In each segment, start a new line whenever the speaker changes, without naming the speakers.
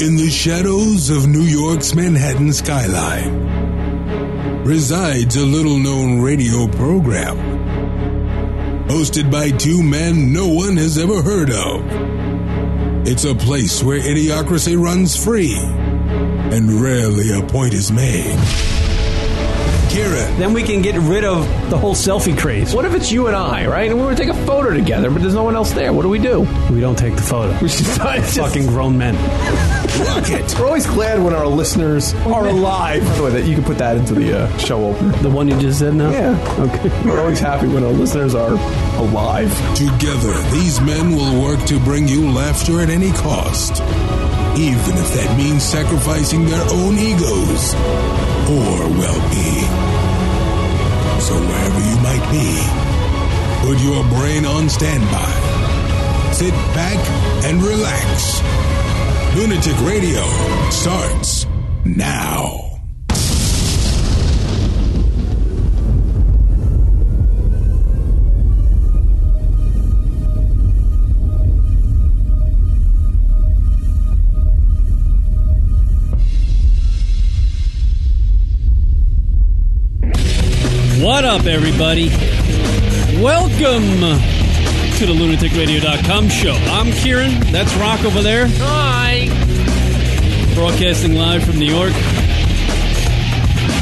In the shadows of New York's Manhattan skyline resides a little known radio program hosted by two men no one has ever heard of. It's a place where idiocracy runs free and rarely a point is made. Kieran,
Then we can get rid of the whole selfie craze.
What if it's you and I, right? And we want to take a photo together, but there's no one else there. What do we do?
We don't take the photo.
We should just,
Fucking grown men.
Rocket,
We're always glad when our listeners are alive. By the way, that you can put that into the uh, show opener.
The one you just said now?
Yeah.
Okay.
We're always happy when our listeners are alive.
Together, these men will work to bring you laughter at any cost, even if that means sacrificing their own egos or well being. So, wherever you might be, put your brain on standby. Sit back and relax. Lunatic Radio starts now.
What up, everybody? Welcome to the lunaticradio.com show. I'm Kieran. That's Rock over there. Hi. Broadcasting live from New York.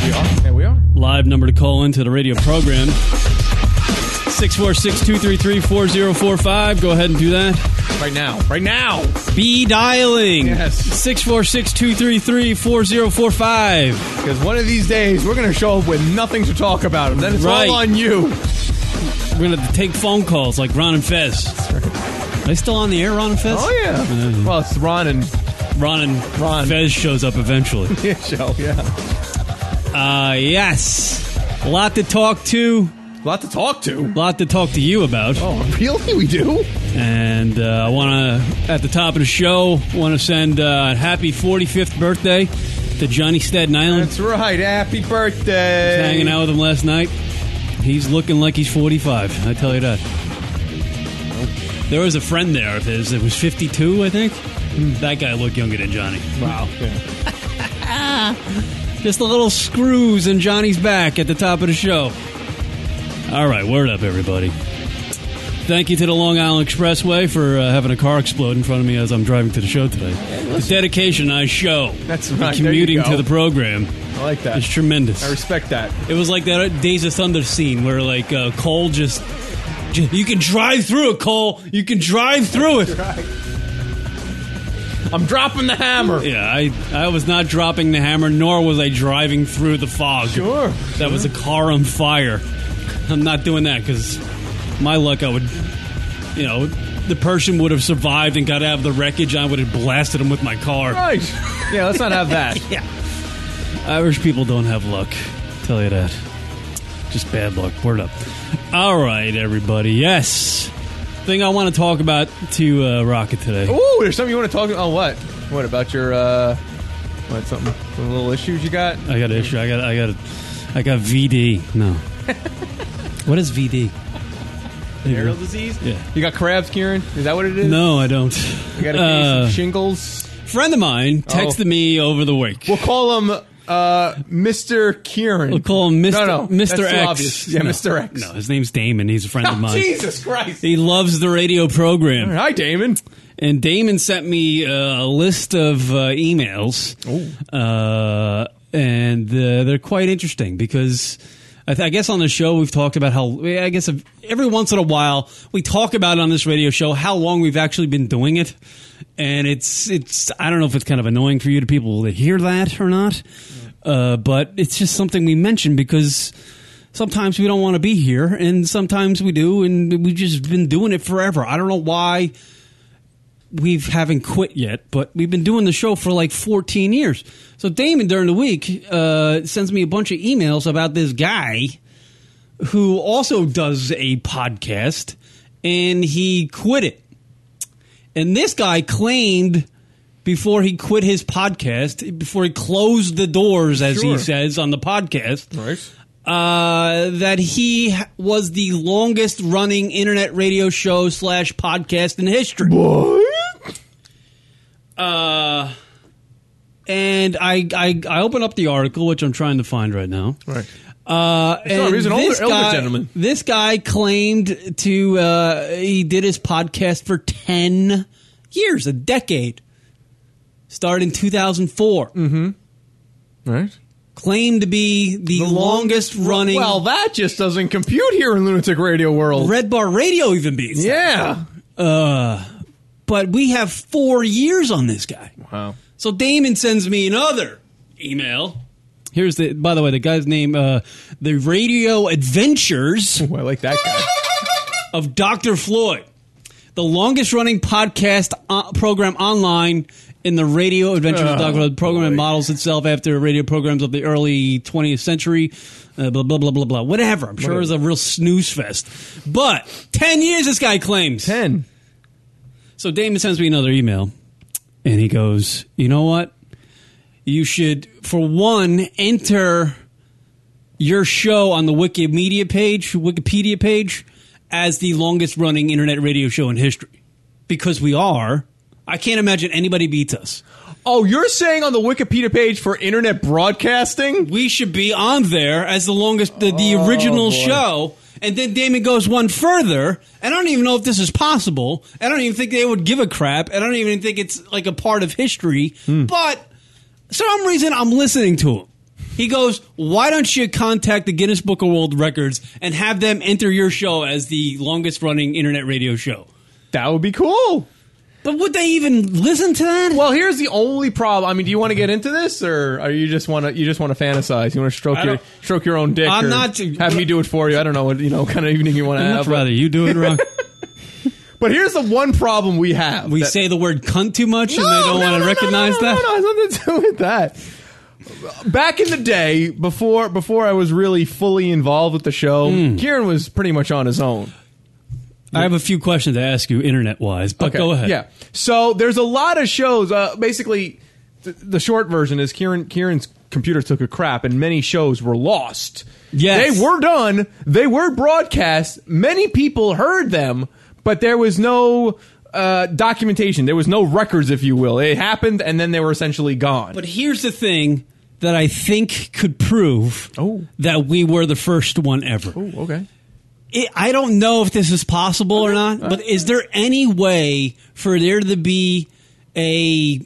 We are. Yeah, we are.
Live number to call into the radio program 646 233 4045. Go ahead and do that.
right now. Right now.
Be dialing
Yes.
646 233 4045.
Because one of these days, we're going to show up with nothing to talk about. And then it's
Right.
all on you.
We're going to have to take phone calls like Ron and Fez. Are they still on the air, Ron and Fez?
Oh, yeah. Well, it's Ron and
Ron and
Ron.
Fez shows up eventually.
Yeah, show, yeah.
Uh, yes. A lot to talk to,
A lot to talk to.
a lot to talk to you about.
Oh, really? We do?
And uh, I want to, at the top of the show, want to send uh, happy 45th birthday to Johnny Staten Island.
That's right. Happy
I
birthday.
was hanging out with him last night. He's looking like he's 45, I tell you that. There was a friend there of his that was 52, I think. Hmm, That guy looked younger than Johnny.
Wow.
Just the little screws in Johnny's back at the top of the show. All right, word up, everybody. Thank you to the Long Island Expressway for uh, having a car explode in front of me as I'm driving to the show today. The dedication I show
That's
in
right, there you
commuting
go.
to the program
I like
is
that.
tremendous.
I respect that.
It was like that Days of Thunder scene where like uh, Cole just, j- you can drive through it, Cole. You can drive through it.
I'm dropping the hammer.
Yeah, I I was not dropping the hammer, nor was I driving through the fog.
Sure.
that was a car on fire. I'm not doing that because my luck, I would, you know, the person would have survived and got out of the wreckage. I would have blasted him with my car.
Right. Yeah, let's not have that.
Irish people don't have luck. Tell you that. Just bad luck. Word up. All right, everybody. Yes. Thing I want to talk about to uh, Rocket today.
Ooh, there's something you want to talk about. Oh, what? What about your, uh, what, something, some little issues you got?
I got an issue. I got. I got. I got VD. No. what is VD?
Aerial disease?
Yeah.
You got crabs, Kieran? Is that what it is?
No, I don't.
You got a case
Uh,
of shingles?
friend of mine texted
Oh.
me over the week.
We'll call him, uh, Mr. Kieran.
We'll call him Mr.
No, no.
Mr.
That's too
X.
obvious. Yeah,
No,
Mr. X. Oh,
No, his name's Damon. He's a friend of mine.
Ah, Jesus Christ.
He loves the radio program.
Hi, Damon.
And Damon sent me uh, a list of uh, emails, uh, and uh, they're quite interesting because I, th- I guess on the show we've talked about how I guess if- every once in a while we talk about on this radio show how long we've actually been doing it, and it's it's I don't know if it's kind of annoying for you to people to hear that or not, uh, but it's just something we mention because. Sometimes we don't want to be here, and sometimes we do, and we've just been doing it forever. I don't know why we haven't quit yet, but we've been doing the show for like 14 years. So Damon during the week uh, sends me a bunch of emails about this guy who also does a podcast, and he quit it. And this guy claimed before he quit his podcast, before he closed the doors, as he
Sure.
says on the podcast,
Right.
uh, that he ha- was the longest running internet radio show slash podcast in history. What? Uh, And I, I, I open up the article, which I'm trying to find right now.
Right.
Uh,
saw
and
he was an
this
older-
guy,
elder gentleman.
This guy claimed to uh, he did his podcast for ten years, a decade. Started in 2004.
Mm-hmm. Right.
Claimed to be the, longest, running
Well, that just doesn't compute here in lunatic radio world.
Red Bar Radio even beats.
yeah.
Uh, but we have four years on this guy.
Wow.
So Damon sends me another email. Here's the. By the way, the guy's name, uh, the Radio Adventures
Ooh, I like that guy.
of Dr. Floyd, the longest running podcast uh, program online. In the Radio Adventures
Oh,
of Dr. Floyd program, and models itself after radio programs of the early 20th century, uh, blah, blah, blah, blah, blah. Whatever. I'm sure it was a real snooze fest. But 10 years, this guy claims.
Ten.
So Damon sends me another email, and he goes, "You know what? You should, for one, enter your show on the Wikimedia page, Wikipedia page, as the longest running internet radio show in history, because we are. I can't imagine anybody beats us.
Oh, you're saying on the Wikipedia page for internet broadcasting?
We should be on there as the longest, the, the
Oh,
original show." And then Damon goes one further, and I don't even know if this is possible. I don't even think they would give a crap. I don't even think it's like a part of history.
Hmm.
But some reason I'm listening to him. He goes, "Why don't you contact the Guinness Book of World Records and have them enter your show as the longest running internet radio show?"
That would be cool.
But would they even listen to that?
Well, here's the only problem. I mean, do you want to get into this, or are you just want to you just want to fantasize? You want to stroke
I
your
don't-
stroke your own dick?
I'm
or
not-
have me do it for you. I don't know what you know what kind of evening you want to have.
I'd
But,
rather you do it, Rock.
but here's the one problem we have.
we
that-
say the word "cunt" too much, and they
No,
don't
no,
want
no,
to recognize
no, no,
that.
No, no, it has nothing to do with that. Back in the day, before before I was really fully involved with the show,
Hmm.
Kieran was pretty much on his own.
I have a few questions to ask you, internet-wise, but go ahead.
Yeah. So there's a lot of shows. Uh, basically, th- the short version is Kieran Kieran's computer took a crap, and many shows were lost.
Yes.
they were done. They were broadcast. Many people heard them, but there was no. Uh, documentation. There was no records, if you will. It happened, and then they were essentially gone.
But here's the thing that I think could prove
Oh.
that we were the first one ever.
Ooh, okay.
it, I don't know if this is possible or not, but is there any way for there to be a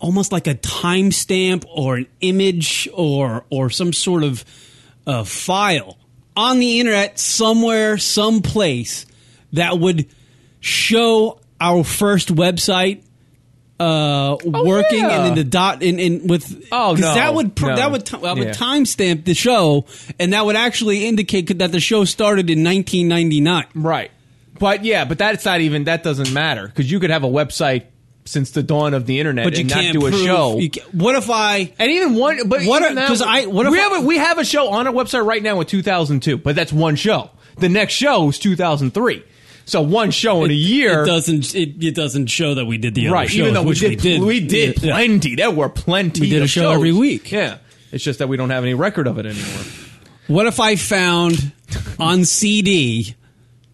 almost like a timestamp or an image or or some sort of uh, file on the internet somewhere, someplace that would show our first website uh, working
yeah.
and in the dot in, in with
Oh,
'cause
no,
that would pr-
no.
that would t- that would
Yeah.
timestamp the show, and that would actually indicate that the show started in 1999.
Right. But yeah, but that's not even that doesn't matter because you could have a website since the dawn of the internet
But you
and not
can't
do a
prove-
show.
you ca- what if I?
and even one, but
What
even
if-
now-
'cause I- what if
we
I-
have a, we have a show on our website right now with 2002, but that's one show. The next show is 2003, so one show in a year.
it doesn't it, it doesn't show that we did the
right,
other show,
even though we
which
did, we did,
Yeah, yeah.
plenty. There were plenty.
We did a
of
show every
shows.
week.
Yeah, it's just that we don't have any record of it anymore.
What if I found on CD?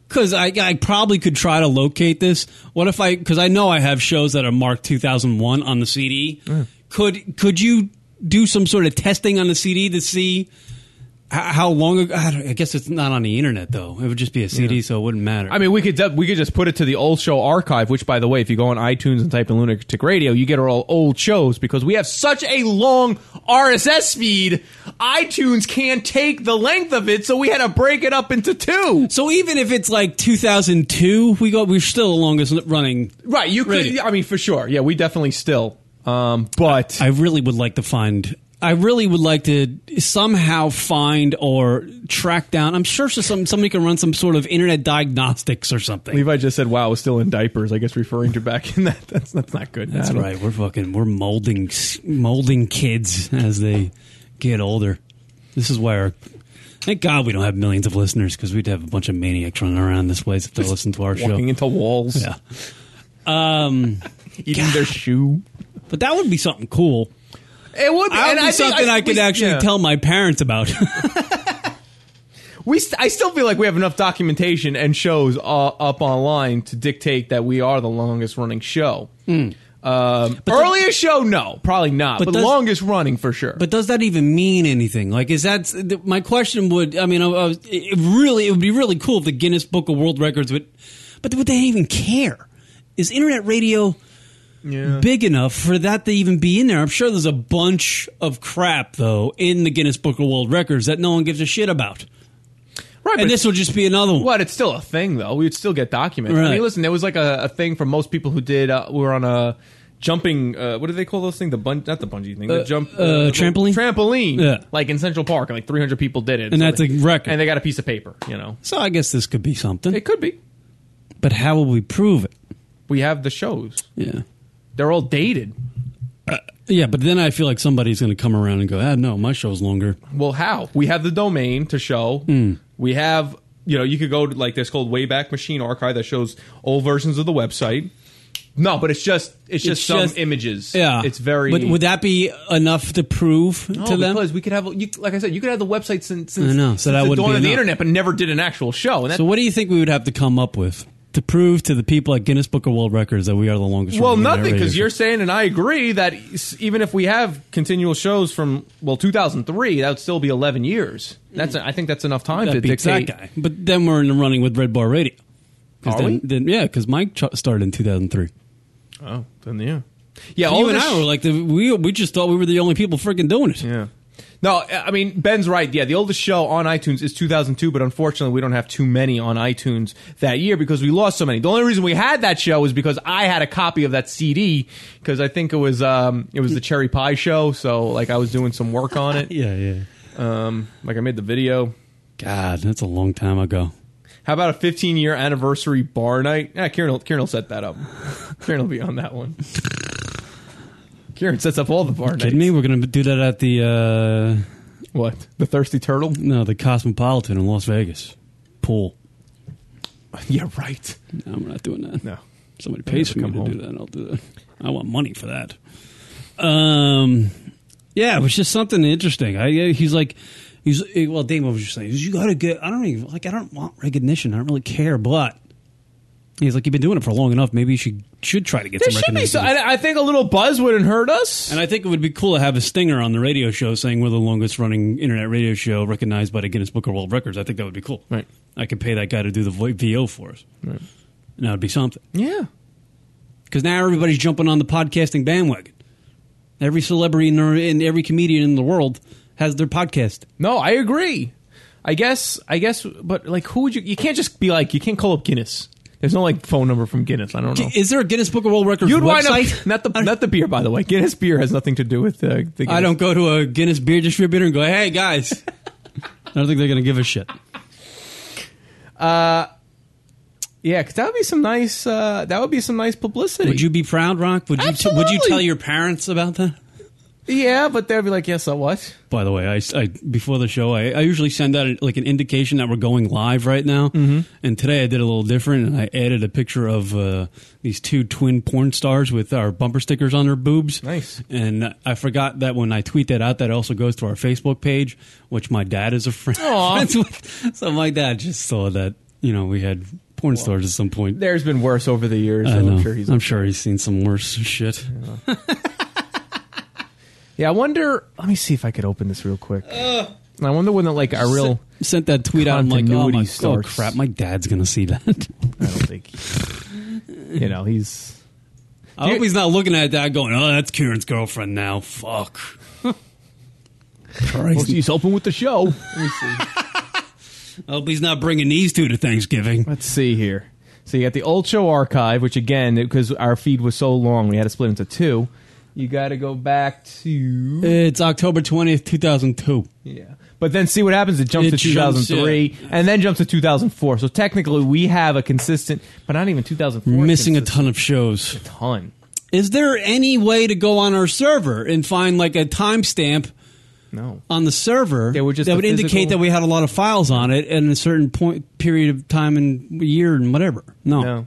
Because I, I probably could try to locate this. What if I? Because I know I have shows that are marked 2001 on the CD. Could could you do some sort of testing on the CD to see h- how long? Ago, I, don't- I guess it's not on the internet though. It would just be a CD, so it wouldn't matter.
I mean, we could de- we could just put it to the old show archive, which, by the way, if you go on iTunes and type in Lunatic Radio, you get our all old shows because we have such a long RSS feed. iTunes can't take the length of it, so we had to break it up into two.
so even if it's like 2002, we go. We're still the longest running.
Right? You could.
Radio.
I mean, for sure. Yeah, we definitely still. Um, but
I really would like to find. I really would like to somehow find or track down. I'm sure so- some somebody can run some sort of internet diagnostics or something.
Levi just said, "Wow, I was still in diapers." I guess referring to back in that. That's that's not good.
That's right. We're fucking we're molding s- molding kids as they get older. This is why our thank God we don't have millions of listeners because we'd have a bunch of maniacs running around this place if they listen to our
Walking
show.
into walls,
Yeah. Um,
eating their shoe.
but that would be something cool.
It would be,
That would be
and I think-
something I,
think
could
we-
actually
yeah.
tell my parents about.
We st- I still feel like we have enough documentation and shows uh, up online to dictate that we are the longest running show. Um, earliest show, no, probably not. But,
Hmm. But does-
longest running for sure.
But does that even mean anything? Like, is that th- my question? Would I mean? I, I was, it really, it would be really cool if the Guinness Book of World Records would, but would they even care? Is internet radio big enough for that to even be in there? I'm sure there's a bunch of crap though in the Guinness Book of World Records that no one gives a shit about,
right, but
and this will just be another one.
What? It's still a thing, though. We would still get documents. I
Right.
mean, listen, there was like a, a thing for most people who did. Uh, were on a jumping. Uh, what do they call those things? The bun, not the bungee thing. The
Uh,
jump
uh,
the-
trampoline?
Trampoline.
Yeah.
Like in Central Park, and like 300 people did it.
And
So
that's
they-
a record.
And they got a piece of paper. You know,
So I guess this could be something.
it could be.
but how will we prove it?
We have the shows.
Yeah.
They're all dated.
Yeah, but then I feel like somebody's going to come around and go, "Ah, no, my show's longer."
Well, how? We have the domain to show.
Hmm.
We have, you know, you could go to like this called Wayback Machine Archive that shows old versions of the website. No, but it's just it's just
It's
some
just-
images.
Yeah,
it's very.
Would, would that be enough to prove to
No,
them?
because we could have, you, like I said, you could have the website since, since,
I know, so
since
that
the
wouldn't
dawn
be
of the
enough.
internet, but never did an actual show. And that,
so, what do you think we would have to come up with to prove to the people at Guinness Book of World Records that we are the longest?
well,
running
nothing
radio
because you're
show?
saying, and I agree that s- even if we have continual shows from well 2003, that would still be 11 years. That's I think that's enough time
that
to
beats
dictate.
that guy. But then we're in the running with Red Bar Radio. 'Cause
Are
then,
we?
Then, yeah, because Mike ch- started in 2003.
Oh, then yeah, yeah. all
you and
this-
I were like, the, we we just thought we were the only people freaking doing it.
yeah. No, I I mean Ben's right. Yeah, the oldest show on iTunes is 2002, but unfortunately, we don't have too many on iTunes that year because we lost so many. The only reason we had that show is because I had a copy of that CD because I think it was um it was the Cherry Pie show, so like I was doing some work on it.
yeah, yeah.
Um, like I made the video.
God, that's a long time ago.
How about a 15 year anniversary bar night? Yeah, Kieran, will, Kieran will set that up. Kieran will be on that one. Kieran sets up all the bar nights.
Kidding me? We're gonna do that at the uh,
What the thirsty turtle?
no the Cosmopolitan in Las Vegas pool.
yeah, right.
No, we're not doing that.
No.
Somebody pays for
Never
me to
come
do that. I'll do that. I want money for that. Um, yeah, it was just something interesting. I yeah, he's like, he's eh, well, Damo was just saying, you got to get. I don't even like. I don't want recognition. I don't really care. But he's like, you've been doing it for long enough. Maybe you should should try to get
There
some
should be.
recognition.
Some, I, I think a little buzz wouldn't hurt us.
and I think it would be cool to have a stinger on the radio show saying we're the longest running internet radio show recognized by the Guinness Book of World Records. I think that would be cool.
Right.
I could pay that guy to do the vo- VO for us. Right. And that would be something.
yeah.
because now everybody's jumping on the podcasting bandwagon. Every celebrity and and every comedian in the world has their podcast.
No, I agree. I guess. I guess. But like, who would you? You can't just be like. You can't call up Guinness. There's no like phone number from Guinness. I don't know.
Is there a Guinness Book of World Records
You'd wind
website?
up not the not the beer, by the way. Guinness beer has nothing to do with uh, the. Guinness.
I don't go to a Guinness beer distributor and go, "Hey guys," I don't think they're gonna give a shit.
Yeah, because that would be some nice. Uh, that would be some nice publicity.
Would you be proud, Rock? Would you t- would you
Absolutely.
tell your parents about that?
Yeah, but they'd be like, "Yes, so what?"
By the way, I, I- before the show, I, I usually send out like an indication that we're going live right now. Mm-hmm. And today I did a little different, and I added a picture of uh, these two twin porn stars with our bumper stickers on their boobs.
Nice.
And I forgot that when I tweet that out, that also goes to our Facebook page, which my dad is a friend.
Aw.
friends with. So my dad just saw that you know we had porn stars at some point.
There's been worse over the years.
I
and
know.
I'm sure he's.
seen some worse shit.
yeah, I wonder. Let me see if I could open this real quick. I wonder when the like a real.
Sent that tweet out. I'm like, oh,
Continuity
my, oh
starts.
crap, my dad's gonna see that.
I don't think. You know, he's.
I hope he's not looking at that going, oh, that's Kieran's girlfriend now. Fuck.
Well,
Christ.
she's helping with the show.
I hope he's not bringing these two to Thanksgiving.
Let's see here. So you got the old show archive, which again, because our feed was so long, we had to split into two. You got to go back to
It's October 20th, 2002.
yeah, but then see what happens. It jumps
It
to
jumps,
2003, and then jumps to 2004. So technically, we have a consistent, but not even 2004. is
Missing a
consistent.
ton of shows.
ton.
Is there any way to go on our server and find like a timestamp
No,
on the server
They were just
that
the
would indicate
physical-
that we had a lot of files on it and a certain point period of time and year and whatever? No.
no.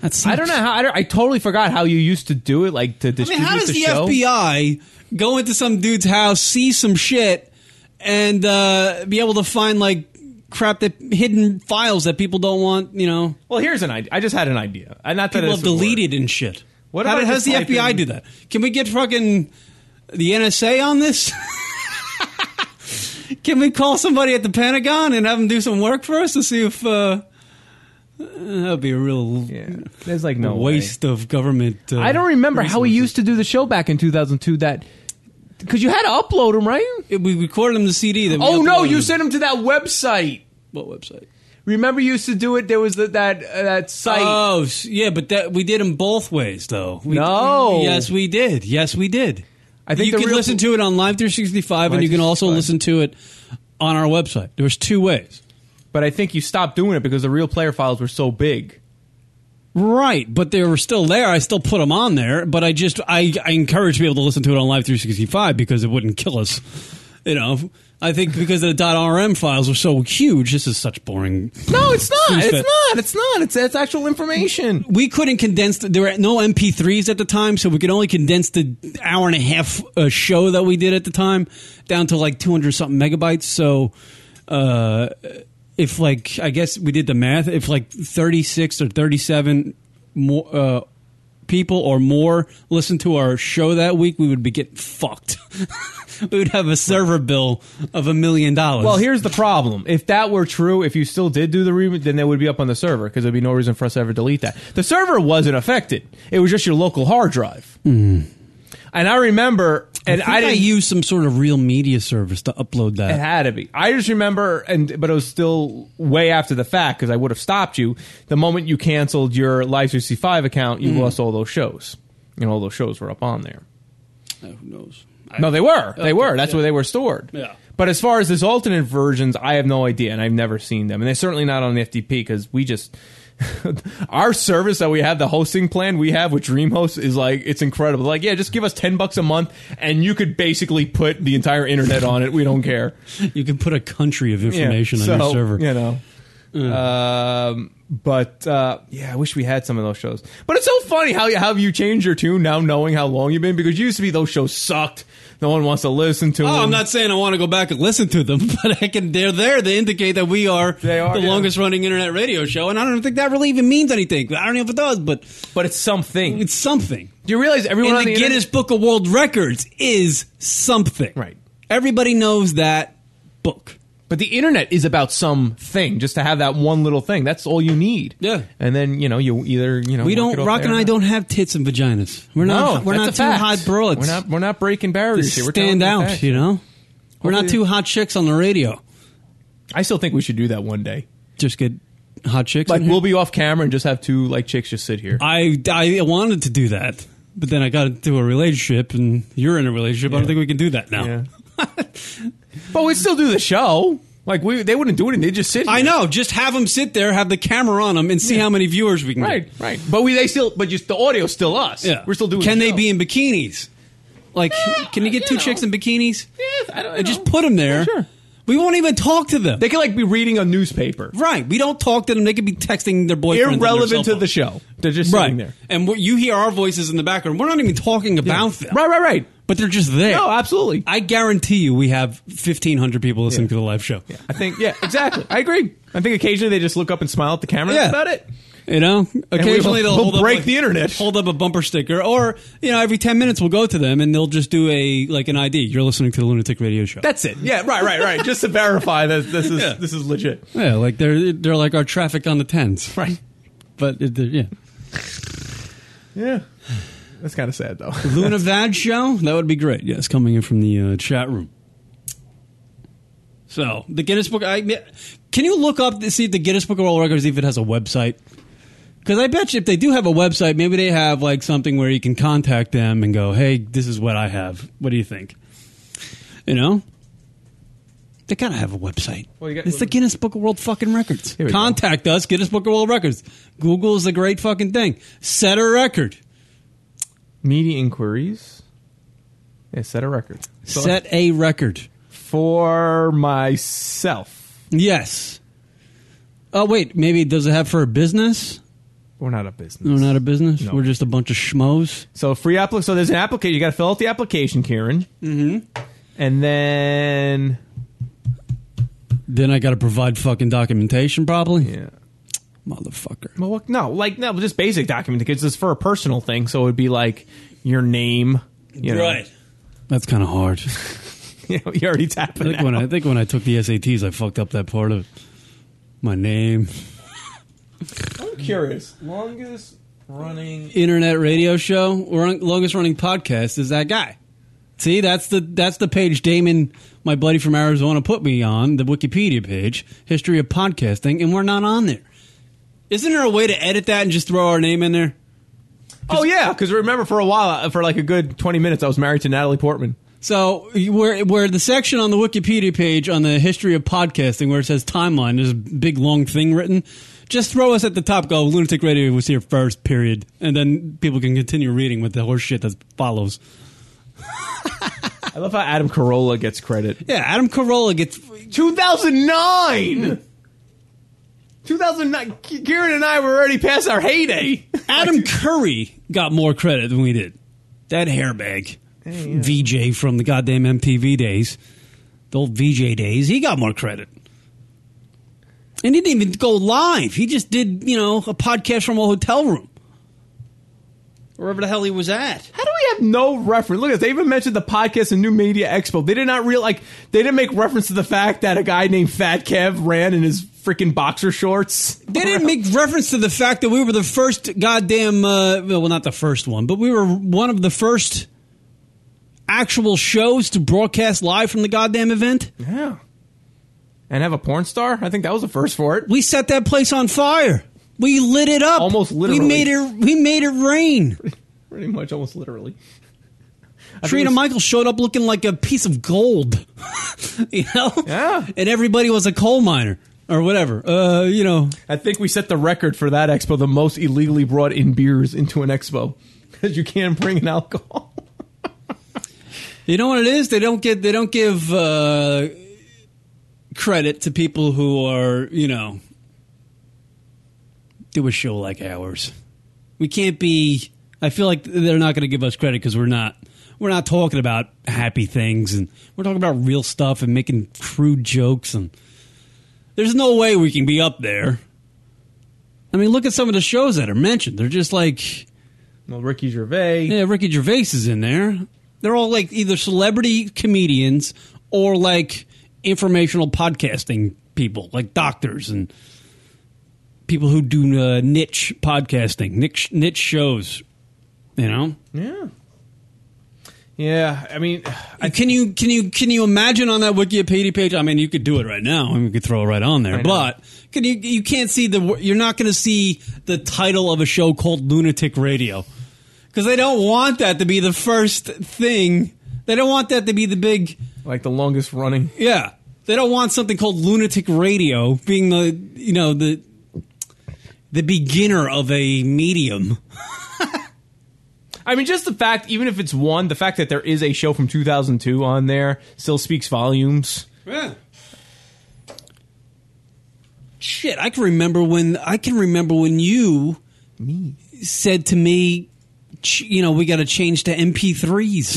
That's
I don't know how. I, don't- I totally forgot how you used to do it, like to
I
distribute
mean, how does
the,
the,
show.
FBI go into some dude's house, see some shit, and uh, be able to find like crap that hidden files that people don't want? You know,
Well, here's an idea. I just had an idea. Uh, Not that
people
this
have
would work.
deleted and shit.
What
How
about
did, how's
just
the
type
FBI
in-
do that? Can we get fucking the NSA on this? Can we call somebody at the Pentagon and have them do some work for us to see if uh, that'd be a real
Yeah. There's like no way.
waste of government? Uh,
I don't remember how we used to do the show back in 2002. That because you had to upload them, right?
We recorded them the CD. That we
Oh no,
uploaded.
you sent them to that website.
what website?
Remember, you used to do it. There was the, that uh, that site.
Oh s- yeah, but that we did them both ways though. We,
No.
yes, we did. Yes, we did.
I think
you
the
can
real-
listen to it on Live 365, and you can also
365.
listen to it on our website. There's two ways.
but I think you stopped doing it because the real player files were so big.
Right, but they were still there. I still put them on there, but I just I, I encourage people to listen to it on Live 365 because it wouldn't kill us. You know, I think because the .rm files are so huge. This is such boring.
No, it's not.
Who's
It's
that?
not. It's not. It's it's actual information.
We couldn't condense. The, there were no MP3s at the time, so we could only condense the hour and a half uh, show that we did at the time down to like 200 something megabytes. So. uh if like I guess we did the math, if like thirty six or thirty seven more uh, people or more listened to our show that week, we would be getting fucked. we would have a server bill of a million dollars.
Well, here's the problem. If that were true, if you still did do the remit, then they would be up on the server because there'd be no reason for us to ever delete that. The server wasn't affected. It was just your local hard drive. And I remember, and
Hmm. I,
I,
think I
didn't.
used some sort of real media service to upload
It
that.
had to be. I just remember, and but it was still way after the fact because I would have stopped you the moment you canceled your Live 365 account.
Hmm.
You lost all those shows, and all those shows were up on there.
Who knows?
No, they were. They were. That's where they were stored.
Yeah.
But as far as this alternate versions, I have no idea, and I've never seen them, and they're certainly not on the FTP because we just our service that we have, the hosting plan we have with DreamHost is like it's incredible. Like, yeah, just give us ten bucks a month, and you could basically put the entire internet on it. We don't care.
You can put a country of
Yeah,
information on
so,
your server. Mm.
You know. Um, but uh, yeah, I wish we had some of those shows. But it's so funny how you, how you changed your tune now, knowing how long you've been. Because you used to be those shows sucked. No one wants to listen to them.
Oh, I'm not saying I want to go back and listen to them, but I can. They're there to indicate that we are,
They are,
the
yeah.
longest running internet radio show, and I don't think that really even means anything. I don't know if it does, but
But it's something.
it's something.
Do you realize everyone
In the
on the internet-
Guinness Book of World Records is something.
Right.
Everybody knows that book.
But the internet is about something. Just to have that one little thing. That's all you need.
Yeah.
And then you know you either you know
We
work it
don't.
up
Rock
there
and
or
I
not.
don't have tits and vaginas. We're
No,
not. We're
that's
not
a
too
fact.
hot broads.
We're not. We're not breaking
to
barriers here. We're telling
stand
the
out.
facts.
You know. We're not
Hopefully-
two hot chicks on the radio.
I still think we should do that one day.
Just get hot chicks.
Like
in here.
we'll be off camera and just have two like chicks just sit here.
I I wanted to do that, but then I got into a relationship, and you're in a relationship. I don't think we can do that now.
but we still do the show. Like we, they wouldn't do it, and they just sit. Here.
I know. Just have them sit there, have the camera on them, and see how many viewers we can
Right,
get.
right. But we, they still, but just the audio's still us.
Yeah,
we're still doing.
Can
the
they
show.
be in bikinis? Like,
Yeah,
can you get
you
two
know.
chicks in bikinis?
Yeah, I don't- I
And Just
don't know.
put them there.
Sure.
We won't even talk to them.
They could like be reading a newspaper,
right. We don't talk to them. They could be texting their boyfriends. on their cell
irrelevant to
phone.
the show. They're just
Right.
sitting there.
And we you hear our voices in the background. We're not even talking about them.
Right, right, right.
But they're just there.
No, absolutely.
I guarantee you, we have fifteen hundred people listening to the live show.
I think, yeah, exactly. I agree. I think occasionally they just look up and smile at the camera.
Yeah.
That's about it.
You know, occasionally they'll
we'll
hold
break
up, a-
the internet.
hold up a bumper sticker, or you know, every ten minutes we'll go to them and they'll just do a like an ID. You're listening to the Lunatic Radio Show.
That's it. Yeah, right, right, right. just to verify that this is
Yeah.
this is legit.
yeah, like they're they're like our traffic on the tens,
Right.
but it, they're- yeah,
Yeah. That's kind of sad though.
Luna Vad Show that would be great. Yes, coming in from the uh, chat room. So the Guinness Book, I can you look up to see if the Guinness Book of World Records if it has a website? Because I bet you if they do have a website, maybe they have like something where you can contact them and go, "Hey, this is what I have. What do you think?" You know, they gotta have a website.
Well, you got-
it's the Guinness Book of World fucking Records.
we go.
Contact us, Guinness Book of World Records. Google is a great fucking thing. Set a record.
Media inquiries. Yeah, set a record. So-
Set a record.
for myself.
Yes. Oh wait, maybe does it have for a business?
We're not a business.
No, not a business.
No.
We're just a bunch of schmoes.
So free applic. So there's an application. You got to fill out the application, Kieran. Mm-hmm. And then
Then I got to provide fucking documentation, probably.
yeah,
motherfucker.
Well, what- no, like no, just basic document because it's for a personal thing, so it would be like your name. You know.
That's kind of hard.
You know, you already
I
tapping
think
it.
when I, I think when I took the SATs, I fucked up that part of my name.
I'm curious. Longest running.
Internet radio show, run, longest running podcast is that guy. See, that's the that's the page Damon, my buddy from Arizona, put me on the Wikipedia page, history of podcasting, and we're not on there. Isn't there a way to edit that and just throw our name in there?
Oh yeah, because remember for a while, uh, for like a good 20 minutes, I was married to Natalie Portman.
So where where the section on the Wikipedia page on the history of podcasting where it says timeline, there's a big long thing written. Just throw us at the top. Go, Lunatic Radio was here first. Period, and then people can continue reading with the horse shit that follows.
I love how Adam Carolla gets credit.
Yeah, Adam Carolla gets.
2009. 2009. Kieran and I were already past our heyday.
Adam Curry got more credit than we did. That hairbag, VJ from the goddamn MTV days, the old VJ days, he got more credit. And he didn't even go live. He just did, you know, a podcast from a hotel room. Wherever the hell he was at.
How do we have no reference? Look at this. They even mentioned the podcast and New Media Expo. They did not real like they didn't make reference to the fact that a guy named Fat Kev ran in his freaking boxer shorts.
They didn't make reference to the fact that we were the first goddamn, uh, well, not the first one, but we were one of the first actual shows to broadcast live from the goddamn event.
Yeah. And have a porn star? I think that was the first for it.
We set that place on fire. We lit it up.
Almost literally.
We made it. We made it rain.
Pretty much, almost literally.
Trina Michael showed up looking like a piece of gold. you know.
Yeah.
And everybody was a coal miner or whatever. Uh, you know.
I think we set the record for that expo, the most illegally brought in beers into an expo. Because you can't bring in alcohol.
You know what it is? They don't get. They don't give uh, credit to people who are you know do a show like ours. We can't be. I feel like they're not going to give us credit because we're not. We're not talking about happy things, and we're talking about real stuff and making crude jokes. And there's no way we can be up there. I mean, look at some of the shows that are mentioned. They're just like
Well, Ricky Gervais.
yeah, Ricky Gervais is in there. They're all like either celebrity comedians or like informational podcasting people, like doctors and people who do uh, niche podcasting, niche niche shows. You know,
Yeah. Yeah, I mean,
can you can you can you imagine on that Wikipedia page? I mean, you could do it right now. I mean, you could throw it right on there,
know.
but can you you can't see the you're not going to see the title of a show called Lunatic Radio because they don't want that to be the first thing. They don't want that to be the big
like the longest running.
yeah. They don't want something called Lunatic Radio being the you know the the beginner of a medium.
I mean, just the fact, even if it's one, the fact that there is a show from 2002 on there still speaks volumes.
Shit, I can remember when I can remember when you said to me, "Ch- you know, we got to change to MP3s,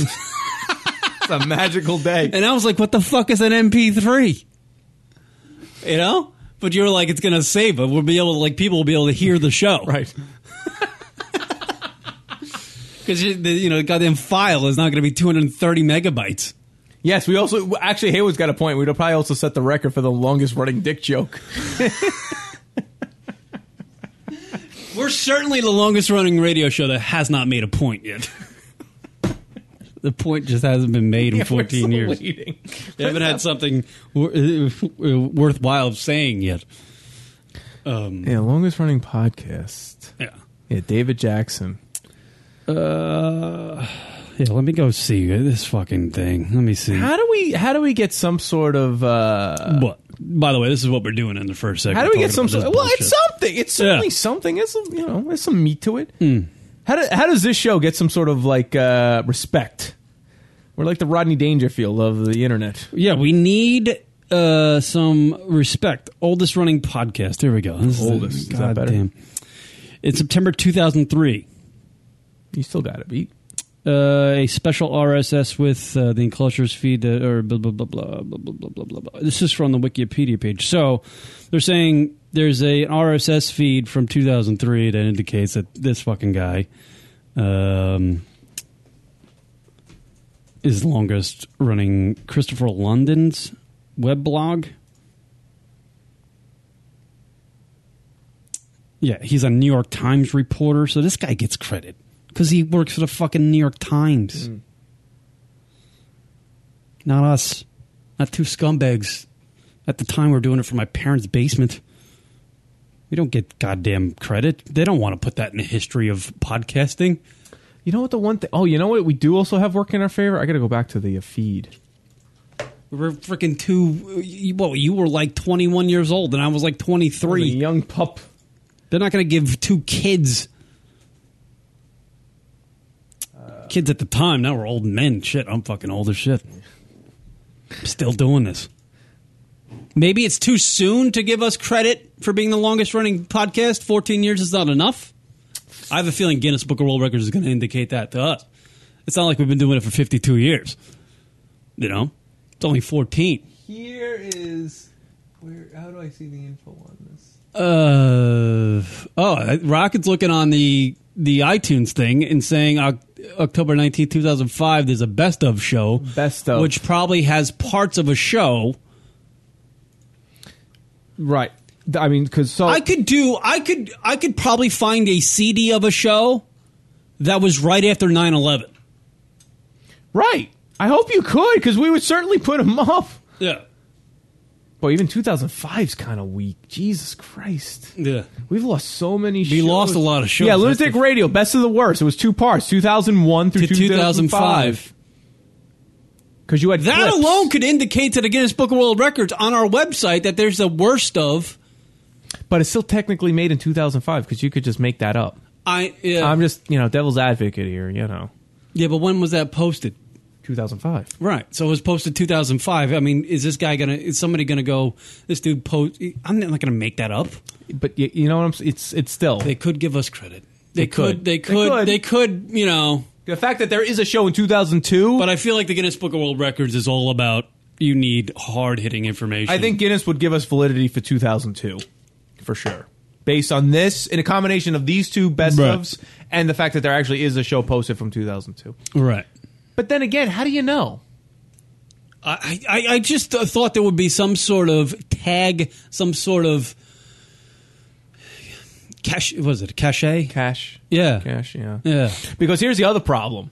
It's a magical day.
and I was like, what the fuck is an MP3? You know, but you were like, it's gonna save it. We'll be able, to, like, people will be able to hear the show,
Right.
Because you know, the goddamn file is not gonna be 230 megabytes.
Yes, we also actually Haywood's got a point. We'd probably also set the record for the longest running dick joke.
We're certainly the longest running radio show that has not made a point yet. the point just hasn't been made in 14
We're
years.
still waiting.
They haven't had something wor- uh, worthwhile saying yet. Um,
Yeah, longest running podcast.
yeah.
Yeah, David Jackson.
Uh, yeah. Let me go see this fucking thing. Let me see.
How do we how do we get some sort of uh
What? By the way, this is what we're doing in the first segment.
how do we get some
talking about
sort
this
well it's
bullshit.
something. It's certainly
Yeah. Hmm.
something. It's some- you know, there's some meat to it. How do, how does this show get some sort of like uh respect? We're like the Rodney Dangerfield of the internet.
Yeah, we need uh, some respect. Oldest running podcast. Here we go. This is the-
Oldest. Is that
God
better?
damn. In September 2003.
You still got it beat.
uh, a special RSS with uh, the enclosures feed that, or blah blah blah blah blah blah blah blah blah. blah. This is from the Wikipedia page. So they're saying there's a an RSS feed from 2003 that indicates that this fucking guy um, is the longest running Christopher London's web blog. Yeah, he's a New York Times reporter, so this guy gets credit because he works for the fucking New York Times. Not us. Not two scumbags. At the time, we are doing it from my parents' basement. We don't get goddamn credit. They don't want to put that in the history of podcasting.
You know what the one thing? Oh, you know what we do also have working in our favor. I got to go back to the uh, feed.
We were freaking two. you- Well, you were like 21 years old, and I was like
A
23.
young pup.
They're not going to give two kids. kids at the time. Now we're old men. Shit, I'm fucking old as shit. I'm still doing this. Maybe it's too soon to give us credit for being the longest running podcast. 14 years is not enough. I have a feeling Guinness Book of World Records is going to indicate that to us. It's not like we've been doing it for 52 years. You know? It's only 14.
Here is where? How do I see the info on this?
Uh oh, Rocket's looking on the the iTunes thing and saying Oc- October nineteenth, two 2005 there's a best of show.
Best of.
Which probably has parts of a show.
Right. Th- I mean, because so
I could do I could I could probably find a CD of a show that was right after 9/11.
right. I hope you could because we would certainly put him up.
Yeah.
Boy, even 2005's kind of weak. Jesus Christ.
Yeah.
We've lost so many
We lost a lot of shows.
Yeah,
That's
Lunatic
the-
Radio, Best of the Worst. It was two parts, 2001 through
To 2005.
Because you had
That
clips.
alone could indicate to the Guinness Book of World Records on our website that there's the worst of
But it's still technically made in 2005 because you could just make that up.
I yeah.
I'm just, you know, devil's advocate here, you know.
yeah, but when was that posted?
2005.
Right. So it was posted 2005. I mean, is this guy going to, is somebody going to go, this dude post, I'm not going to make that up.
But you, you know what I'm s- It's, it's still.
They could give us credit. They, could,
could.
They
They
could.
could.
They could, you know.
the fact that there is a show in 2002.
But I feel like the Guinness Book of World Records is all about you need hard hitting information.
I think Guinness would give us validity for 2002, for sure. Based on this, in a combination of these two best
Right.
ofs and the fact that there actually is a show posted from 2002.
Right.
But then again, how do you know?
I, I, I just uh, thought there would be some sort of tag, some sort of cache. Was it a cachet?
Cash.
yeah.
Cash, yeah.
Yeah.
Because here's the other problem.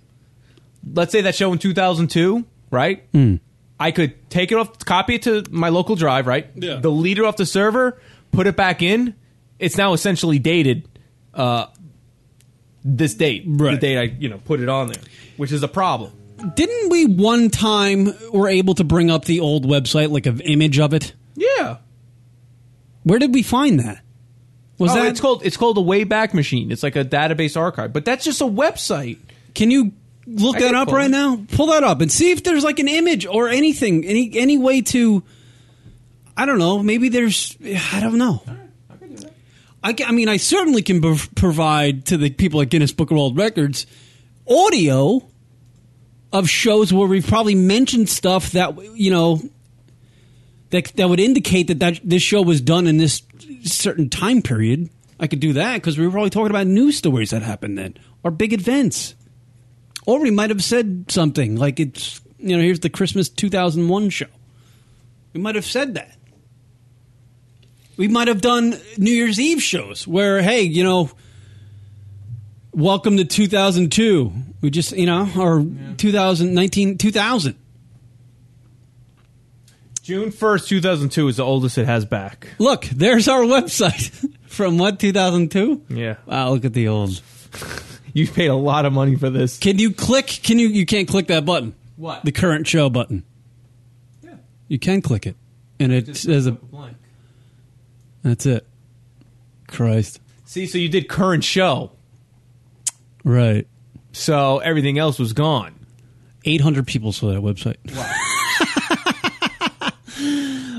Let's say that show in 2002, right?
Hmm.
I could take it off, copy it to my local drive, right?
Yeah.
Delete it off the server, put it back in. It's now essentially dated uh, this date,
Right.
the date I you know put it on there, which is a problem.
Didn't we one time were able to bring up the old website, like an image of it?
Yeah.
Where did we find that? Was
Oh,
that
it's called it's called a Wayback Machine. It's like a database archive, but that's just a website.
Can you look
I
that
can
up
pull
right
it.
now? Pull that up and see if there's like an image or anything, any any way to. I don't know. Maybe there's. I don't know. I, ca- I mean, I certainly can prov- provide to the people at Guinness Book of World Records audio of shows where we've probably mentioned stuff that you know that that would indicate that, that this show was done in this certain time period. I could do that because we were probably talking about news stories that happened then or big events. Or we might have said something like it's you know here's the Christmas 2001 show. We might have said that. We might have done New Year's Eve shows where hey you know welcome to 2002 we just you know or 2019 2000
June first, two thousand two, is the oldest it has back.
Look, there's our website from what 2002.
Yeah.
Wow, look at the old.
You paid a lot of money for this.
Can you click? Can you? You can't click that button.
What?
The current show button.
Yeah.
You can click it, and it says a. That's it. Christ.
See, so you did current show,
Right.
so everything else was gone.
800 people saw that website.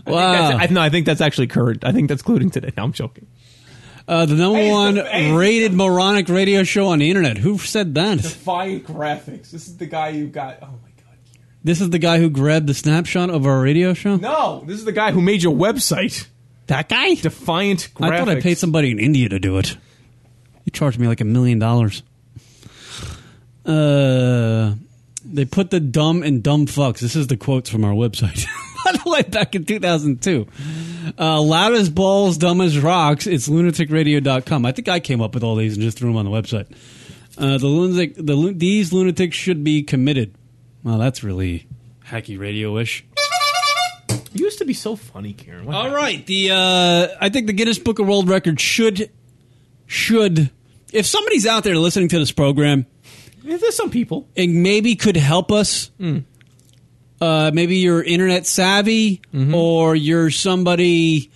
Wow.
That's- I, no, I think that's actually current. I think that's including today. No, I'm joking.
Uh, the number
Hey, it's
one
the- hey, it's-
rated moronic radio show on the internet. Who said that?
Defiant Graphics. This is the guy who got. Oh my god.
This is the guy who grabbed the snapshot of our radio show.
No, this is the guy who made your website.
That guy.
Defiant Graphics.
I thought I paid somebody in India to do it. You charged me like a million dollars. Uh, they put the dumb and dumb fucks. This is the quotes from our website. By the way, back in 2002. Uh, loud as balls, dumb as rocks. It's lunaticradio.com. I think I came up with all these and just threw them on the website. Uh, the lunatic, the lu- these lunatics should be committed. Well, that's really hacky radio-ish.
You used to be so funny, Karen. What
All
happened?
right, the uh, I think the Guinness Book of World Records should should if somebody's out there listening to this program
Yeah, There's some people.
and maybe could help us. Uh, maybe you're internet savvy or you're somebody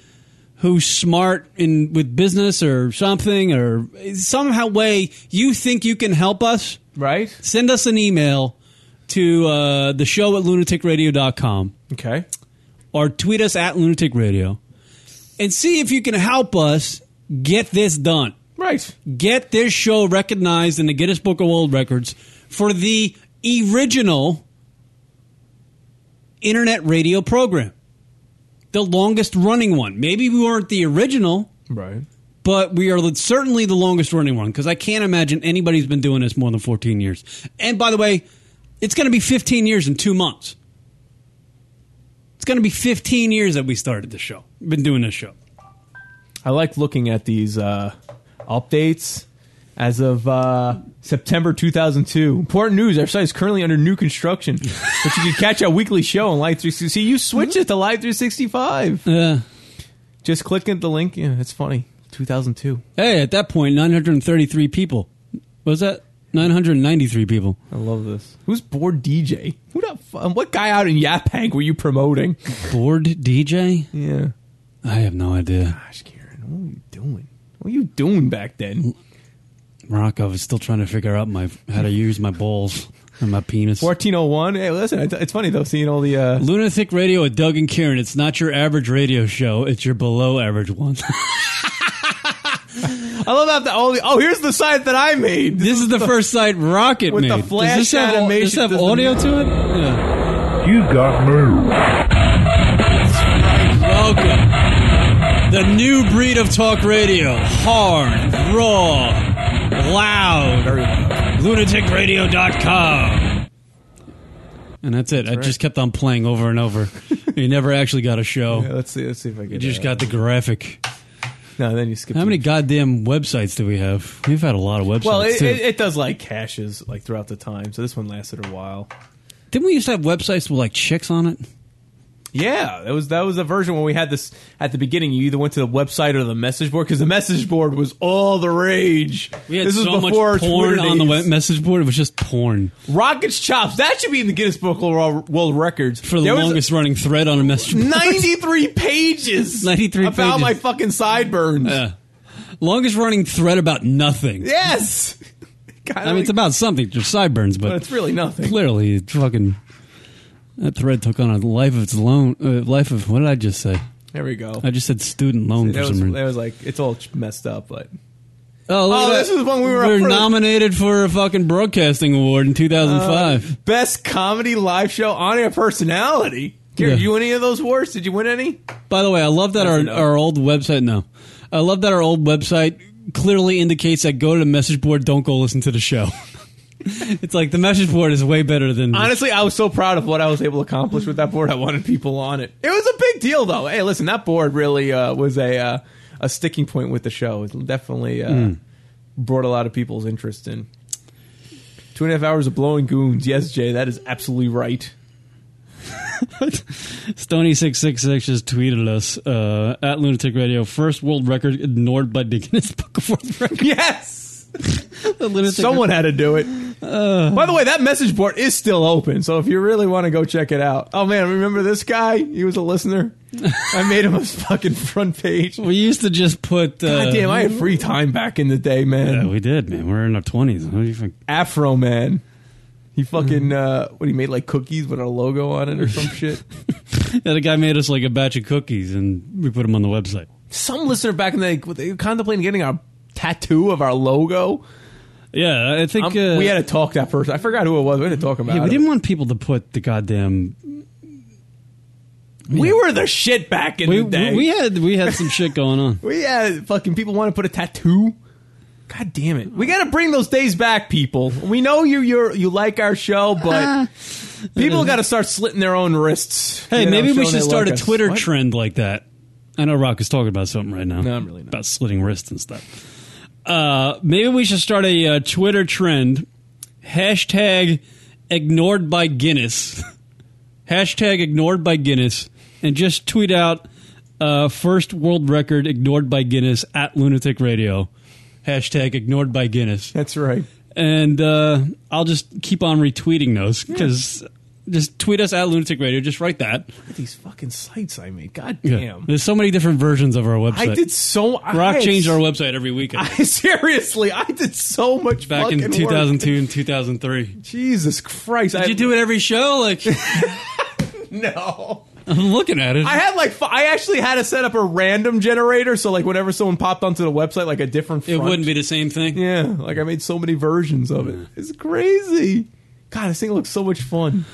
who's smart in with business or something or somehow way you think you can help us
Right?
send us an email to uh, the show at lunaticradio.com
Okay.
or tweet us at Lunatic Radio and see if you can help us get this done.
Right.
Get this show recognized in the Guinness Book of World Records for the original internet radio program, the longest running one. Maybe we weren't the original,
Right.
but we are certainly the longest running one because I can't imagine anybody's been doing this more than 14 years. And by the way, it's going to be 15 years in two months. It's going to be 15 years that we started the show, been doing this show.
I like looking at these uh, updates as of uh, September 2002. Important news: our site is currently under new construction, but you can catch our weekly show on Live 360. See, you switch it to Live 365.
Uh,
Just click at the link. Yeah, it's funny. 2002.
hey, at that point, 933 people. What was that? 993 people.
I love this. Who's bored DJ? Who the fu- um, What guy out in Yaphank were you promoting?
Bored DJ?
Yeah.
I have no idea.
Gosh, Karen, what were you doing? What were you doing back then?
Morocco is still trying to figure out my how to use my balls and my penis.
1401. Hey, listen, it's, it's funny though seeing all the. Uh,
Lunatic Radio with Doug and Kieran. It's not your average radio show. It's your below average one.
I love how the, all the. Oh, here's the site that I made.
this is the first site Rocket
With the
made.
flash
does this have,
animation,
Does this have
does the-
audio to it? Yeah.
You got moved.
Welcome. The new breed of talk radio. Hard, raw, loud. LunaticRadio.com. And that's it. I just kept on playing over and over. you never actually got a show.
Yeah, let's see. Let's see if I can.
You just got the graphic.
no. Then you skip.
How many goddamn websites do we have? We've had a lot of websites.
Well, it,
too.
it, it does like caches like throughout the time, so this one lasted a while.
Didn't we used to have websites with like chicks on it?
Yeah, that was that was the version when we had this at the beginning. You either went to the website or the message board because the message board was all the rage. this was before Twitter
porn on the
days.
web message board. It was just porn
Rockets chops. That should be in the Guinness Book of World World Records
for the
There was
longest running thread on a message board.
93 pages
93
about
pages. Uh,
my fucking sideburns.
Yeah. Longest running thread about nothing.
Yes. God,
I mean, it's about something, just sideburns, but
it's really nothing.
clearly, it fucking that thread took on a life of its loan. Uh, life of what did I just say?
There we go.
I just said student loan for
That was,
some reason.
that was like it's all messed up, but
Oh, look
Oh,
at
this
that.
is when we were up
were
for the-
nominated for a fucking broadcasting award in
Uh,
2005.
Best comedy live show on air personality. Gary,
Yeah.
did you win any of those awards? Did you win any?
By the way, I love that
That's
our,
enough.
our old website. No, I love that our old website clearly indicates that go to the message board. Don't go listen to the show. it's like the message board is way better than
Honestly, I was so proud of what I was able to accomplish with that board. I wanted people on it. It was a big deal, though. Hey, listen, that board really uh, was a uh, a sticking point with the show. It definitely uh,
Hmm.
brought a lot of people's interest in. Two and a half hours of blowing goons. Yes, Jay, that is absolutely right.
Stony six six six just tweeted us uh, at Lunatic Radio. First world record ignored by the Guinness Book of World Records.
Yes.
The Lunatic
Someone had to do it.
Uh.
By the way, that message board is still open, so if you really want to go check it out. Oh man, remember this guy? He was a listener. I made him a fucking front page. God
We used to just put. Uh,
damn, I had free time back in the day,
yeah,
man.
we did, man. We're in our twenties. What do you think?
Afro man. He
Mm-hmm.
fucking uh what he made like cookies with our logo on it or some shit.
Yeah, the guy made us like a batch of cookies, and we put them on the website.
some listener back in the day they were contemplating getting a tattoo of our logo.
Yeah, I think
Um,
uh,
we had Uh, to talk that person. I forgot who it was. We had to talk about.
yeah, we
it.
didn't want people to put the goddamn.
We were the shit back in
We,
the day.
we had we had some shit going on.
We had fucking people want to put a tattoo. God damn it! We got to bring those days back, people. We know you you you like our show, but people got to start slitting their own wrists.
Hey,
you know,
maybe we
showing they
should start
like
a
us.
Twitter
What?
trend like that. I know Rock is talking about something right now.
No, I'm really not.
About slitting wrists and stuff. Uh, maybe we should start a uh, Twitter trend. Hashtag ignored by Guinness. Hashtag ignored by Guinness. And just tweet out uh, first world record ignored by Guinness at Lunatic Radio. Hashtag ignored by Guinness
That's right.
and uh, I'll just keep on retweeting those because just tweet us at Lunatic Radio. Just write that.
Look at these fucking sites I made. God
Yeah.
damn!
There's so many different versions of our website.
I did so.
Rock
I,
changed our website every weekend
I, seriously, I did so much
back in
fucking work.
2002 and 2003. Did
Jesus Christ! I,
you do it every show? Like
No.
I'm looking at it.
I had like fi- I actually had to set up a random generator, so like whenever someone popped onto the website, like a different.
it
front.
wouldn't be the same thing.
Yeah, like I made so many versions of it. It's crazy. God, this thing looks so much fun.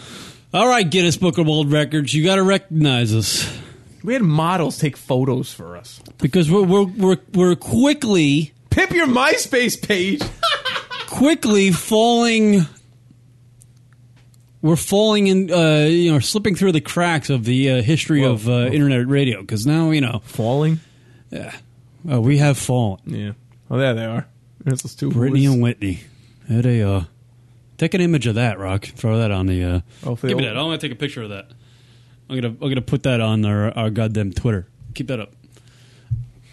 All right, Guinness Book of World Records, you got to recognize us.
We had models take photos for us.
Because we're, we're, we're, we're quickly,
Pip your MySpace page.
quickly falling. We're falling in, uh, you know, slipping through the cracks of the uh, history of uh, internet radio because now, you know,
Falling.
uh, we have fallen.
Yeah. Oh, there they are. There's those two.
Brittany
boys.
and Whitney. There they are. Take an image of that, Rock. Throw that on the. Uh,
Oh, for the
give me
old-
that. I'm gonna take a picture of that. I'm gonna I'm gonna put that on our, our goddamn Twitter. Keep that up.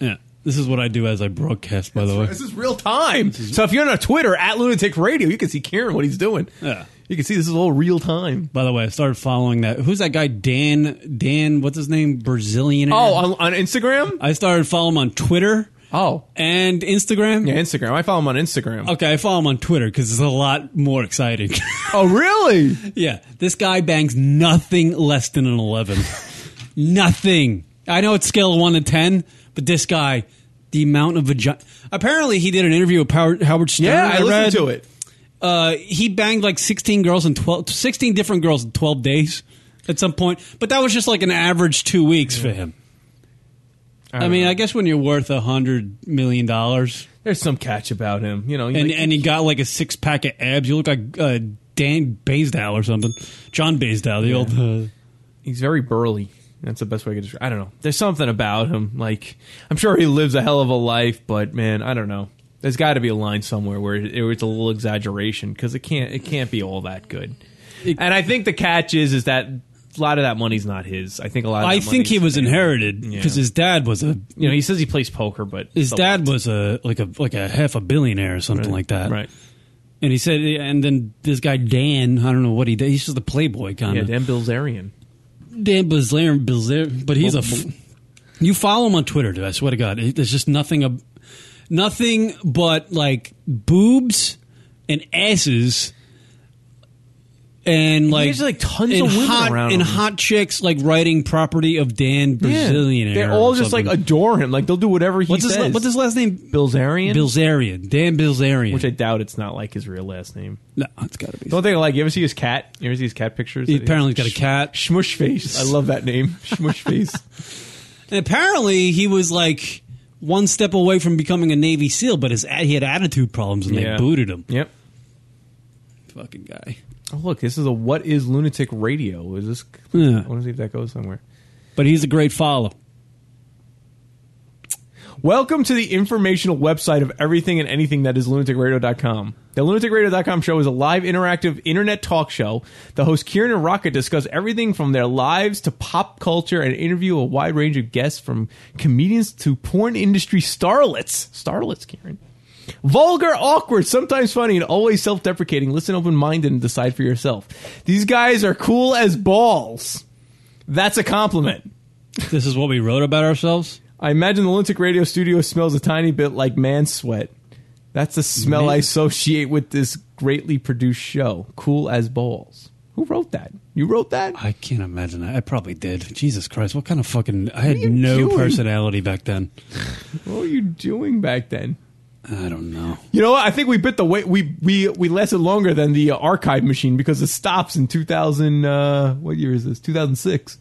Yeah, this is what I do as I broadcast. By the way,
This is real time. So if you're on Twitter at Lunatic Radio, you can see Kieran what he's doing.
Yeah.
You can see this is all real time.
by the way, I started following that. Who's that guy? Dan Dan. What's his name? Brazilian.
Oh, on, on Instagram.
I started following him on Twitter
Oh,
and Instagram.
yeah, Instagram. I follow him on Instagram.
Okay, I follow him on Twitter because it's a lot more exciting.
oh really?
Yeah, this guy bangs nothing less than an 11. nothing. I know it's scale of 1 to 10, but this guy, the amount of vagina. Apparently, he did an interview with Howard, Howard Stern.
Yeah, I
read.
listened to it.
Uh, he banged like 16 girls in 12, 16 different girls in 12 days at some point, but that was just like an average two weeks for him. I, mean, I guess when you're worth a hundred million dollars
There's some catch about him. You know,
and
like-
and you got like a six pack of abs, you look like uh, Dan Baysdow or something, John Baysdow, the old uh,
he's very burly. That's the best way I could describe. I don't know. There's something about him. Like I'm sure he lives a hell of a life, but man, I don't know. There's got to be a line somewhere where it- it's a little exaggeration because it can't it can't be all that good. and I think the catch is is that a lot of that money's not his. I think a lot. of
I
that
think he was
money's-
inherited because his dad was a
You know, he says he plays poker, but
his
so
dad
what?
was a like a like a half a billionaire or something like that.
right?
And he said, and then this guy Dan, I don't know what he did. He's just a playboy kind
Yeah,
of
Dan Bilzerian.
Dan Bilzerian, Bilzerian, but he's a. F- you follow him on Twitter, dude. I swear to God, It- there's just nothing ab- nothing but like boobs and asses. And like,
There's, like, tons
and
of women
hot,
around
and
him.
hot chicks like writing property of Dan Brazilian.
they all just like adore him. Like theyll do whatever he
What's his,
says.
la- what's his last name?
Bilzerian?
Bilzerian. Dan Bilzerian.
Which I doubt it's not like his real last name.
no, it's got to be.
Don't they like? You ever see his cat? You ever see his cat pictures?
He apparently got a cat.
Shmush face. I love that name. Shmush face.
And apparently, he was like one step away from becoming a Navy SEAL, but his he had attitude problems and
Yeah.
they booted him.
yep.
Fucking guy.
Oh, look, this is a what is lunatic radio? Is this?
Yeah.
I want to see if that goes somewhere.
But he's a great follow.
Welcome to the informational website of everything and anything that is lunaticradio.com. The lunaticradio.com show is a live interactive internet talk show. The host Kieran and Rocket discuss everything from their lives to pop culture and interview a wide range of guests from comedians to porn industry starlets. Starlets, Kieran. Vulgar, awkward, sometimes funny, and always self deprecating. Listen open minded and decide for yourself. These guys are cool as balls. That's a compliment.
This is what we wrote about ourselves.
I imagine the lunatic radio studio smells a tiny bit like man sweat. That's the smell I associate with this greatly produced show. Cool as balls. Who wrote that? You wrote that?
I can't imagine that. I probably did. Jesus Christ, what kind of fucking? I had
What are you
no
doing?
personality back then.
What were you doing back then?
I don't know.
You know what? I think we bit the wait. We we we lasted longer than the uh, archive machine because it stops in 2000. Uh, what year is this? 2006,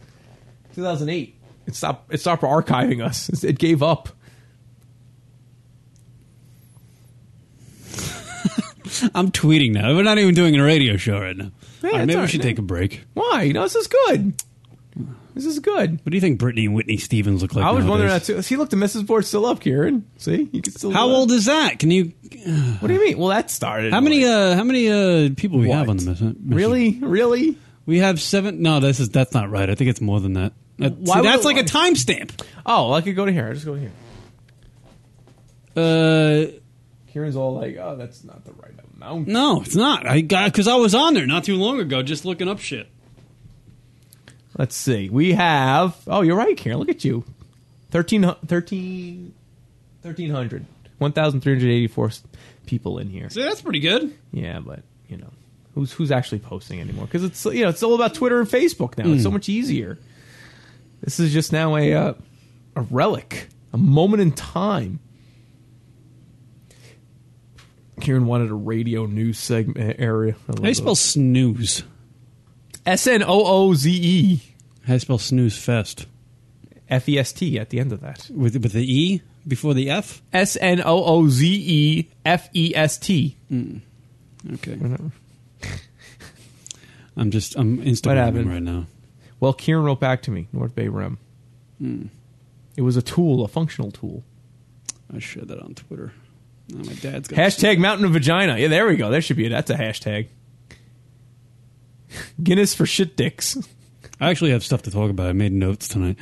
2008. It stopped. It stopped archiving us. It's- It gave up.
I'm tweeting now. We're not even doing a radio show right now. All right,
it's
maybe we
all right,
should
no.
take a break.
Why? No, this is good. This is good.
What do you think Britney and Whitney Stevens look like?
I was wondering that
nowadays?
too. See, look, the message board's still up, Kieran. See, you can still.
How old is that? Can you?
What do you mean? Well, that started.
How many? Uh, how many uh, people we have on the mission?
Really, really.
We have seven. No, this is that's not right. I think it's more than that. That-
Why
see,
would
that's
it-
like a timestamp.
Oh, well, I could go to here. I just go here.
Uh,
Kieran's all like, "Oh, that's not the right amount."
no, it's not. I got because I was on there not too long ago, just looking up shit.
Let's see. We have. Oh, you're right, Karen. Look at you. 13, 13 1,300. 1,384 people in here.
See, that's pretty good.
Yeah, but, you know, who's who's actually posting anymore? Because it's, you know, it's all about Twitter and Facebook now.
Hmm.
It's so much easier. This is just now a, uh, a relic, a moment in time. Kieran wanted a radio news segment area. I love
How do you spell
those.
snooze?
S N O O Z E
How do you spell snooze fest?
F E S T at the end of that.
With with the e before the f.
S N O O Z E F E S T.
Okay. I'm just I'm Instagramming
happened?
right now.
Well, Kieran wrote back to me, North Bay Rem.
Hmm.
It was a tool, a functional tool.
I shared that on Twitter. Now my dad's got
Hashtag Mountain of Vagina. Yeah, there we go. There should be. That's a hashtag. Guinness for shit dicks.
I actually have stuff to talk about. I made notes tonight.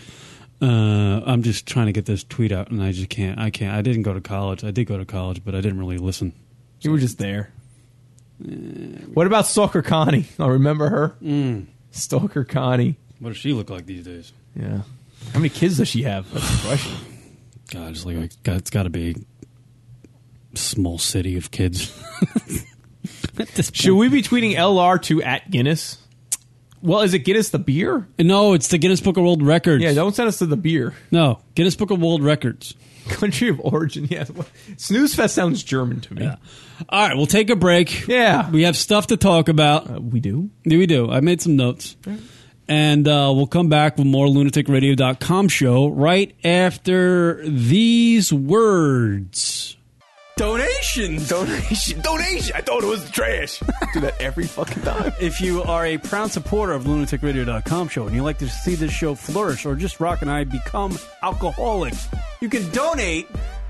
Uh, I'm just trying to get this tweet out, and I just can't. I can't. I didn't go to college. I did go to college, but I didn't really listen.
You were just there. What about Stalker Connie? I remember her. Stalker Connie.
What does she look like these days?
Yeah. How many kids does she have? That's the question.
God, it's like like, God, it's got to be a small city of kids. At this
Should
point-
we be tweeting LR to at Guinness? Well, is it Guinness the beer?
No, it's the Guinness Book of World Records.
Yeah, don't send us to the beer.
no, Guinness Book of World Records.
Country of origin, yeah. Snooze Fest sounds German to me.
Yeah. All right, we'll take a break.
Yeah.
we have stuff to talk about.
Uh, we do.
Yeah, we do. I made some notes. And uh, we'll come back with more lunaticradio.com show right after these words.
Donations!
Donation, donation. I thought it was trash. Do that every fucking time.
If you are a proud supporter of lunaticradio.com show and you like to see this show flourish or just Rock and I become alcoholics, you can donate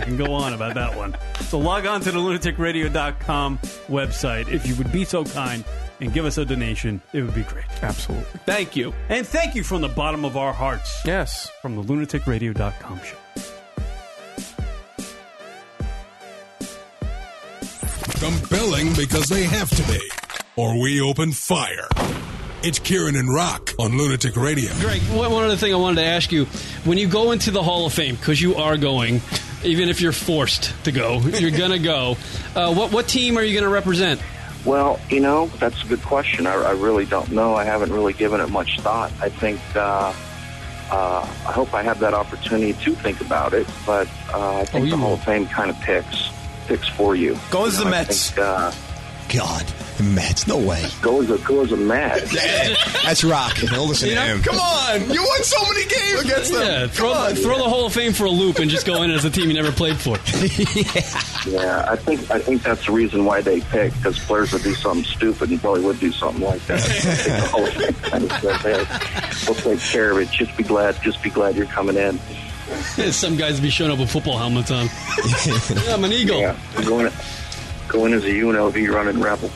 can go on about that one. So log on to the lunaticradio.com website if you would be so kind and give us a donation. It would be great.
absolutely. Thank you.
And thank you from the bottom of our hearts
Yes.
from the lunaticradio.com show.
Compelling because they have to be. Or we open fire. It's Kieran and Rock on Lunatic Radio.
Greg, one one other thing I wanted to ask you: when you go into the Hall of Fame, because you are going, even if you're forced to go, you're gonna go. Uh, what what team are you gonna represent?
Well, you know, that's a good question. I, I really don't know. I haven't really given it much thought. I think, uh, uh, I hope I have that opportunity to think about it, but uh, I think
you
the Hall
will.
of Fame kind of picks picks for you.
Oh, Go as
You
the
know, I
Mets.
think, uh,
God, Matt, no way.
go as a go as a Mets.
Yeah, that's rock. Don't listen to him. Come on, you won so many games against
Yeah, throw throw the Hall of Fame for a loop and just go in as a team you never played for.
Yeah, I think I think that's the reason why they pick because players would do something stupid and probably would do something like that. I think the Hall of Fame kind of says, "Hey, we'll take care of it. Just be glad. Just be glad you're coming in.
Some guys be showing up with football helmets on. Yeah, I'm an eagle.
Yeah, going going as a UNLV running rebel.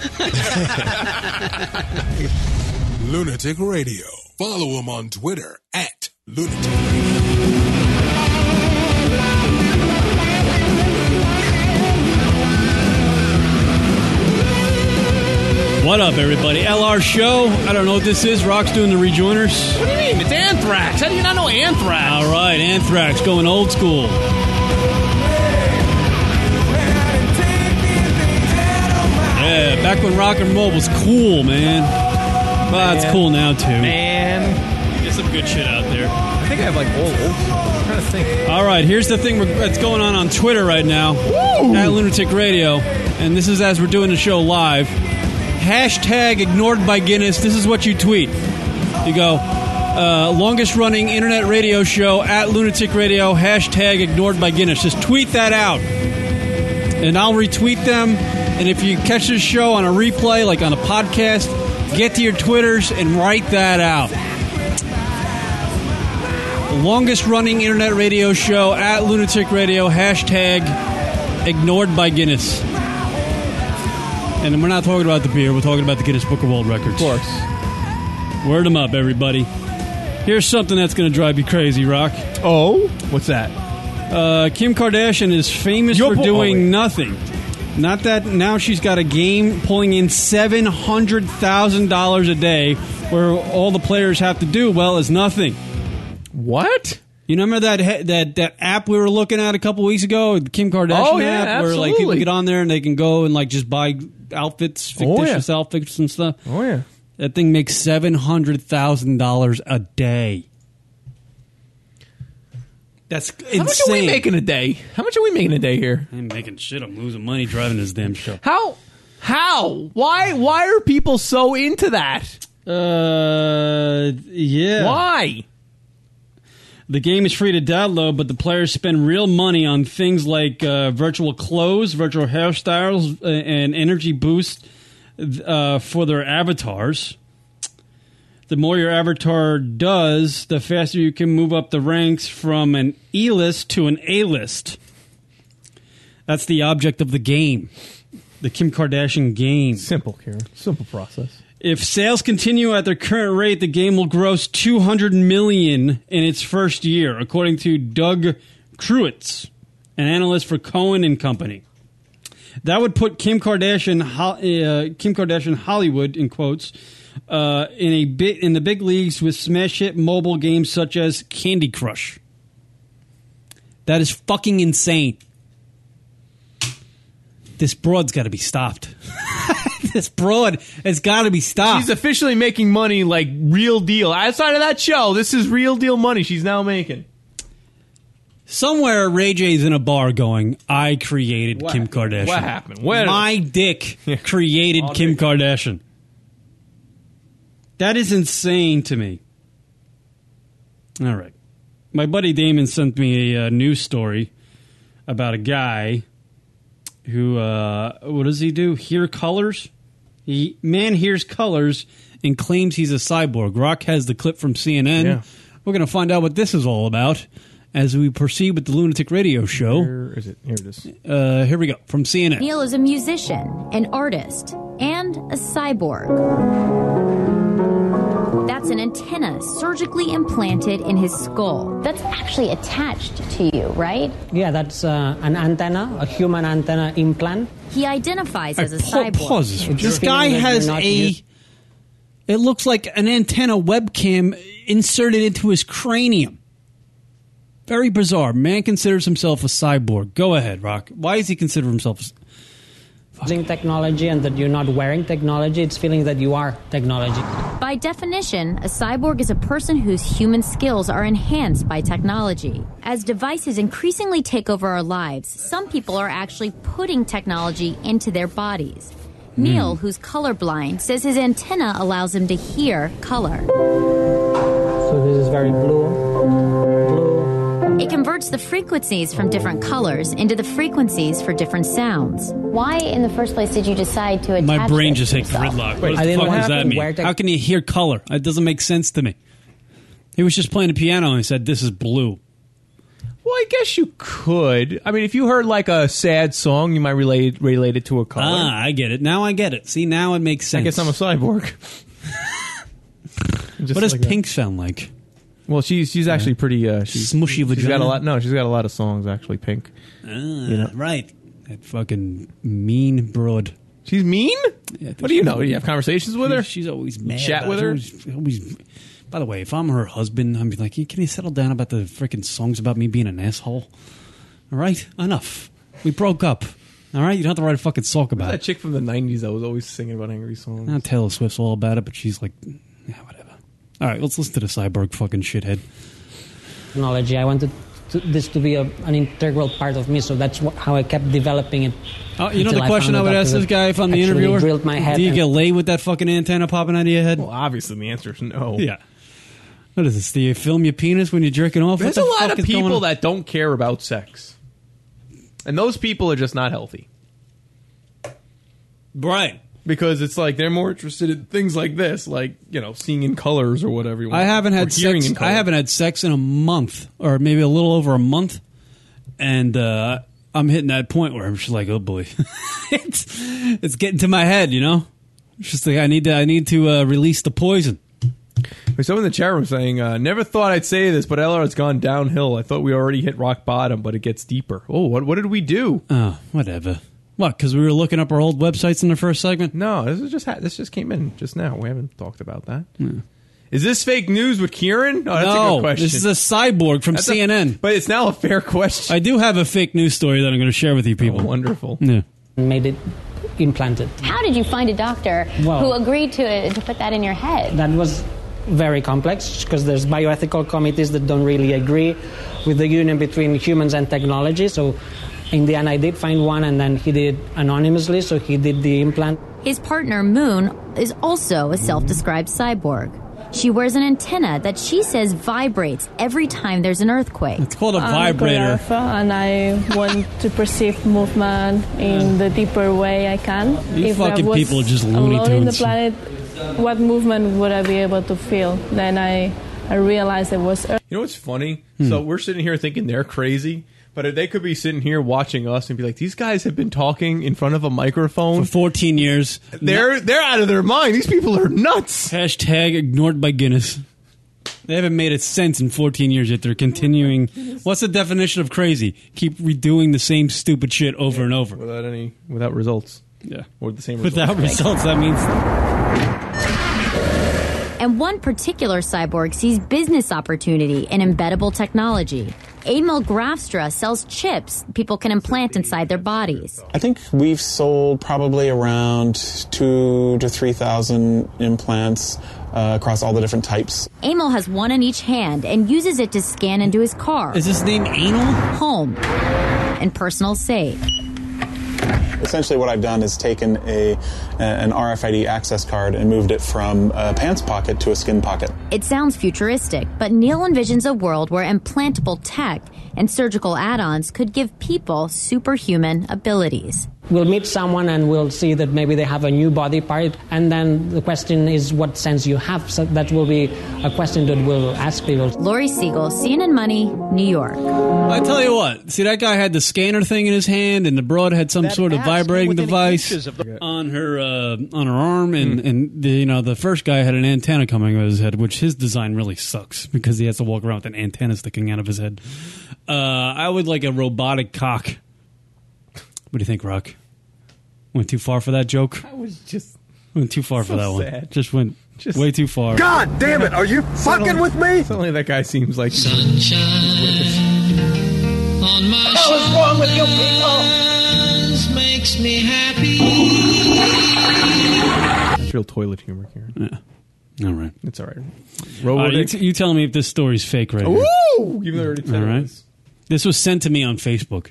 Lunatic Radio. Follow him on Twitter at Lunatic
What up, everybody? LR Show. I don't know what this is. Rock's doing the rejoiners.
What do you mean? It's anthrax. How do you not know anthrax?
All right, Anthrax going old school. Yeah, back when rock and roll was cool, man. Well, it's cool now too.
Man.
There's some good shit out there.
I think I have like all old. I'm trying to think.
All right, here's the thing we're- that's going on on Twitter right now at Lunatic Radio, and this is as we're doing the show live. Hashtag ignored by Guinness. This is what you tweet. You go, uh, longest running internet radio show at Lunatic Radio. Hashtag ignored by Guinness. Just tweet that out, and I'll retweet them. And if you catch this show on a replay, like on a podcast, get to your Twitters and write that out longest running internet radio show at Lunatic Radio, hashtag ignored by Guinness. And we're not talking about the beer, we're talking about the Guinness Book of World Records. Of course. Word them up, everybody. Here's something that's going to drive you crazy, Rock.
Oh, what's that?
Uh, Kim Kardashian is famous
Yo,
for
boy-
doing
oh, wait.
nothing. Not that now she's got a game pulling in seven hundred thousand dollars a day, where all the players have to do well is nothing.
What?
You remember that he- that that app we were looking at a couple weeks ago, the Kim Kardashian
Oh, yeah,
app, where like people
absolutely.
get on there and they can go and like just buy outfits,
Oh, yeah.
fictitious outfits and stuff.
Oh yeah.
That thing makes seven hundred thousand dollars a day. That's insane.
How much are we making a day? How much are we making a day here?
I'm making shit. I'm losing money driving this damn show.
How? How? Why? Why are people so into that?
Uh, yeah.
Why?
The game is free to download, but the players spend real money on things like uh, virtual clothes, virtual hairstyles, uh, and energy boost uh, for their avatars. The more your avatar does, the faster you can move up the ranks from an E list to an A list. That's the object of the game, the Kim Kardashian game.
Simple, Karen. Simple process.
If sales continue at their current rate, the game will gross 200 million in its first year, according to Doug Cruitz, an analyst for Cohen and Company. That would put Kim Kardashian, Ho- uh, Kim Kardashian Hollywood, in quotes, uh, in a bit in the big leagues with smash hit mobile games such as Candy Crush. That is fucking insane. This broad's got to be stopped. this broad has got to be stopped.
She's officially making money like real deal. Outside of that show, this is real deal money she's now making.
Somewhere Ray J's in a bar going, I created Kim Kardashian.
What happened? Where?
My dick created
I'll
Kim
take it.
Kardashian. That is insane to me. All right. My buddy Damon sent me a uh, news story about a guy who, uh, what does he do? Hear colors? He, man hears colors and claims he's a cyborg. Rock has the clip from CNN.
Yeah.
We're going to find out what this is all about as we proceed with the Lunatic Radio Show.
Where is it? Here it is.
Uh, here we go from CNN.
Neil is a musician, an artist, and a cyborg. That's an antenna surgically implanted in his skull. That's actually attached to you, right?
Yeah, that's uh, an antenna, a human antenna implant.
He identifies as a
All right, pa-
cyborg.
pauses. This guy
Feeling that
has
you're not
a.
used-
It looks like an antenna webcam inserted into his cranium. Very bizarre. Man considers himself a cyborg. Go ahead, Rock. Why does he consider himself? a-
Using technology and that you're not wearing technology, it's feeling that you are technology.
By definition, a cyborg is a person whose human skills are enhanced by technology. As devices increasingly take over our lives, some people are actually putting technology into their bodies. Neil, who's colorblind, says his antenna allows him to hear color.
So this is very blue.
It converts the frequencies from different colors into the frequencies for different sounds. Why, in the first place, did you decide to attach
My brain
this
just
to
hit
yourself?
gridlock. What the
I didn't
fuck
know what
does that
happened.
mean?
Where the-
How can you hear color? It doesn't make sense to me. He was just playing the piano and he said, "This is blue."
Well, I guess you could. I mean, if you heard like a sad song, you might relate relate it to a color.
Ah, I get it. Now I get it. See, now it makes
I
sense.
guess I'm a cyborg. Just
what does
like that.
Pink sound like?
Well, she's she's actually pretty uh, she's,
Smushy
She's got
vagina.
a lot. No, she's got a lot of songs actually. Pink.
you know? Ah, Right. That fucking mean broad.
She's mean? What do you know? You have conversations with her?
She's always mad.
Chat
about
with
it. Always,
her?
always- by the way, if I'm her husband, I'm like, can you settle down about the freaking songs about me being an asshole? All right, enough. We broke up. All right, you don't have to write a fucking song about
That
it.
chick from the '90s that was always singing about angry songs.
Now Taylor Swift's all about it, but she's like, yeah, whatever. All right, let's listen to the cyborg fucking shithead.
technology. I wanted to, this to be a, an integral part of me, so that's wh- how I kept developing it.
Oh, you know
until
the question
found
I would
a doctor
ask this
that
guy if I'm the
actually
interviewer?
Drilled my head
Do you
and-
get laid with that fucking antenna popping out of your head?
Well, obviously the answer is no.
Yeah. What is this? Do you film your penis when you're jerking off?
There's a lot of people that don't care about sex, and those people are just not healthy.
Right.
Because it's like they're more interested in things like this, like you know, seeing in colors or whatever. You want.
I haven't
or
had
hearing
sex.
in
I
color.
haven't had sex in a month, or maybe a little over a month, and uh, I'm hitting that point where I'm just like, oh boy, it's it's getting to my head, you know. It's just like I need to I need to uh, release the poison.
Someone in the chat room saying, uh, "Never thought I'd say this, but LR has gone downhill. I thought we already hit rock bottom, but it gets deeper. Oh, what what did we do?
Oh, whatever. What? Because we were looking up our old websites in the first segment.
No, this is just ha- this just came in just now. We haven't talked about that. Is this fake news with Kieran? No, that's a good
Hmm. no,
question.
this is a cyborg from
That's a-
CNN.
but it's now a fair question.
I do have a fake news story that I'm going to share with you
Oh,
people.
wonderful.
Yeah.
Made it implanted.
How did you find a doctor
Well-
who agreed to to put that in your head?
That was very complex because there's bioethical committees that don't really agree with the union between humans and technology. So in the end, I did find one, and then he did it anonymously. So he did the implant.
His partner, Moon, is also a self described cyborg. She wears an antenna that she says vibrates every time there's an earthquake. It's
called a
I'm choreographer and I want to perceive movement in the deeper way I can.
You
I
fucking
was
people are just Looney
alone in the
Tunes.
planet, what movement would I be able to feel? Then I, I realized it was Earth.
You know what's funny?
Hmm.
So we're sitting here thinking they're crazy, but they could be sitting here watching us and be like, "These guys have been talking in front of a microphone for
14 years.
They're they're out of their mind. These people are nuts."
Hashtag ignored by Guinness. They haven't made a sense in 14 years yet. They're continuing. What's the definition of crazy? Keep redoing the same stupid shit over and over.
Without any, without results.
Yeah.
Or the same
Without results, that means.
And one particular cyborg sees business opportunity in embeddable technology. Emil Grafstra sells chips people can implant inside their bodies.
I think we've sold probably around two to three thousand implants uh, across all the different types.
Emil has one in each hand and uses it to scan into his car.
Is his name Anal?
Home. And personal safe.
Essentially, what I've done is taken a an RFID access card and moved it from a pants pocket to a skin pocket.
It sounds futuristic, but Neil envisions a world where implantable tech and surgical add ons could give people superhuman abilities.
We'll meet someone and we'll see that maybe they have a new body part, and then the question is what sense you have. So that will be a question that we'll ask people.
Lori Siegel, CNN Money, New York.
I tell you what. See, that guy had the scanner thing in his hand, and the broad had some sort of vibrating device on her uh, on her arm,
Hmm.
and and the, you know the first guy had an antenna coming out of his head, which his design really sucks because he has to walk around with an antenna sticking out of his head. Uh, I would like a robotic cock. What do you think, Rock? Went too far for that joke.
I was just
Went too far
So
for that one.
sad.
Just went way too far.
God damn it! Are you fucking with me? Suddenly, that guy seems like.
What the hell is wrong with you people? Makes me happy.
It's real toilet humor here.
All right,
it's all right.
All right, Uh, you,
Robotic.
t- you tell me if this story's fake right here.
Ooh, even though I already said
All
it
right.
was.
This was sent to me on Facebook.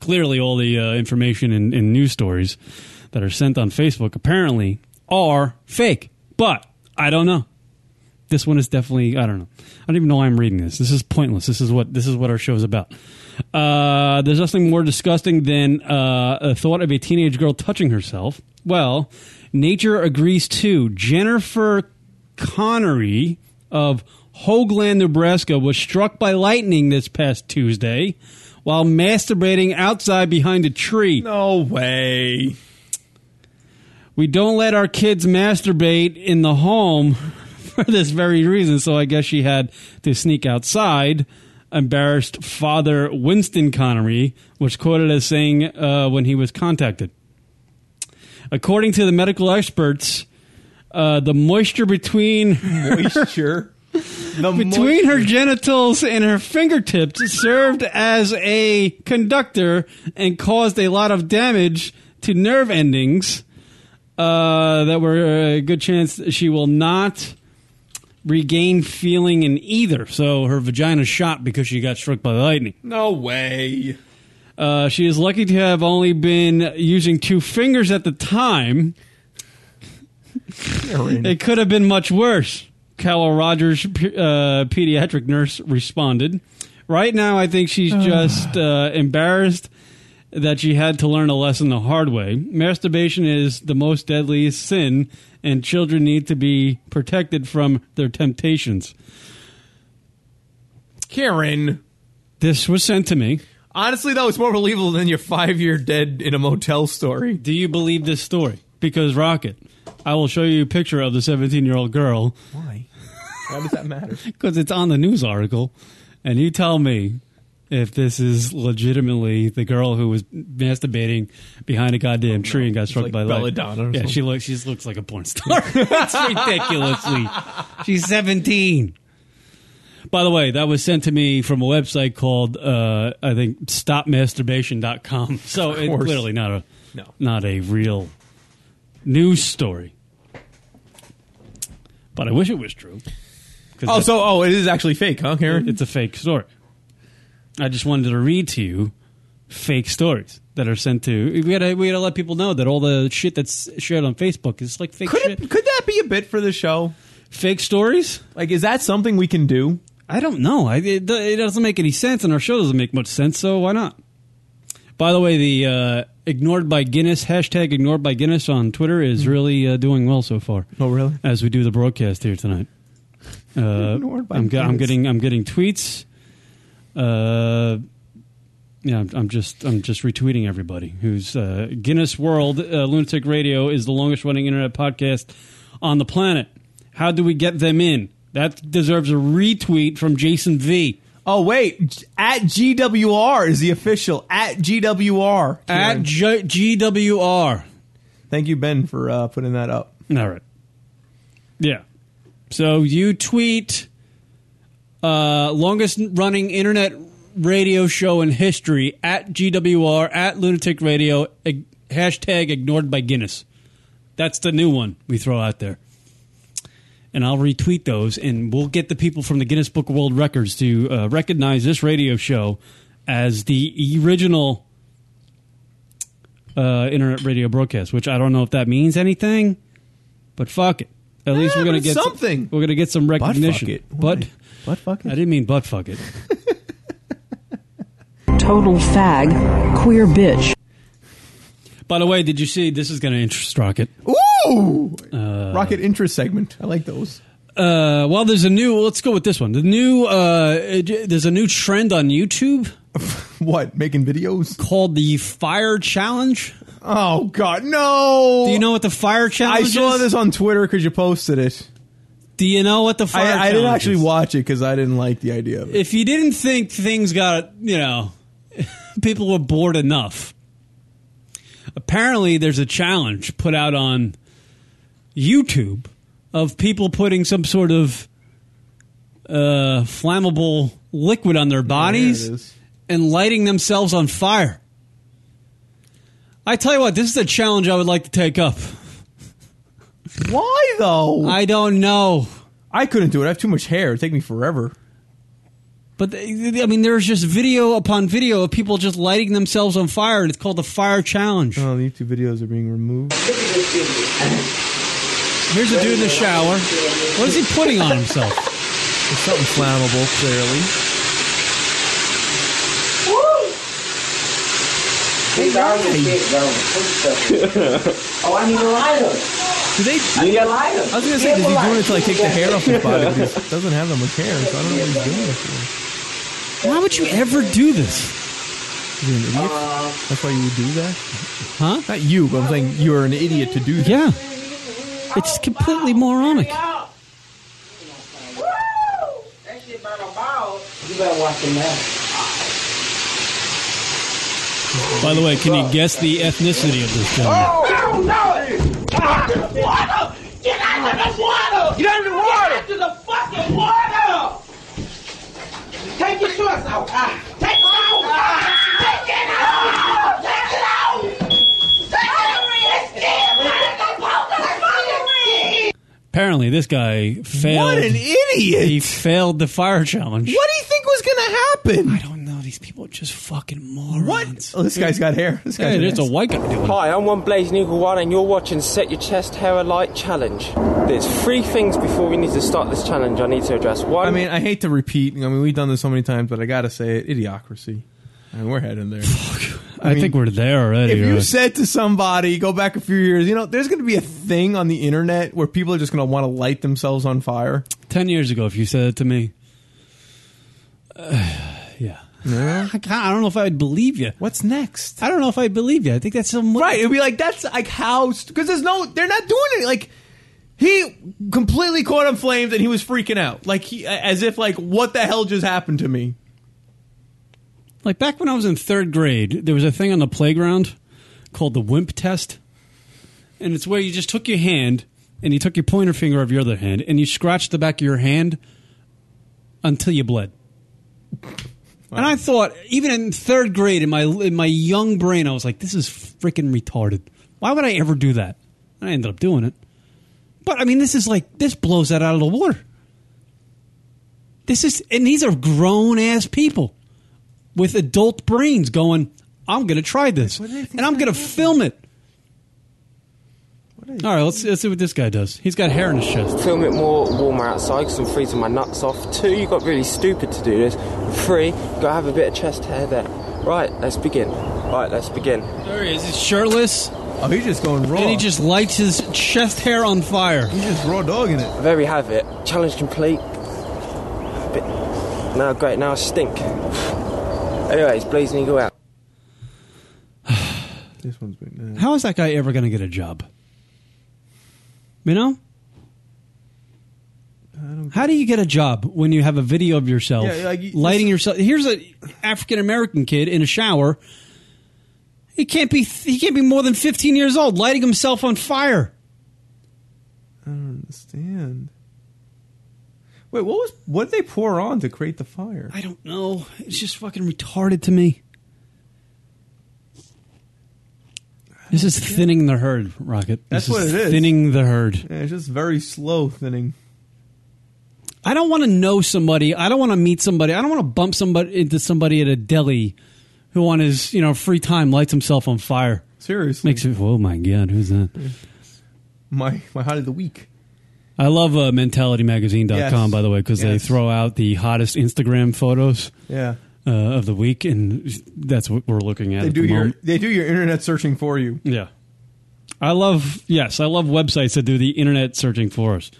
Clearly, all the uh, information in, in news stories that are sent on Facebook apparently are fake. But I don't know. This one is definitely I don't know. I don't even know why I'm reading this. This is pointless. This is what this is what our show is about. Uh, there's nothing more disgusting than uh, a thought of a teenage girl touching herself. Well, nature agrees too. Jennifer Connery of Hoagland, Nebraska, was struck by lightning this past Tuesday while masturbating outside behind a tree.
No way.
We don't let our kids masturbate in the home. for this very reason. So I guess she had to sneak outside. Embarrassed father Winston Connery was quoted as saying uh, when he was contacted. According to the medical experts, uh, the moisture between
moisture
between her genitals and her fingertips served as a conductor and caused a lot of damage to nerve endings uh, that were a good chance she will not regain feeling in either. So her vagina shot because she got struck by lightning.
No way.
Uh, she is lucky to have only been using two fingers at the time. It could have been much worse. Carol Rogers, p- uh, pediatric nurse, responded. Right now, I think she's just uh, embarrassed that she had to learn a lesson the hard way. Masturbation is the most deadly sin, and children need to be protected from their temptations.
Karen.
This was sent to me.
Honestly, though, it's more believable than your five year dead in a motel story.
Do you believe this story? Because Rocket, I will show you a picture of the 17 year old girl
Why? Why does that matter?
because it's on the news article, and you tell me if this is legitimately the girl who was masturbating behind a goddamn tree and got struck
like
by lightning.
Belladonna or
yeah,
something.
she looks she looks like a porn star. it's ridiculously. She's seventeen. By the way, that was sent to me from a website called uh, I think stopmasturbation.com. So
Of
it's
course.
literally not a
No.
not a real news story. But I wish it was true. 'Cause
Oh,
that-
so oh, it is actually fake, huh, Karen?
it's a fake story. I just wanted to read to you fake stories that are sent to. We gotta we gotta let people know that all the shit that's shared on Facebook is like fake shit.
could that be a bit for the show?
Fake stories?
Like, is that something we can do?
I don't know. I, it, do- it doesn't make any sense, and our show doesn't make much sense. So why not? By the way, the uh, ignored by Guinness hashtag ignored by Guinness on Twitter is really uh, doing well so far.
Mm. Oh, really?
As we do the broadcast here tonight, uh,
Ignored by
I'm, ge- I'm
Guinness.
getting I'm getting tweets. Uh, yeah, I'm, I'm just I'm just retweeting everybody who's uh, Guinness World uh, Lunatic Radio is the longest running internet podcast on the planet. How do we get them in? That deserves a retweet from Jason V.
Oh wait, at GWR is the official at GWR
At J- GWR.
Thank you, Ben, for uh, putting that up.
All right. Yeah. So you tweet uh, longest running internet radio show in history at GWR at Lunatic Radio ig- hashtag ignored by Guinness. That's the new one we throw out there. And I'll retweet those, and we'll get the people from the Guinness Book of World Records to uh, recognize this radio show as the original uh, internet radio broadcast. Which I don't know if that means anything, but fuck it. At least
Yeah,
we're gonna
but
get some-
something.
we're gonna get some
fuck
recognition.
it.
But
butt fuck
I didn't mean butt fuck it.
Total fag, queer bitch.
By the way, did you see? This is going to interest Rocket.
Ooh,
Uh,
rocket interest segment. I like those.
Uh, well, there's a new. Let's go with this one. The new. Uh, j- there's a new trend on YouTube.
what making videos
called the Fire Challenge?
Oh God, no!
Do you know what the Fire Challenge?
I saw
is?
this on Twitter because you posted it.
Do you know what the Fire
I,
Challenge?
I didn't actually
is?
watch it because I didn't like the idea of it.
If you didn't think things got you know, people were bored enough. Apparently, there's a challenge put out on YouTube of people putting some sort of uh, flammable liquid on their
There it
bodies
is.
and lighting themselves on fire. I tell you what, this is a challenge I would like to take up.
Why though?
I don't know.
I couldn't do it. I have too much hair. It'd take me forever.
But uh, th- th- I mean, there's just video upon video of people just lighting themselves on fire, and it's called the Fire Challenge.
Oh, the YouTube videos are being removed.
Here's a dude in the shower. What is he putting on himself?
It's something flammable, clearly.
Keep going, keep going. oh, I need a lighter.
Do they?
I need a lighter.
I was gonna say,
Yeah,
does he
well,
do it to like take the hair off his body?
Yeah.
But he doesn't have that much hair, so I don't know what he's doing. With
Why would you ever do this?
it. You're an idiot. That's why you would do that,
huh?
Not you, but I'm saying you are an idiot to do that.
Yeah, it's completely moronic.
better watch your mouth.
By the way, can you guess the ethnicity of this gentleman?
Oh, no! Get out of the water! Get out of the water! Get out of the water! Get out of the fucking water! Take your shorts out! Ah, Take it out! Ah, Take it out! Take it out! Take it out!
Apparently, this guy failed.
What an idiot!
He failed the fire challenge.
What do you think was going to happen? I don't
know. These people are just fucking morons. What?
Oh, this guy's got hair. This guy's
Hey, there's a white guy doing it.
Hi, I'm one Blaze One, and you're watching Set Your Chest Hair Alight Challenge. There's three things before we need to start this challenge I need to address. One,
I mean, I hate to repeat. I mean, we've done this so many times, but I got to say it. Idiocracy. I mean, we're heading there.
I, think we're there already.
If you
right?
said to somebody, go back a few years, you know, there's going to be a thing on the internet where people are just going to want to light themselves on fire.
Ten years ago, if you said it to me, uh, yeah. I, can't- I don't know if I would believe you.
What's next?
I don't know if I believe you. I think that's some
Right. It'd be like, that's like how, because there's no, they're not doing it. Like, he completely caught on flames and he was freaking out. Like, he, as if, like, what the hell just happened to me?
Like back when I was in third grade, there was a thing on the playground called the wimp test. And it's where you just took your hand and you took your pointer finger of your other hand and you scratched the back of your hand until you bled. And I thought, even in third grade, in my in my young brain, I was like, "This is freaking retarded. Why would I ever do that?" And I ended up doing it. But I mean, this is like this blows that out of the water. This is, and these are grown ass people with adult brains going, I'm going to try this. And I'm going to film it. All right, let's, let's see what this guy does. He's got hair in his chest.
Film it more warmer outside because I'm freezing my nuts off. Two, you got really stupid to do this. Three, gotta have a bit of chest hair there. Right, let's begin. Right, let's begin.
There he is. He's shirtless.
Oh, he's just going raw.
And he just lights his chest hair on fire. He's
just raw dogging it.
There we have it. Challenge complete. Bit- Now, great, now I stink. Anyways, Blaze Eagle out.
This one's big.
How is that guy ever going to get a job? You know? How do you get a job when you have a video of yourself
Yeah, like, you-
lighting yourself? Here's a African American kid in a shower. He can't be he can't be more than 15 years old lighting himself on fire.
I don't understand. Wait, what was what did they pour on to create the fire?
I don't know. It's just fucking retarded to me. This is thinning the herd, Rocket. This
That's what it is.
Thinning the herd.
Yeah, it's just very slow thinning.
I don't want to know somebody. I don't want to meet somebody. I don't want to bump somebody into somebody at a deli who on his, you know, free time lights himself on fire.
Seriously.
Makes it oh my god, who's that?
My my hot of the week.
I love uh, mentalitymagazine.com
Yes.
by the way cuz they
Yes.
throw out the hottest Instagram photos
Yeah.
uh, of the week and that's what we're looking at.
They
at
do
the
your
moment.
they do your internet searching for you.
Yeah. I love, yes, I love websites that do the internet searching for us.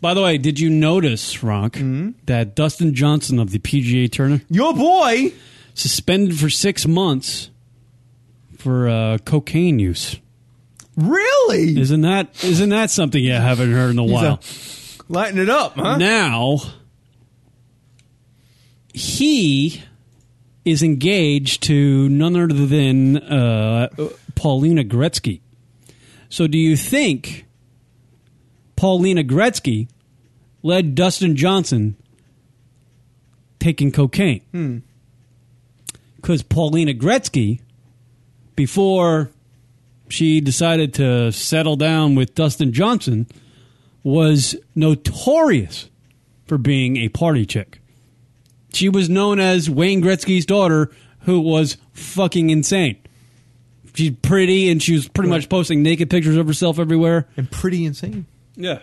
By the way, did you notice, Rock,
Mm-hmm.
that Dustin Johnson of the PGA Turner,
Your boy
suspended for six months for uh, cocaine use?
really
Isn't that isn't that something you haven't heard in a while?
lighting it up, huh?
Now he is engaged to none other than uh, Paulina Gretzky. So, do you think Paulina Gretzky led Dustin Johnson taking cocaine? Because Paulina Gretzky, before she decided to settle down with Dustin Johnson, was notorious for being a party chick. She was known as Wayne Gretzky's daughter, who was fucking insane. She's pretty, and she was pretty much posting naked pictures of herself everywhere.
And pretty insane.
Yeah.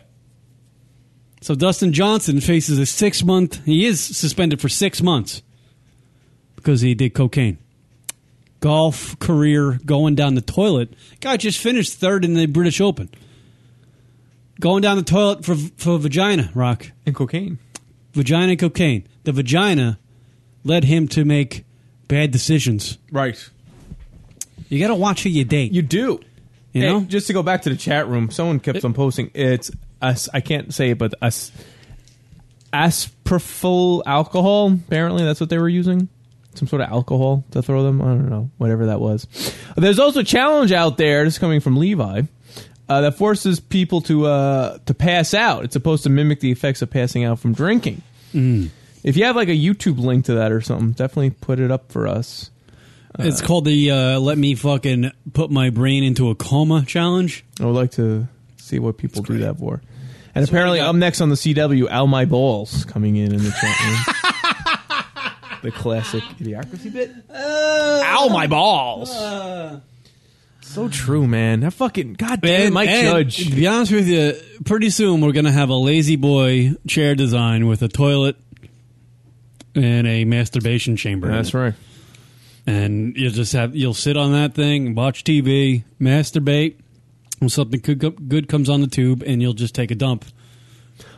So Dustin Johnson faces a six month. He is suspended for six months because he did cocaine. Golf career going down the toilet. Guy just finished third in the British Open. Going down the toilet for for vagina rock
And cocaine.
vagina and cocaine. The vagina led him to make bad decisions.
Right.
You got to watch who you date.
You do.
You
Hey,
know?
just to go back to the chat room, someone kept on posting. It's us. I can't say it, but us. As isopropyl alcohol. Apparently, that's what they were using. Some sort of alcohol to throw them. I don't know. Whatever that was. There's also a challenge out there. This is coming from Levi. Uh, that forces people to uh, to pass out. It's supposed to mimic the effects of passing out from drinking. If you have like a YouTube link to that or something, definitely put it up for us.
it's called the uh, "Let me fucking put my brain into a coma" challenge.
I would like to see what people do that for. And apparently, up next on the CW, Al My Balls coming in in the chat room. the classic idiocracy bit. Ow, my balls. So true, man. That fucking goddamn
And-
Mike
and
Judge.
To be honest with you, pretty soon we're gonna have a lazy boy chair design with a toilet and a masturbation chamber.
That's
right. And you'll just have you'll sit on that thing, watch TV, masturbate. When something good, co- good comes on the tube, and you'll just take a dump.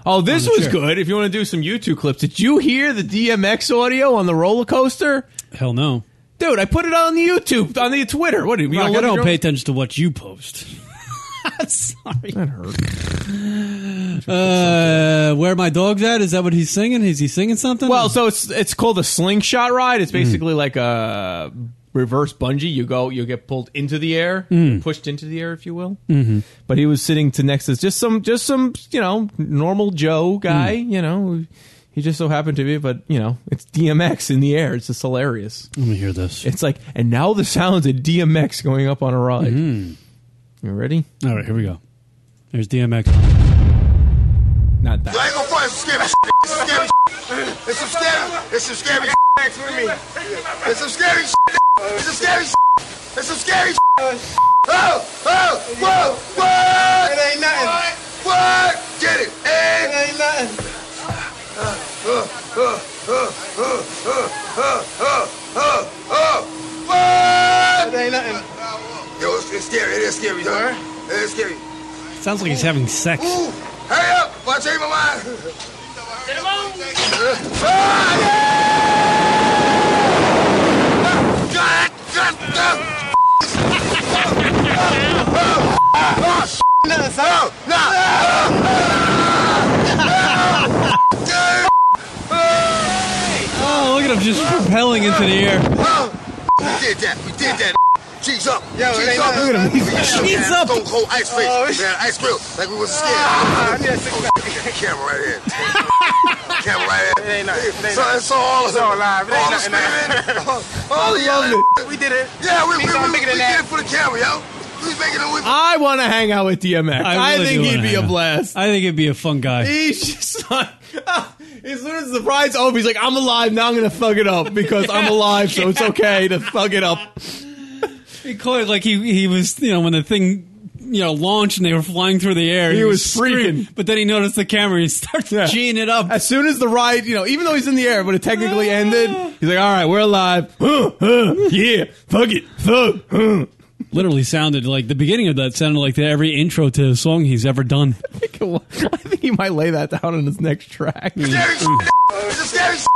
Oh,
on
this
the
was
chair.
good. If you want to do some YouTube clips, did you hear the DMX audio on the roller coaster?
Hell no,
dude! I put it on the YouTube, on the Twitter. What? You
Rock,
gonna
I
look at
don't
your-
pay attention to what you post. Sorry,
that hurt.
Uh, where my dog's at? Is that what he's singing? Is he singing something?
Well, so it's it's called a slingshot ride.
Hmm.
It's basically like a reverse bungee. You go, you get pulled into the air,
Mm.
pushed into the air, if you will.
Mhm.
But he was sitting to next to just some, just some, you know, normal Joe guy.
Hmm.
You know, he just so happened to be. But you know, it's DMX in the air. It's just hilarious.
Let me hear this.
It's like, and now the sounds of DMX going up on a ride.
Hmm.
You ready?
All right, here we go. There's DMX.
Not that.
I ain't gonna front scary shit. It's some scary shit. It's some scary. It's some scary shit next with me. It's some scary shit. It's some scary shit. It's some scary shit. Oh, oh, whoa, what? It ain't nothing. What? What? Get it. Uh, It ain't nothing. uh, uh, What? It ain't nothing. Yo, it's, it's scary. It is scary, dog. It is scary.
Sounds like he's having sex.
Ooh, hurry up! Before I change my mind. Get him on. Ah, yeah! God, God, God. Oh, oh, no.
Oh, look at him just propelling into the air.
Oh, we did that. We did that. Cheese up.
Yo, it
Cheese
ain't
up.
nothing. Look at him. He's-
We
Cheese
had
up.
Stone cold ice face.
Oh,
we had ice grill. Like we was scared. Oh, yeah, camera right here. camera right here. It ain't nothing. So it's all of them.
live. It ain't
All
nothing.
the screaming. All the yelling.
We did it.
Yeah, we, we, we,
gonna
we
make it an
did
act.
it for the camera, yo. We making it. We,
I want to hang out with DMX. I,
really
think
do
he'd
wanna
be a
hang out.
blast.
I think he'd be a fun guy.
He's just like, ah, as soon as the pride's over, he's like, I'm alive, now I'm going to fuck it up because I'm alive, so it's okay to fuck it up.
He called it like he he was you know when the thing you know launched and they were flying through the air.
He was
screaming, but then he noticed the camera. He starts geeing it up.
As soon as the ride, you know, even though he's in the air, but it technically ended, he's like, all right, we're alive. Huh, huh, yeah, fuck it, fuck. huh."
Literally sounded like the beginning of that sounded like every intro to a song he's ever done.
I think he might lay that down in his next track.
scary shit. It's some scary shit.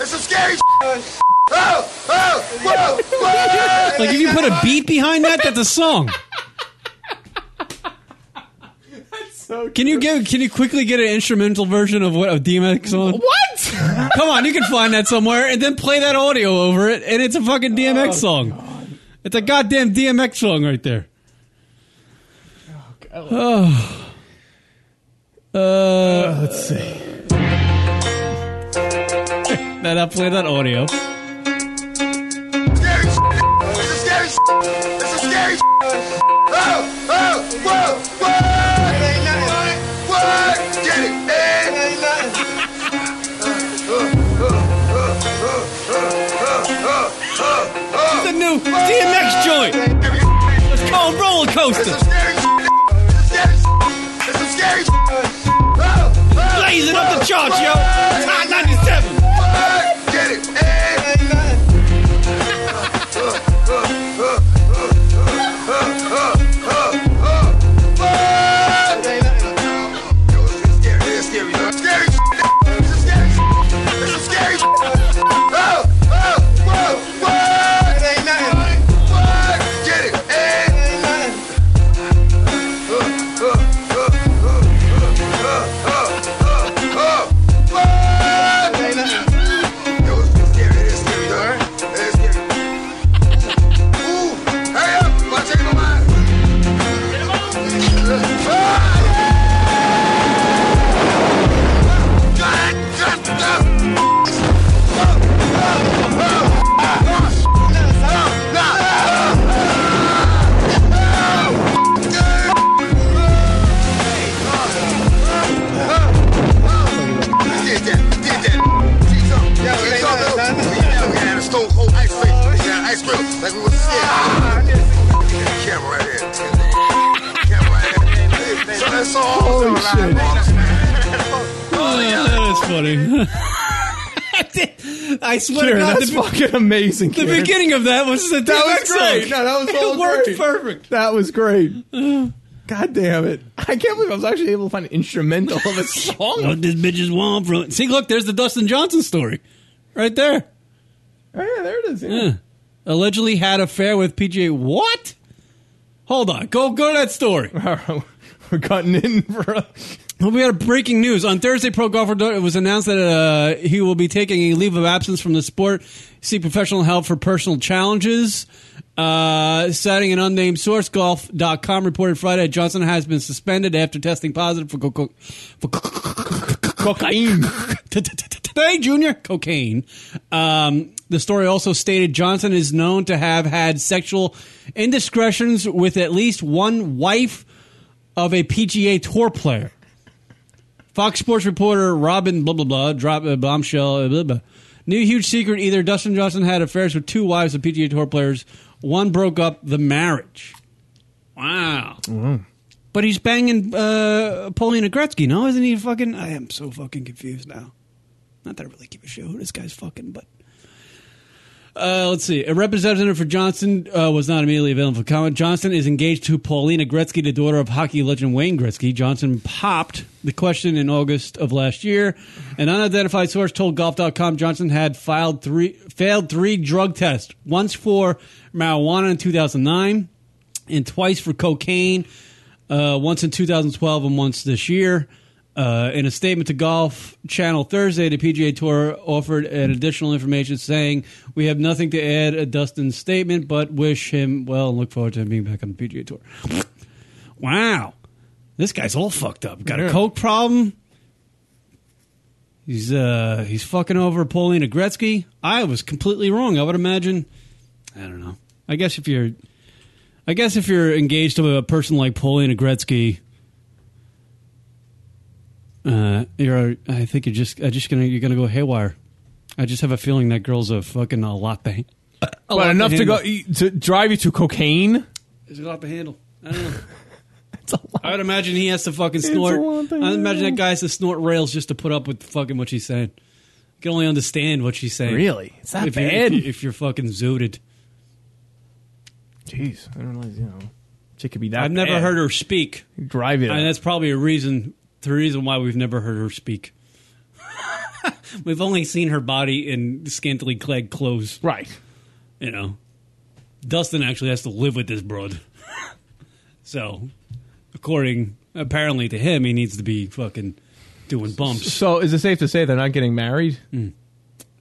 It's some scary shit. Oh, oh, whoa, whoa.
Like if you put a beat behind that, that's a song. Can you give? Can you quickly get an instrumental version of what of DMX song?
What?
Come on, you can find that somewhere, and then play that audio over it, and it's a fucking DMX
Oh,
song. It's a goddamn DMX song right there. Oh. Uh,
Oh, let's see.
That I play that audio.
Scary shit. It's some scary shit. It's some scary shit. Oh, oh, whoa, whoa. It ain't nothing. What? Get it. Eh. It ain't nothing.
The new DMX joint. It's called roller coaster.
It's some scary shit. Oh, oh,
Blazing up the charts, yo. It's hot 97.
What? Get it. It ain't nothing. Oh!
shit.
Oh,
that is funny. I swear to
Kieran,
God,
that's
the be-
fucking amazing.
The
Kieran.
beginning of that was the
that was
DX
great.
song.
No, that was
It
all
worked
great.
perfect.
That was great. God damn it! I can't believe I was actually able to find an instrumental of a song.
What this bitch is want from? See, look, there's the Dustin Johnson story, right there.
Oh yeah, there it is. Yeah.
Yeah. Allegedly had affair with PJ. What? Hold on. Go go to that story.
We're cutting in for.
Well, we had breaking news on Thursday. Pro golfer Dor- it was announced that uh, he will be taking a leave of absence from the sport, seek professional help for personal challenges. Uh, citing an unnamed source, golf.com reported Friday Johnson has been suspended after testing positive for, co- co- for co- cocaine. Today, Junior, cocaine. Um, the story also stated Johnson is known to have had sexual indiscretions with at least one wife of a PGA Tour player. Fox Sports reporter Robin blah blah blah dropped a bombshell. uh, Blah, blah. New huge secret: either Dustin Johnson had affairs with two wives of PGA Tour players. One broke up the marriage. Wow. But he's banging uh, Paulina Gretzky, no? Isn't he fucking? I am so fucking confused now. Not that I really give a shit who this guy's fucking, but uh, let's see. A representative for Johnson uh, was not immediately available for comment. Johnson is engaged to Paulina Gretzky, the daughter of hockey legend Wayne Gretzky. Johnson popped the question in August of last year. An unidentified source told Golf.com Johnson had filed three, failed three drug tests, once for marijuana in 2009 and twice for cocaine, uh, once in 2012 and once this year. Uh, in a statement to Golf Channel Thursday, the PGA Tour offered an additional information saying, We have nothing to add to Dustin's statement, but wish him well and look forward to him being back on the PGA Tour. wow. This guy's all fucked up. Got a
Yeah.
coke problem. He's uh he's fucking over Paulina Gretzky. I was completely wrong. I would imagine. I don't know. I guess if you're, I guess if you're engaged to a person like Paulina Gretzky, uh, you're. I think you're just. I just gonna. You're gonna go haywire. I just have a feeling that girl's a fucking a lot to. A lot
But enough to
handle.
go to drive you to cocaine.
There's a lot to handle. I don't know. I would imagine he has to fucking
It's a
snort.
lot to
I would imagine that
handle.
guy has to snort rails just to put up with fucking what she's saying. You can only understand what she's saying.
Really? It's that
if you're-
bad?
if, you're fucking zooted.
Jeez, I don't realize you know. Chick could be that.
I've never
bad.
heard her speak.
Drive it.
And that's probably a reason, the reason why we've never heard her speak. we've only seen her body in scantily clad clothes.
Right.
You know, Dustin actually has to live with this broad. so, according, apparently to him, he needs to be fucking doing bumps.
So is it safe to say they're not getting married?
Mm.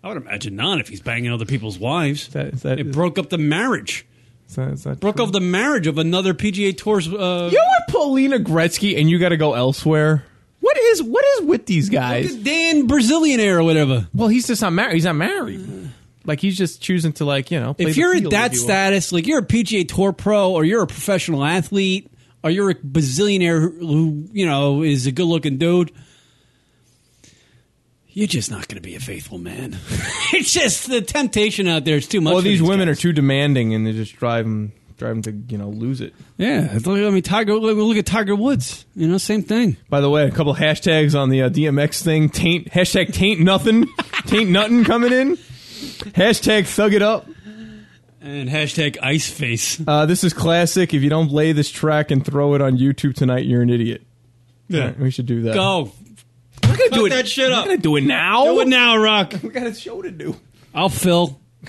I would imagine not if he's banging other people's wives.
That, is that,
it broke up the marriage.
is that, is that
Broke
true?
up the marriage of another PGA Tour's. Uh,
You want Paulina Gretzky and you got to go elsewhere. What is what is with these guys?
Dan Brazilian or whatever.
Well, he's just not married. He's not married. Like he's just choosing to like you know. play
if
the
you're
field,
at that
if you will.
status, like you're a PGA Tour pro, or you're a professional athlete, or you're a bazillionaire who- who you know is a good-looking dude, you're just not going to be a faithful man. it's just the temptation out there is too much.
well,
for
these, women
guys.
are too demanding, and they just drive them, drive 'em to you know lose it.
Yeah, it's like- I mean, Tiger. Look, look at Tiger Woods. You know, same thing.
By the way, a couple hashtags on the uh, DMX thing: taint hashtag taint nothing, taint nothing coming in. Hashtag thug it up.
And hashtag ice face.
Uh, this is classic. If you don't play this track and throw it on YouTube tonight, you're an idiot.
Yeah.
All right, we should do that.
Go.
We're gonna
Fuck that shit up.
We're gonna do it now.
Do it now, Rock.
We got a show to do.
I'll fill.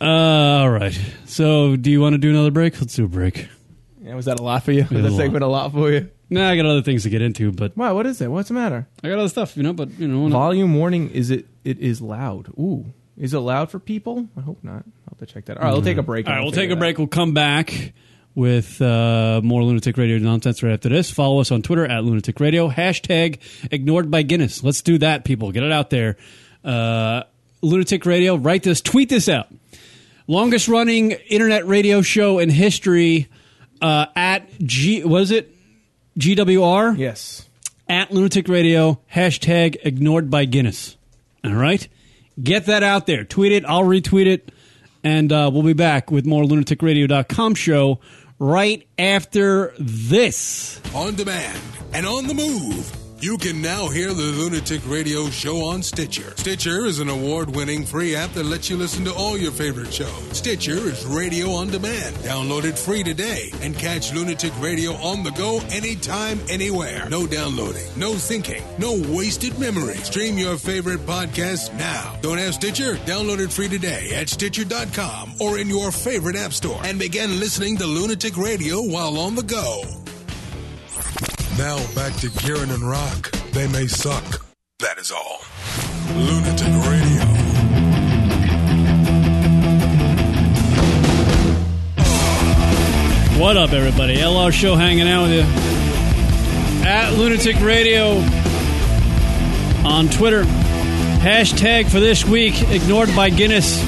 Uh, all right. So, do you want to do another break? Let's do a break.
Yeah, was that a lot for you? Was
was
that
a
segment a lot for you?
Nah, I got other things to get into, but
Why? What is it? What's the matter?
I got other stuff, you know. But you know,
Volume warning. Is it? It is loud. Ooh, is it loud for people? I hope not. I'll have to check that. All right, we'll take a break.
All
and
right,
we'll
we'll take
figure
a
that
break. We'll come back with uh, more Lunatic Radio nonsense right after this. Follow us on Twitter at Lunatic Radio. Hashtag ignored by Guinness. Let's do that, people. Get it out there. Uh, Lunatic Radio, write this, tweet this out. Longest running internet radio show in history uh, at G, was it? GWR?
Yes.
At Lunatic Radio, hashtag ignored by Guinness. All right? Get that out there. Tweet it. I'll retweet it. And uh, we'll be back with more lunaticradio.com show right after this.
On demand and on the move. You can now hear the Lunatic Radio show on Stitcher. Stitcher is an award winning free app that lets you listen to all your favorite shows. Stitcher is radio on demand. Download it free today and catch Lunatic Radio on the go anytime, anywhere. No downloading, no syncing, no wasted memory. Stream your favorite podcast now. Don't have Stitcher? Download it free today at Stitcher.com or in your favorite app store and begin listening to Lunatic Radio while on the go. Now back to Kieran and Rock. They may suck. That is all. Lunatic Radio.
What up, everybody? LR Show hanging out with you at Lunatic Radio on Twitter. Hashtag for this week, ignored by Guinness.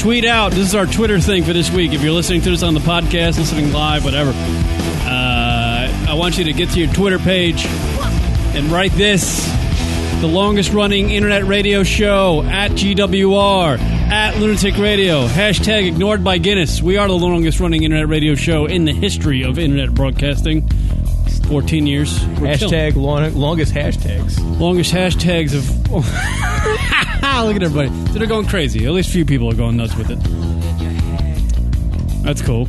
Tweet out. This is our Twitter thing for this week. If you're listening to this on the podcast, listening live, whatever, uh, I want you to get to your Twitter page and write this the longest running internet radio show at GWR, at Lunatic Radio, hashtag ignored by Guinness. We are the longest running internet radio show in the history of internet broadcasting. 14 years.
Hashtag long, longest hashtags.
Longest hashtags of. Look at everybody. So they're going crazy. At least a few people are going nuts with it. That's cool.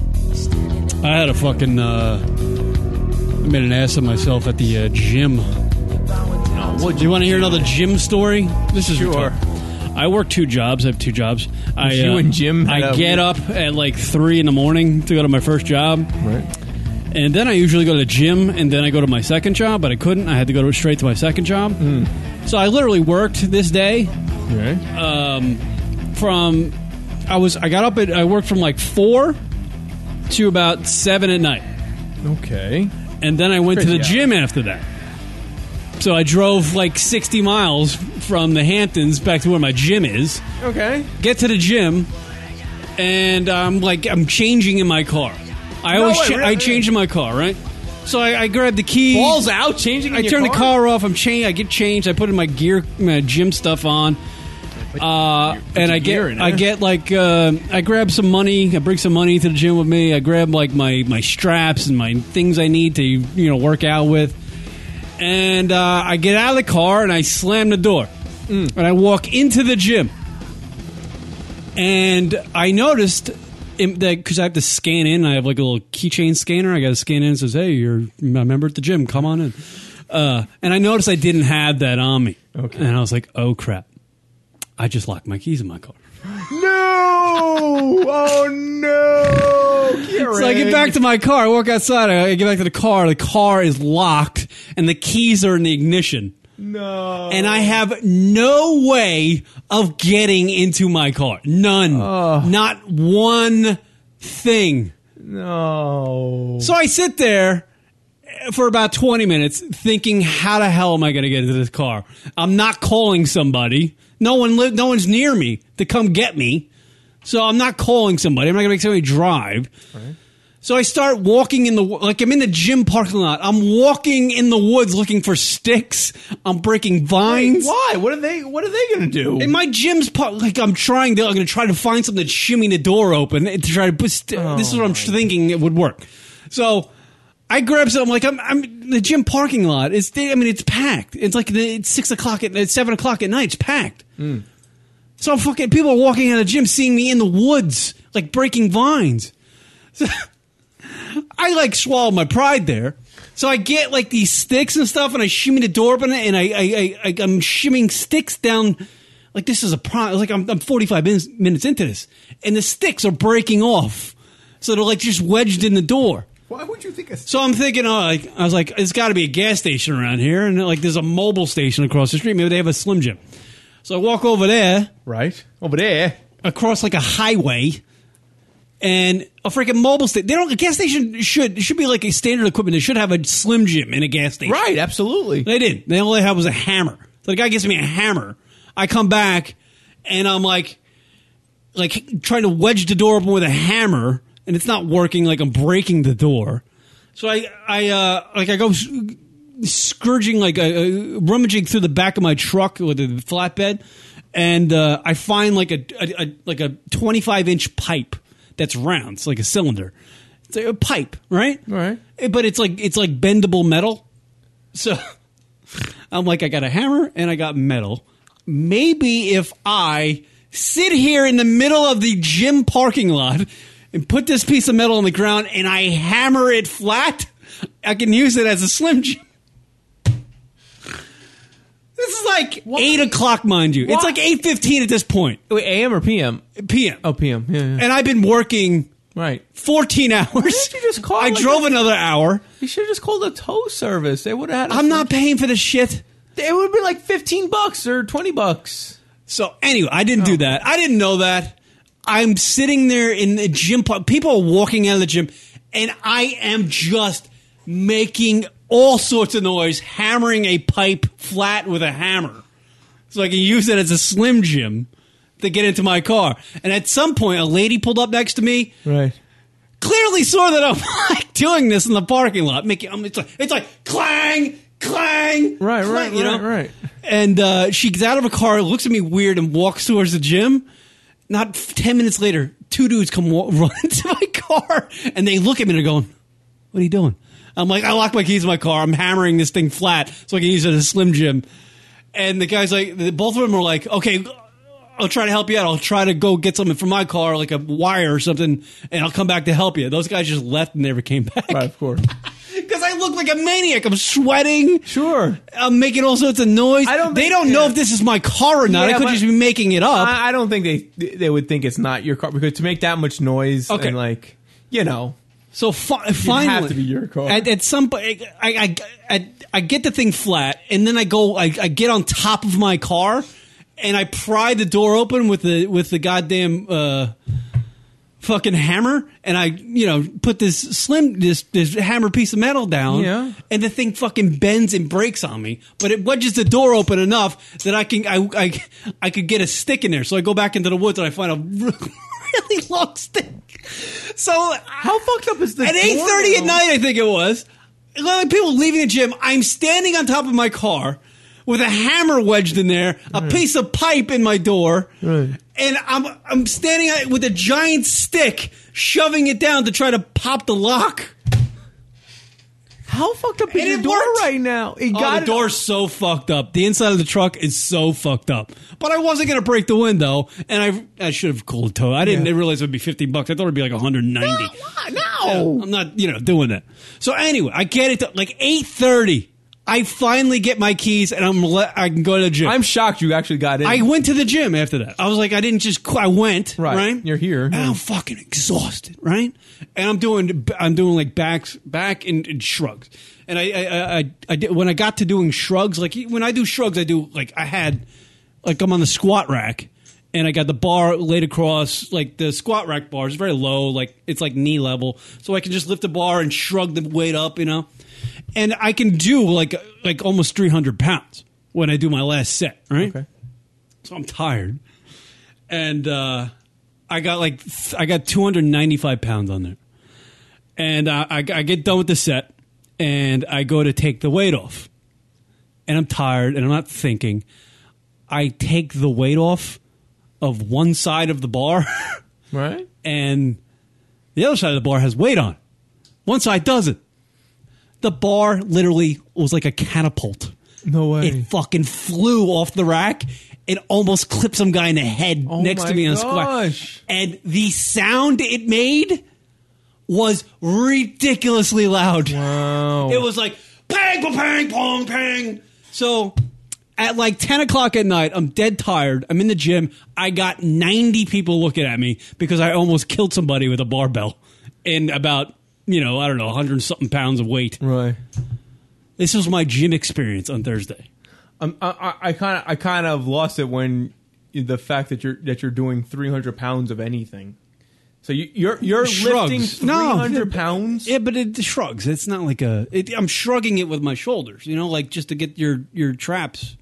I had a fucking. Uh, I made an ass of myself at the uh, gym. do you want to hear another gym story? This is
Oh, Sure.
retarded. I work two jobs. I have two jobs. I uh,
You and Jim had
I
a-
get up at like three in the morning to go to my first job. Right. And then I usually go to the gym, and then I go to my second job. But I couldn't. I had to go to, straight to my second job. So I literally worked this day. Um, from I was I got up at I worked from like four to about seven at night.
Okay.
And then I went to
Crazy
the
hours.
gym after that. So I drove like 60 miles from the Hamptons back to where my gym is.
Okay.
Get to the gym, and I'm like, I'm changing in my car. I
No,
always,
I
cha-
really-
I change in my car, right? So I, I grab the keys.
Balls out, changing in
I
your
turn the
car?
car off. I'm changed. I get changed. I put in my gear, my gym stuff on, uh, and I
gear
get,
in
I
it.
get like, uh, I grab some money. I bring some money to the gym with me. I grab like my my straps and my things I need to you know work out with, and uh, I get out of the car and I slam the door,
Mm.
and I walk into the gym, and I noticed. Because I have to scan in, I have like a little keychain scanner. I got to scan in. It says, "Hey, you're a member at the gym. Come on in." Uh, and I noticed I didn't have that on me. Okay. And I was like, "Oh crap! I just locked my keys in my car."
No! Oh no!
So I get back to my car. I walk outside. I I get back to the car. The car is locked, and the keys are in the ignition.
No.
And I have no way of getting into my car. None. Not one thing.
No.
So I sit there for about 20 minutes thinking, how the hell am I going to get into this car? I'm not calling somebody. No one li- no one's near me to come get me. So I'm not calling somebody. I'm not going to make somebody drive. So I start walking in the like I'm in the gym parking lot. I'm walking in the woods looking for sticks. I'm breaking vines.
Why? What are they? What are they going to do?
In my gym's part, like I'm trying to, I'm going to try to find something to shimmy the door open to try to. Put st- this is what I'm thinking it would work. So I grab something like I'm, I'm the gym parking lot. It's I mean it's packed. It's like the, it's six o'clock at it's seven o'clock at night. It's packed. So I'm fucking people are walking out of the gym seeing me in the woods like breaking vines. So I like swallowed my pride there. So I get like these sticks and stuff, and I shimmy the door open, and I, I, I, I I'm shimming sticks down. Like this is a problem. Like I'm, I'm 45 minutes, minutes into this, and the sticks are breaking off, so they're like just wedged in the door.
Why would you think a
So I'm thinking, oh, like, I was like, it's got to be a gas station around here, and like there's a mobile station across the street. Maybe they have a Slim Jim. So I walk over there,
right Oh, over there,
across like a highway, and a freaking mobile station. They don't. A gas station should should be like a standard equipment. They should have a Slim Jim in a gas station.
Right, absolutely.
They didn't. They all they had was a hammer. So the guy gives me a hammer. I come back, and I'm like, like trying to wedge the door open with a hammer, and it's not working. Like I'm breaking the door. So I, I, uh, like I go s- scourging, like uh, uh, rummaging through the back of my truck with a flatbed, and uh, I find like a, a, a like a 25 inch pipe that's round, it's like a cylinder. It's like a pipe, right? Eh,
Right.
But it's like it's like bendable metal. So I'm like, I got a hammer and I got metal. Maybe if I sit here in the middle of the gym parking lot and put this piece of metal on the ground and I hammer it flat, I can use it as a slim jim. This is like eight o'clock, mind you. It's like eight fifteen at this point.
Wait, AM or PM?
PM.
Oh, PM. Yeah. yeah.
and I've been working
right
fourteen hours.
you just call
I
like
drove
a-
another hour.
You should have just called a tow service. They would have had.
I'm not paying for this shit.
It would have been like fifteen bucks or twenty bucks.
So anyway, I didn't do that. I didn't know that. I'm sitting there in the gym. park. People are walking out of the gym, and I am just making all sorts of noise, hammering a pipe flat with a hammer, so I can use it as a slim jim to get into my car. And at some point, a lady pulled up next to me.
Right.
clearly saw that I'm like doing this in the parking lot. Making I'm, it's like it's like clang, clang, right,
right,
you know?
right, right.
And uh, she gets out of a car, looks at me weird, and walks towards the gym. Not f- ten minutes later, two dudes come wa- run into my car, and they look at me and they're going, "What are you doing?" I'm like, "I locked my keys in my car. I'm hammering this thing flat so I can use it as a slim jim." And the guys like, the- both of them were like, "Okay." I'll try to help you out. I'll try to go get something from my car, like a wire or something, and I'll come back to help you. Those guys just left and never came back. Right,
of course.
Because I look like a maniac. I'm sweating.
Sure.
I'm making all sorts of noise. I don't they don't know if this is my car or not. I
Yeah,
could
but-
just be making it up.
I, I don't think they they would think it's not your car because to make that much noise
Okay.
and like you know.
So fi- finally,
have to be your car.
At, at some point, I, I, I, I get the thing flat, and then I go, I, I get on top of my car, and I pry the door open with the with the goddamn uh, fucking hammer, and I, you know, put this slim this this hammer piece of metal down,
Yeah.
and the thing fucking bends and breaks on me, but it wedges the door open enough that I can I I, I could get a stick in there. So I go back into the woods and I find a really long stick. So how
fucked up is
this? At
door,
eight thirty at
though?
night, I think it was. Like people leaving the gym, I'm standing on top of my car with a hammer wedged in there, a
Mm.
piece of pipe in my door, and I'm I'm standing out with a giant stick shoving it down to try to pop the lock.
How fucked up is
And
your
it
door
worked.
right now? It
oh,
got
the door's so fucked up. The inside of the truck is so fucked up. But I wasn't gonna break the window, and I I should have called a tow. I didn't
Yeah.
realize it would be fifty bucks. I thought it'd be like one hundred ninety. No, I'm not. You know, doing that. So anyway, I get it to like eight thirty. I finally get my keys, and I'm le- I can go to the gym.
I'm shocked you actually got in.
I went to the gym after that. I was like, I didn't just. qu- I went right.
You're here.
And I'm fucking exhausted, right? And I'm doing, I'm doing like backs, back and, and shrugs. And I, I, I, I, I did, when I got to doing shrugs, like when I do shrugs, I do like I had, like I'm on the squat rack, and I got the bar laid across like the squat rack bar is very low, like it's like knee level, so I can just lift the bar and shrug the weight up, you know, and I can do like like almost 300 pounds when I do my last set, right? Okay. So I'm tired and uh, I got like th- I got 295 pounds on there, and I, I, I get done with the set, and I go to take the weight off, and I'm tired, and I'm not thinking. I take the weight off of one side of the bar,
right,
and the other side of the bar has weight on. it. One side doesn't. The bar literally was like a catapult.
No way.
It fucking flew off the rack and almost clipped some guy in the head
Oh
next to
my
me on a squat.
gosh.
And the sound it made was ridiculously loud.
Wow.
It was like pang, pa- pang, pong, pang. So at like 10 o'clock at night, I'm dead tired. I'm in the gym. I got 90 people looking at me because I almost killed somebody with a barbell in about, you know, I don't know, 100 and something pounds of weight.
Right.
This was my gym experience on Thursday.
Um, I- I kind of I kind of lost it when the fact that you're that you're doing 300 pounds of anything. So you, you're you're
Shrugs.
lifting 300 pounds.
Yeah, but it shrugs. It's not like a. It, I'm shrugging it with my shoulders, you know, like just to get your your traps.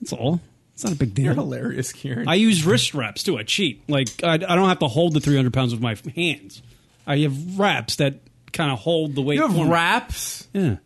That's all. It's not a big deal.
You're hilarious, Kieran.
I use wrist wraps too. I cheat. Like I, I don't have to hold the 300 pounds with my f- hands. I have wraps that kind of hold the weight.
you
for
have
me.
wraps.
Yeah,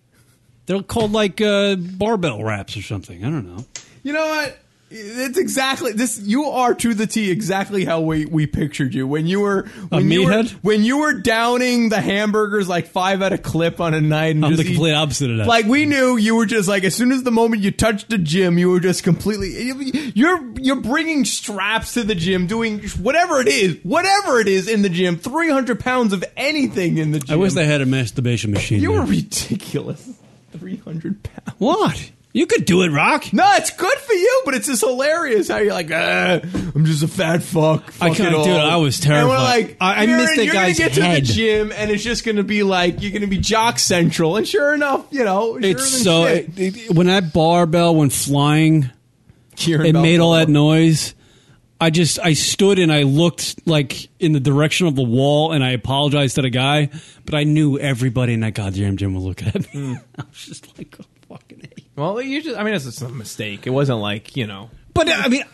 they're called like uh, barbell wraps or something. I don't know.
You know what? It's exactly this. You are to the T exactly how we, we pictured you when you were
A
when you were,
meathead?
when you were downing the hamburgers like five at a clip on a night. And
I'm
just
the complete
eat-
opposite of that.
Like we knew you were just like as soon as the moment you touched the gym, you were just completely. You're you're bringing straps to the gym, doing whatever it is, whatever it is in the gym. Three hundred pounds of anything in the gym.
I wish they had a masturbation machine.
You
there.
were ridiculous. Three hundred pounds.
What? You could do it, Rock.
No, it's good for you, but it's just hilarious how you're like, "Ah, I'm just a fat fuck.
I
Fuck
can't
it
do it.
all."
I was
And we're
terrified.
like,
I- I
you're
missed
in-
that
you're gonna
guy's
get
head.
to the gym, and it's just gonna be like you're gonna be jock central. And sure enough, you know, sure
It's
than
so
shit.
it, it- when that barbell went flying, it
Bell.
made all that noise. I just I stood and I looked like in the direction of the wall, and I apologized to the guy, but I knew everybody in that goddamn gym would look at me. I was just like, "Oh,
Well, you just—I mean, it's just a mistake. It wasn't like you know.
But uh, I mean,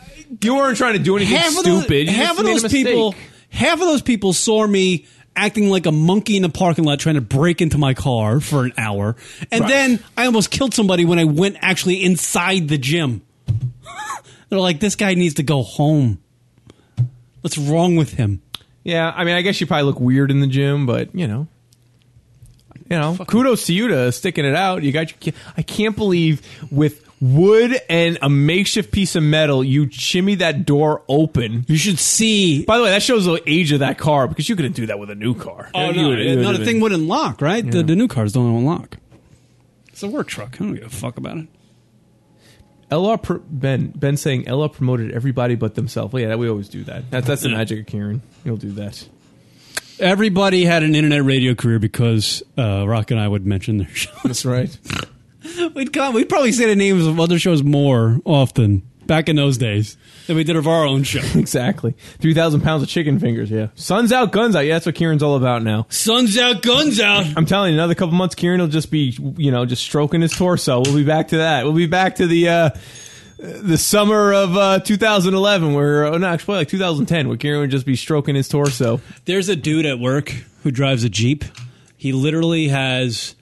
you weren't trying to do anything
half of those-
stupid. You just
half of
made a
those people,
mistake.
half of those people saw me acting like a monkey in a parking lot trying to break into my car for an hour, and
Right.
then I almost killed somebody when I went actually inside the gym. They're like, "This guy needs to go home. What's wrong with him?"
Yeah, I mean, I guess you probably look weird in the gym, but you know, you know, kudos to you to sticking it out. You got your. ki- I can't believe with wood and a makeshift piece of metal, you shimmy that door open.
You should see.
By the way, that shows the age of that car because you couldn't do that with a new car.
Oh
You
no!
would- you
no,
would
the
have
thing
been-
wouldn't lock, right?
Yeah.
The, the new cars don't unlock. It's a work truck. I don't give a fuck about it.
LR pro- Ben Ben saying LR promoted everybody but themselves. Well, yeah, we always do that. That's that's the magic of Kieran. He'll do that.
Everybody had an internet radio career because uh, Rock and I would mention their show.
That's right.
we'd come, we'd probably say the names of other shows more often back in those days than we did of our own show.
exactly. Three thousand pounds of chicken fingers. Yeah, suns out, guns out. Yeah, that's what Kieran's all about now.
Sun's out, guns out.
I'm telling you, another couple months, Kieran will just be, you know, just stroking his torso. We'll be back to that. We'll be back to the uh, the summer of uh, 2011, where oh, no, actually like 2010, where Kieran would just be stroking his torso.
There's a dude at work who drives a Jeep. He literally has,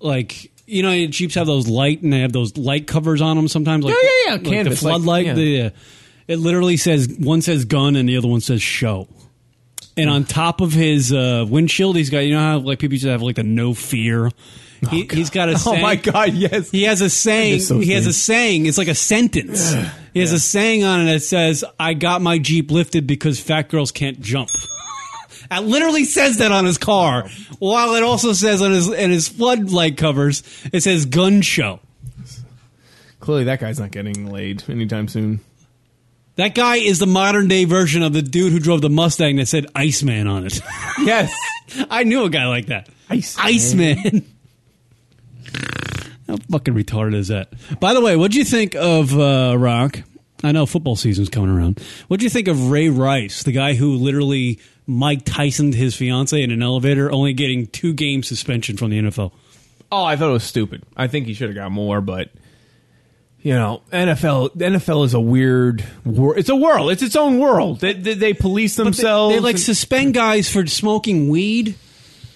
like, you know, Jeeps have those light and they have those light covers on them sometimes. Like,
Yeah, yeah, yeah,
Like
canvas,
the
like,
floodlight.
yeah.
the, yeah. It literally says, one says gun and the other one says show. And on top of his uh, windshield, he's got, you know how like people used to have like the no fear? He, he's got a
Oh,
saying-
my God, yes.
He has a saying.
miss those
He has a
days.
saying. It's like a sentence. He has a saying on it that says, I got my Jeep lifted because fat girls can't jump. It literally says that on his car, while it also says on his and his floodlight covers, it says gun show.
Clearly, that guy's not getting laid anytime soon.
That guy is the modern day version of the dude who drove the Mustang that said Iceman on it.
Yes.
I knew a guy like that. Iceman. Iceman. How fucking retarded is that? By the way, what'd you think of uh, Rock? I know football season's coming around. What'd you think of Ray Rice, the guy who literally Mike Tysoned his fiance in an elevator, only getting two game suspension from the NFL?
Oh, I thought it was stupid. I think he should have got more, but you know, NFL NFL is a weird wor- it's a world. It's its own world. They, they, they police themselves.
They like suspend guys for smoking weed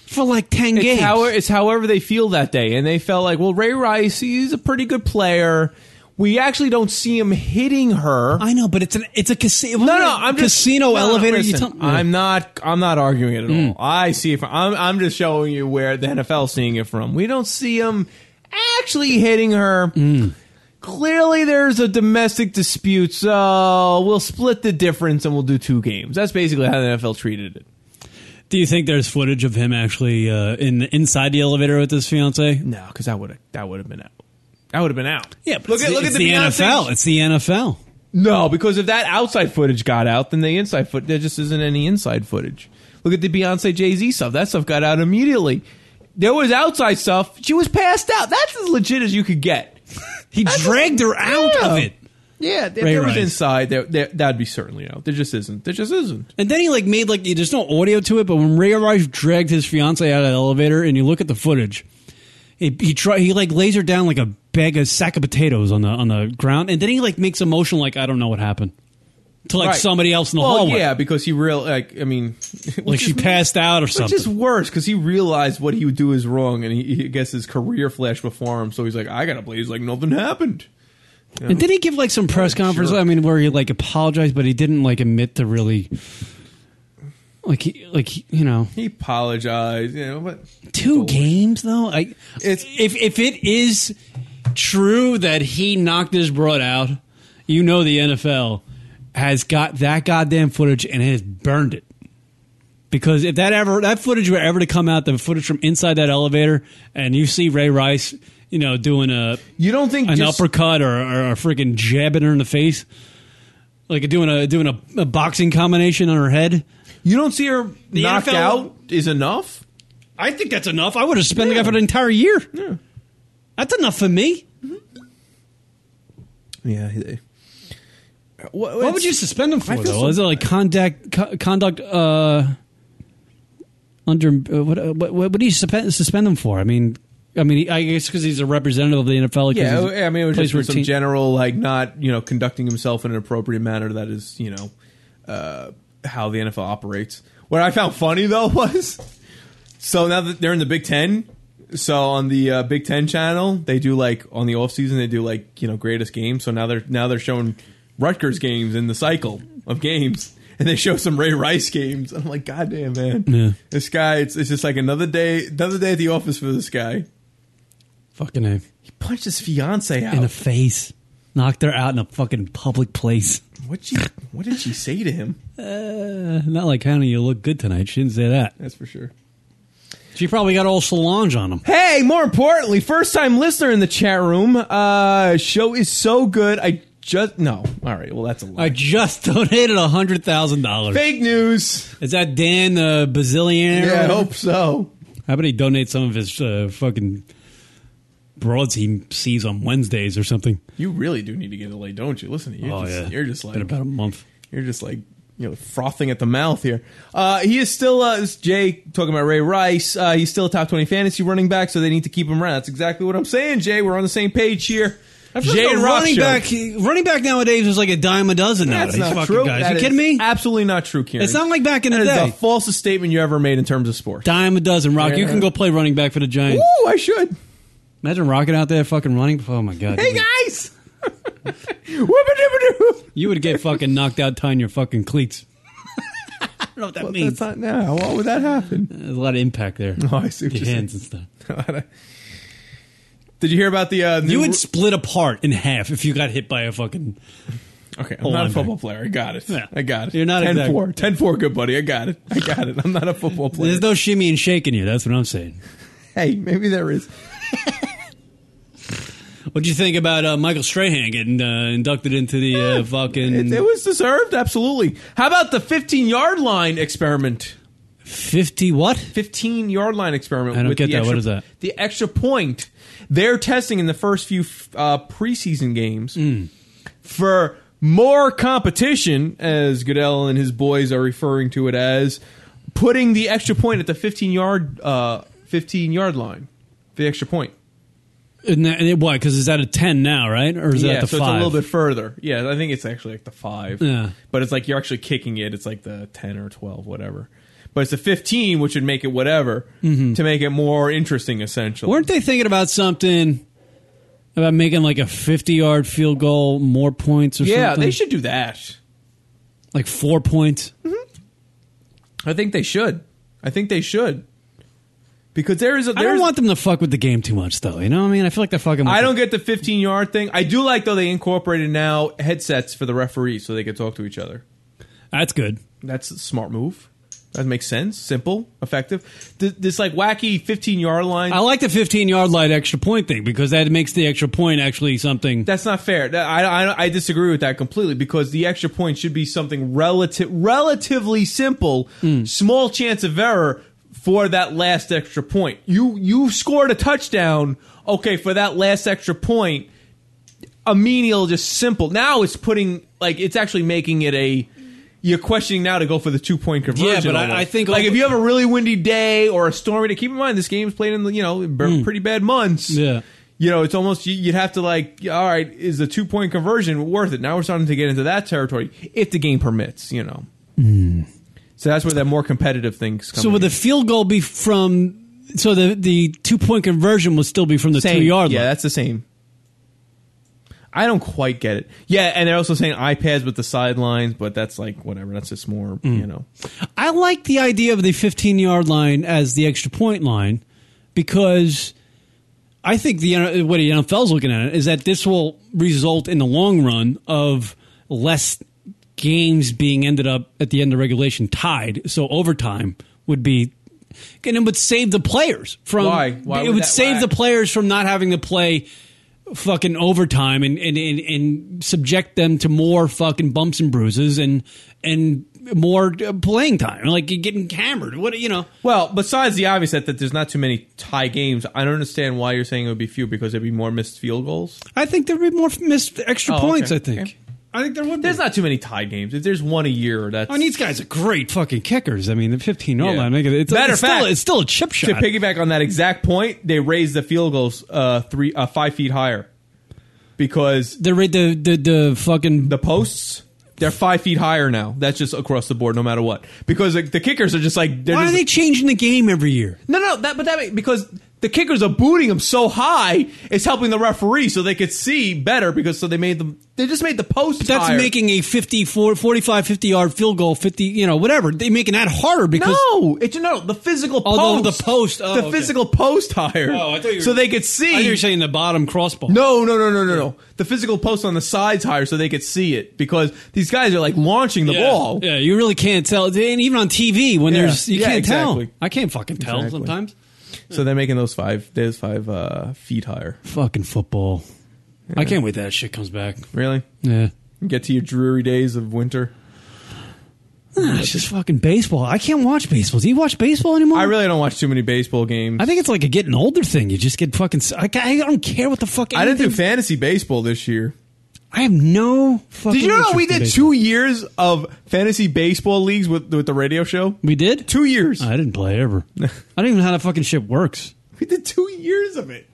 for like ten
it's
games.
how- it's however they feel that day, and they felt like, well, Ray Rice, he's a pretty good player. We actually don't see him hitting her.
I know, but it's an it's a casino.
No, no, I'm just
casino
no, no,
elevator. Hmm. you
listen,
tell-
I'm not. I'm not arguing it at all. I see it from. I'm. I'm just showing you where the NFL is seeing it from. We don't see him actually hitting her.
Hmm.
Clearly, there's a domestic dispute, so we'll split the difference and we'll do two games. That's basically how the NFL treated it.
Do you think there's footage of him actually uh, in inside the elevator with his fiance?
No, because that would have that would have been out. That would have been out.
Yeah,
look at look at the, Beyonce-
NFL. It's the NFL.
No, because if that outside footage got out, then the inside foot there just isn't any inside footage. Look at the Beyonce Jay Z stuff. That stuff got out immediately. There was outside stuff. She was passed out. That's as legit as you could get.
he dragged her out of it.
Yeah, if
Ray
there was
Rice.
inside, there, there that'd be certainly out. There just isn't. There just isn't.
And then he like made like there's no audio to it, but when Ray Rice dragged his fiance out of the elevator, and you look at the footage, he he try he like lays her down like a bag of sack of potatoes on the on the ground, and then he like makes a motion like I don't know what happened to like
Right.
somebody else in the
well,
hallway.
Yeah, because he real like I mean,
Like she passed out or
Which
something.
is worse because he realized what he would do is wrong, and he, he I guess his career flashed before him. So he's like, I gotta play. He's like, nothing happened.
And did he give like some press conference? I mean, where he like apologized, but he didn't like admit to really, like he, like he- you know,
He apologized, you know, but
two games though. I it's if if it is true that he knocked his broad out, you know the NFL has got that goddamn footage and has burned it. Because if that ever that footage were ever to come out, the footage from inside that elevator, and you see Ray Rice, you know, doing a
you don't think
an
just-
uppercut or, or a freaking jabbing her in the face, like doing a doing a, a boxing combination on her head.
You don't see her knocked out is enough.
I think that's enough. I would have spent the guy for the entire year. That's enough for me.
Yeah. They,
What, would you suspend him for
I feel
though?
so
Is it like conduct co- conduct uh, under uh, what, uh, what what do you suspend, suspend him for? I mean, I mean, I guess because he's a representative of the NFL. 'cause he's-
yeah, I mean, it was
plays
just
for a
for some
team-
general, like, not, you know, conducting himself in an appropriate manner that is, you know, uh, how the NFL operates. What I found funny, though, was so now that they're in the Big Ten, so on the uh, Big Ten channel, they do, like, on the off season, they do, like, you know, greatest games. So now they're, now they're showing Rutgers games in the cycle of games. And they show some Ray Rice games. I'm like, God damn, man.
Yeah.
This guy, it's, it's just like another day, another day at the office for this guy.
Fucking a.
He punched his fiance out.
in the face, knocked her out in a fucking public place.
What she? What did she say to him?
Uh, not like honey, you look good tonight. She didn't say that.
That's for sure.
She probably got all Solange on him.
Hey, more importantly, first time listener in the chat room. Uh, show is so good. I just no. All right. Well, that's a lie.
I just donated hundred thousand dollars.
Fake news.
Is that Dan uh, Bazillionaire?
Yeah, I hope so.
How about he donate some of his uh, fucking broads he sees on Wednesdays or something?
You really do need to get a lay, don't you? Listen to you.
Oh, yeah.
You're just like
Been about a month.
You're just like you know frothing at the mouth here. Uh, he is still uh, this is Jay talking about Ray Rice. Uh, he's still a top twenty fantasy running back, so they need to keep him around. That's exactly what I'm saying, Jay. We're on the same page here. Jay
Like a
and Rock
running
Show.
back, running back nowadays is like a dime a dozen
That's
nowadays.
not
fucking
true.
Guys,
That
you
is
kidding me?
Absolutely not true, Kieran.
It's not like back in the
That is
day.
the falsest statement you ever made in terms of sports.
Dime a dozen, Rock. You
Yeah.
can go play running back for the Giants.
Ooh, I should.
Imagine rocking out there, fucking running. Oh my god.
Hey guys. Whoop-a-doop-a-doo.
You would get fucking knocked out tying your fucking cleats. I don't know what that
Well,
means.
that's not now. What would that happen?
There's a lot of impact there.
Oh, I see what
your
you're
hands and
saying.
stuff.
Did you hear about the? Uh, new
You would split apart in half if you got hit by a fucking.
Okay, I'm
Oh,
not a
linebacker.
football player. I got it.
Yeah.
I got it.
You're not
10
exact-
4. 10 4, good buddy. I got it. I got it. I'm not a football player.
There's no shimmy and shaking you. That's what I'm saying.
hey, maybe there is.
What'd you think about uh, Michael Strahan getting uh, inducted into the uh, fucking
It, it was deserved, absolutely. How about the 15 yard line experiment?
50 what?
15 yard line experiment.
I don't
with
get
the
that.
Extra,
What is that?
The extra point. They're testing in the first few uh, preseason games
Mm.
for more competition, as Goodell and his boys are referring to it as, putting the extra point at the 15 yard uh, 15 yard line. The extra point.
And that, and it, what? Because it's at a 10 now, right? Or is it
yeah,
at the
so
5?
it's a little bit further. Yeah, I think it's actually like the five.
Yeah.
But it's like you're actually kicking it. It's like the ten or twelve, whatever. But it's a fifteen, which would make it whatever
Mhm.
to make it more interesting, essentially.
Weren't they thinking about something about making like a 50 yard field goal more points or
yeah,
something?
they should do that.
Like four points?
I think they should. I think they should because there is a
I don't
there's.
want them to fuck with the game too much, though. You know what I mean? I feel like they're fucking. with
I don't get the 15 yard thing. I do like though they incorporated now headsets for the referees so they can talk to each other.
That's good.
That's a smart move. That makes sense. Simple, effective. Th- This like wacky 15 yard line.
I like the 15 yard line extra point thing because that makes the extra point actually something.
That's not fair. That- I, I, I disagree with that completely because the extra point should be something relative, relatively simple,
Mm.
small chance of error for that last extra point. You you scored a touchdown. Okay, for that last extra point, a menial just simple. Now it's putting like it's actually making it a. You're questioning now to go for the two point conversion.
Yeah, but I-
almost.
I think
like
all-
if you have a really windy day or a stormy day, keep in mind this game's played in the you know b- pretty bad months
Hmm. Yeah.
you know, it's almost you- you'd have to like, all right, is the two point conversion worth it? Now we're starting to get into that territory if the game permits, you know. So that's where that more competitive things come.
Hmm. So would the field goal be from? So the the two point conversion would still be from the two yard line.
Yeah, that's the same. I don't quite get it. Yeah, and they're also saying iPads with the sidelines, but that's like whatever. That's just more
Hmm.
you know.
I like the idea of the 15 yard line as the extra point line because I think the N- what the NFL's looking at it is that this will result in the long run of less games being ended up at the end of regulation tied. So overtime would be and it would save the players from
Why? Why
it
would
would,
that-
save
why?
the players from not having to play fucking overtime and, and, and, and subject them to more fucking bumps and bruises and and more uh, playing time like you're getting hammered what you know
Well, besides the obvious that, that there's not too many tie games, I don't understand why you're saying it would be few because there'd be more missed field goals.
i think there'd be more missed extra
Oh, okay.
points i think
Okay.
I think there would.
There's not too many tie games. If there's one a year, that's.
I mean, these guys are great fucking kickers. I mean, the 15 yard
Yeah.
line. make it- It's,
Matter
it's
of fact,
still, it's still a chip
To
shot.
piggyback on that exact point, they raised the field goals uh, three uh, five feet higher because
the the the, the fucking
the posts they're five feet higher now. That's just across the board, no matter what. Because the, the kickers are just like they're
Why are
just-
they changing the game every year?
No, no, that but that make- because the kickers are booting them so high, it's helping the referee so they could see better because so they made them they just made the post.
That's
higher.
making a 54, 45, 50 yard field goal, 50, you know, whatever. They're making that harder because.
no, it's no the physical
Although
post,
the post. oh,
the
okay.
physical post higher.
Oh, I thought you were-
so they could
I
see.
thought you were saying the bottom crossbar.
No, no, no, no, no, no. The physical post on the sides higher so they could see it because these guys are like launching the
yeah.
ball.
Yeah, you really can't tell. And even on TV, when
Yeah.
there's. You
Yeah,
can't
exactly.
tell. I can't fucking tell
Exactly.
sometimes.
So they're making those five. There's five uh, feet higher.
Fucking football. I can't wait that shit comes back.
Really?
Yeah.
Get to your dreary days of winter.
Ah, it's just fucking baseball. I can't watch baseball. Do you watch baseball anymore?
I really don't watch too many baseball games.
I think it's like a getting older thing. You just get fucking. I, I don't care what the fuck.
I didn't do
anything-
fantasy baseball this year.
I have no fucking.
Did you know we did
interest in
two years of fantasy baseball leagues with with the radio show?
We did
two years.
I didn't play ever. I don't even know how that fucking shit works.
We did two years of it.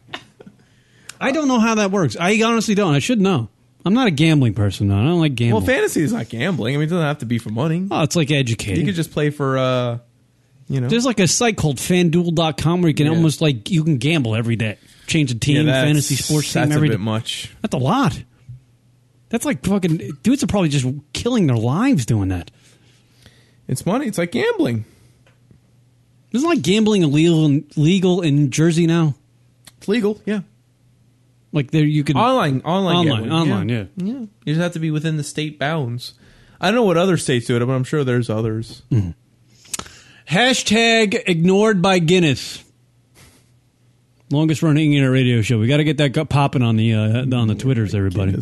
I don't know how that works. I honestly don't. I should know. I'm not a gambling person. though. I don't like
Well,
gambling.
fantasy is not gambling. I mean, it doesn't have to be for money.
oh, it's like educating.
You could just play for, uh, you know,
There's like a site called FanDuel.com where you can
Yeah.
almost like you can gamble every day, change a
Yeah,
team,
that's-
fantasy sports team
That's
every
a
day.
bit much.
That's a lot. That's like fucking dudes are probably just killing their lives doing that.
It's money. It's like gambling.
Isn't like gambling illegal in, legal in Jersey now?
It's legal. Yeah.
Like there, you can
Online, online,
online,
gambling,
online. Yeah.
yeah, You just have to be within the state bounds. I don't know what other states do it, but I'm sure there's others.
Hashtag ignored by Guinness. Longest running internet radio show. We got to get that gut popping on the uh, on the twitters, everybody.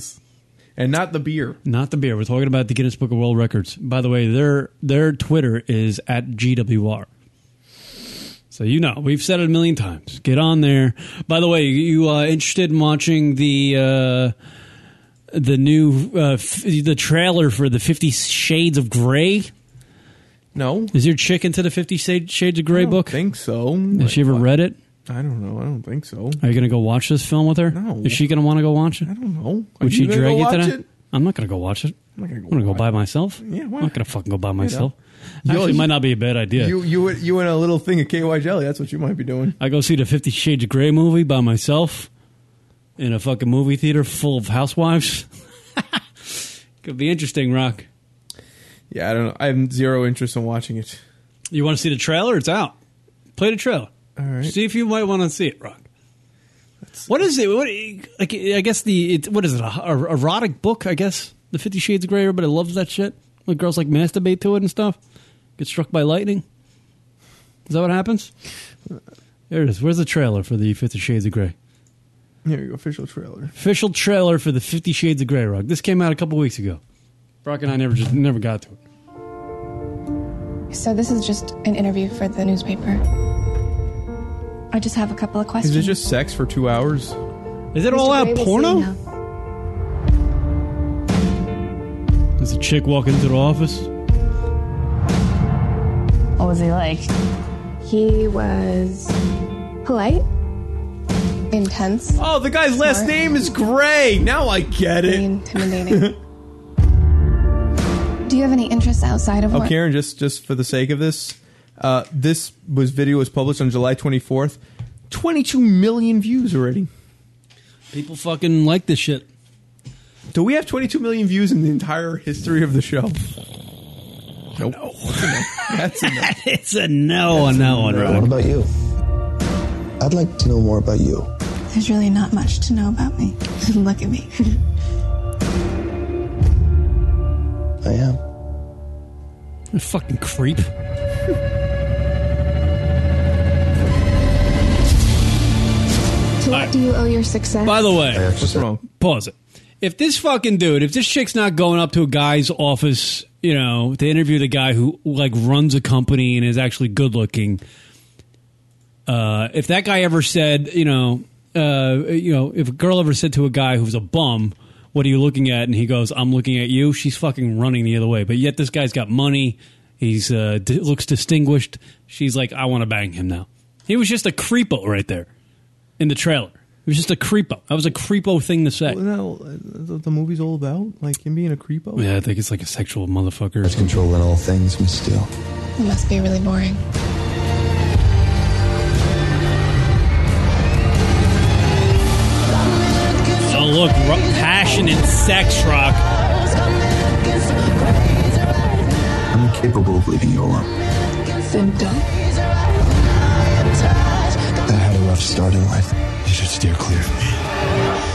And not the beer.
Not the beer. We're talking about the Guinness Book of World Records. By the way, their their Twitter is at GWR. So you know we've said it a million times. Get on there. By the way, you uh, interested in watching the uh, the new uh, f- the trailer for the Fifty Shades of Grey?
No.
Is your chick into the Fifty Sa- Shades of Grey
I don't
book?
think so.
Has she ever read it?
I don't know. I don't think so.
Are you going to go watch this film with her?
No.
Is she going to want to go watch it?
I don't know. Are
Would she
you gonna
drag you
go
to
watch
that?
it?
I'm not going to go watch it.
I'm not gonna go
I'm going to go
watch
by myself.
Yeah,
I'm
why
not going to fucking go by myself.
You know,
Actually,
you-
might not be a bad idea.
You you you in a little thing of KY jelly. That's what you might be doing.
I go see the Fifty Shades of Grey movie by myself in a fucking movie theater full of housewives. Could be interesting, Rock.
Yeah, I don't know. I have zero interest in watching it.
You want to see the trailer? It's out. Play the trailer.
All right.
See if you might want to see it, Rock. What is it? What like? I guess the it, what is it? A, a- erotic book? I guess the Fifty Shades of Grey. Everybody loves that shit. Like girls like masturbate to it and stuff. Get struck by lightning. Is that what happens? There it is. Where's the trailer for the Fifty Shades of Grey?
Here we go. Official trailer.
Official trailer for the Fifty Shades of Grey. Rock. This came out a couple weeks ago. Rock and I never just never got to it.
So this is just an interview for the newspaper. I just have a couple of
Is
questions.
it just sex for two hours?
Is it
Mr.
all
Gray
out
will see
porno?
now.
There's a chick walking through the office.
What was he like? He was polite, intense,
Oh, the guy's last
Smart.
name is Gray. Now I get it.
intimidating. Do you have any interests outside of
Oh,
work?
Karen, just just for the sake of this, uh, this was video was published on July 24th. 22 million views already.
People fucking like this shit.
Do we have 22 million views in the entire history of the show? Nope. That's a no.
it's a no on that one,
What
Rod.
about you? I'd like to know more about you.
There's really not much to know about me. Look at me.
I am.
You fucking creep.
To what do you owe your success?
By the way, Pause it. If this fucking dude, if this chick's not going up to a guy's office, you know, to interview the guy who like runs a company and is actually good looking, uh, if that guy ever said, you know, uh, you know, if a girl ever said to a guy who's a bum, "What are you looking at?" and he goes, "I'm looking at you," she's fucking running the other way. But yet this guy's got money. He's uh, d- looks distinguished. She's like, "I want to bang him now." He was just a creepo right there in the trailer. It was just a creepo. That was a creepo thing to say.
No, uh, the, the movie's all about like him being a creepo.
Yeah, I think it's like a sexual motherfucker.
There's control in all things, Miss Steele.
It must be really boring.
Oh look, ro- passion and sex rock.
I'm capable of leaving you alone.
Then don't.
I had a rough start in life. You should steer clear.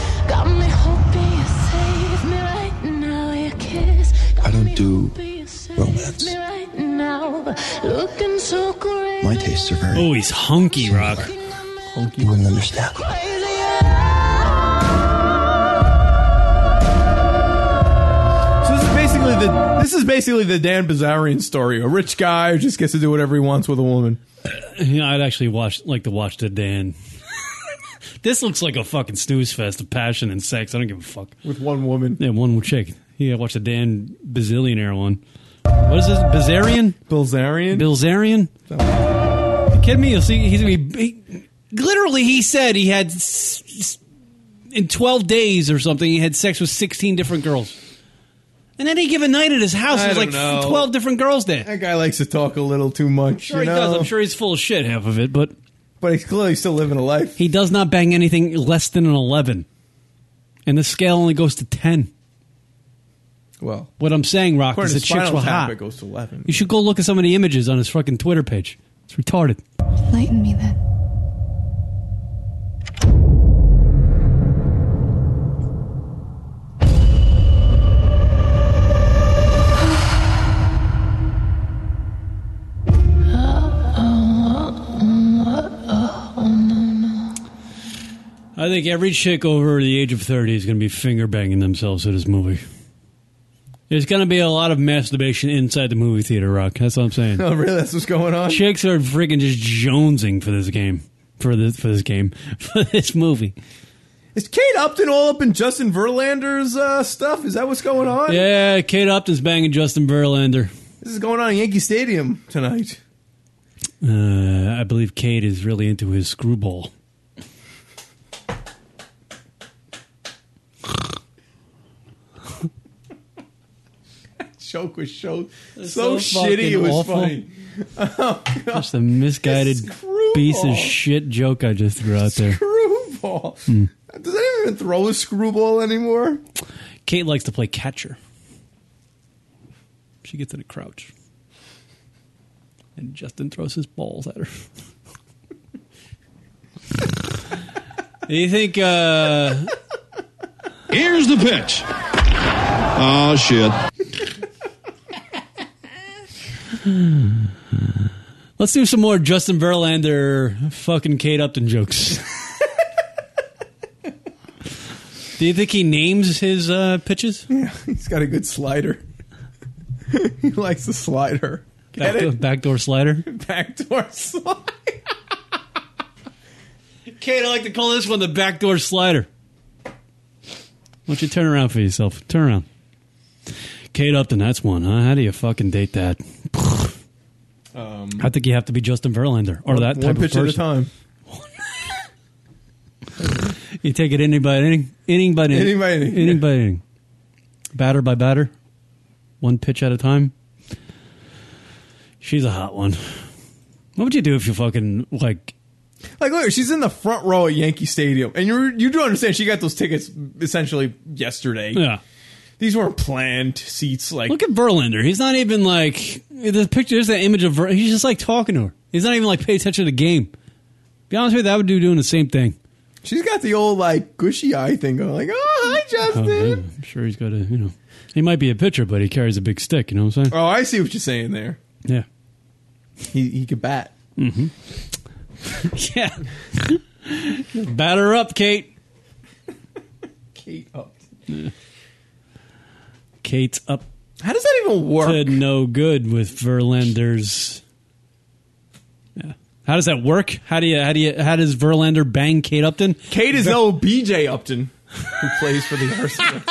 I don't do romance.
Looking so great.
My tastes are very.
Oh, he's hunky rock.
You wouldn't understand.
So this is basically the this is basically the Dan Bazarian story. A rich guy who just gets to do whatever he wants with a woman.
You know, I'd actually watch like to watch the Dan. this looks like a fucking stews fest of passion and sex. I don't give a fuck.
With one woman.
Yeah, one chick. Yeah, watch the Dan Bazillionaire one. What is this? Bazarian?
Bilzarian?
Bilzarian? You kidding me? You'll see. He's gonna be. He, literally, he said he had s- s- in twelve days or something. He had sex with sixteen different girls. And any given night at his house,
I
there's like
don't know.
twelve different girls there.
That guy likes to talk a little too much.
Sure,
you
he
know?
does. I'm sure he's full of shit half of it, but
But he's clearly still living a life.
he does not bang anything less than an eleven, and the scale only goes to ten.
Well,
What I'm saying, Rock,
according
is the
to
chicks
Spinal
were
Tap,
hot.
it goes to eleven.
You should go look at some of the images on his fucking Twitter page. It's retarded.
Lighten me then.
I think every chick over the age of 30 is going to be finger banging themselves at this movie. There's going to be a lot of masturbation inside the movie theater, Rock. That's what I'm saying.
Oh, really? That's what's going on.
Chicks are freaking just jonesing for this game. For this, for this game. For this movie.
Is Kate Upton all up in Justin Verlander's uh, stuff? Is that what's going on?
Yeah, Kate Upton's banging Justin Verlander.
This is going on in Yankee Stadium tonight.
Uh, I believe Kate is really into his screwball.
Joke was so
That's
so,
so
shitty. It
fucking
was
awful.
funny. Oh god,
Just a misguided
Screwball.
piece of shit joke I just threw out there.
screwball.
Hmm.
Does anyone even throw a screwball anymore?
Kate likes to play catcher. She gets in a crouch. And Justin throws his balls at her. Do you think uh
Here's the pitch. Oh, shit.
let's do some more Justin Verlander fucking Kate Upton jokes. Do you think he names his uh, pitches?
Yeah, he's got a good slider. he likes the slider. Get
Backdoor,
it?
backdoor slider.
Backdoor slider.
Kate, I like to call this one the backdoor slider. Why don't you turn around for yourself? Turn around. Kate Upton, that's one, huh? How do you fucking date that?
Um,
I think you have to be Justin Verlander or that type
one pitch
of
at
person.
a time.
You take it inning by inning, inning by inning,
Inning by inning,
inning by inning, batter by batter, one pitch at a time. She's a hot one. What would you do if you fucking like?
Like, look, she's in the front row at Yankee Stadium, and you you do understand she got those tickets essentially yesterday.
Yeah.
these weren't planned seats. Like
Look at Verlander. He's not even like the picture. There's that image of Ver, he's just like talking to her. He's not even like paying attention to the game. Be honest with you, that would do doing the same thing.
She's got the old like gushy eye thing going. Like, oh, hi, Justin.
I'm sure he's got a you know. He might be a pitcher, but he carries a big stick. You know what I'm saying?
Oh, I see what you're saying there.
Yeah.
He he could bat.
Mm-hmm. yeah. Batter up, Kate.
Kate oh. up.
Kate's up.
How does that even work?
To no good with Verlander's. Yeah. How does that work? How do you how do you how does Verlander bang Kate Upton?
Kate is no BJ Upton, who plays for the Arsenal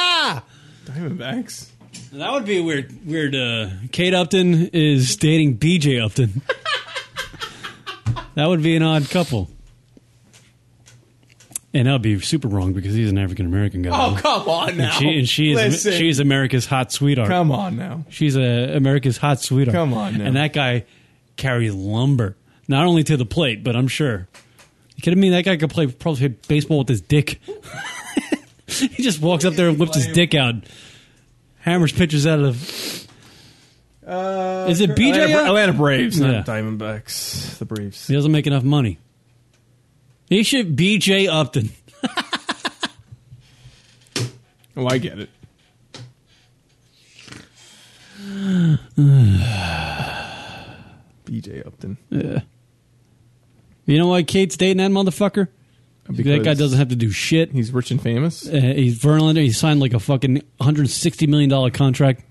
Diamondbacks.
That would be a weird weird. Uh, Kate Upton is dating BJ Upton. that would be an odd couple. And that would be super wrong because he's an African American guy.
Oh, come on now.
And she, and she is
Listen.
she's America's hot sweetheart.
Come on now.
She's a America's hot sweetheart.
Come on now.
And that guy carries lumber, not only to the plate, but I'm sure. You kidding me? That guy could play probably play baseball with his dick. he just walks up there and whips his dick out, hammers pitches out of.
Uh,
Is it BJ?
Atlanta, Atlanta Braves, not
Yeah.
Diamondbacks. The Braves.
He doesn't make enough money. He should BJ Upton.
Oh, I get it. BJ Upton.
Yeah. You know why Kate's dating that motherfucker? that guy
Because-
doesn't have to do shit.
He's rich and famous.
Uh, he's Verlander. He signed like a fucking hundred sixty million dollar contract.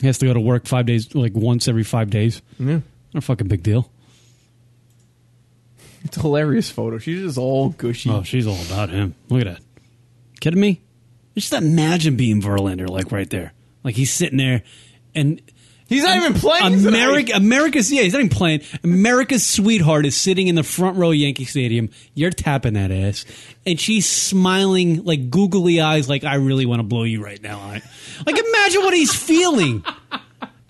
He has to go to work five days, like once every five days.
Yeah.
Not a fucking big deal.
It's a hilarious photo. She's just all gushy.
Oh, she's all about him. Look at that. Kidding me? Just imagine being Verlander, like right there. Like he's sitting there, and
He's not even playing tonight.
America, America's yeah, he's not even playing. America's sweetheart is sitting in the front row, of Yankee Stadium. You're tapping that ass, and she's smiling like googly eyes, like I really want to blow you right now. I, like imagine what he's feeling,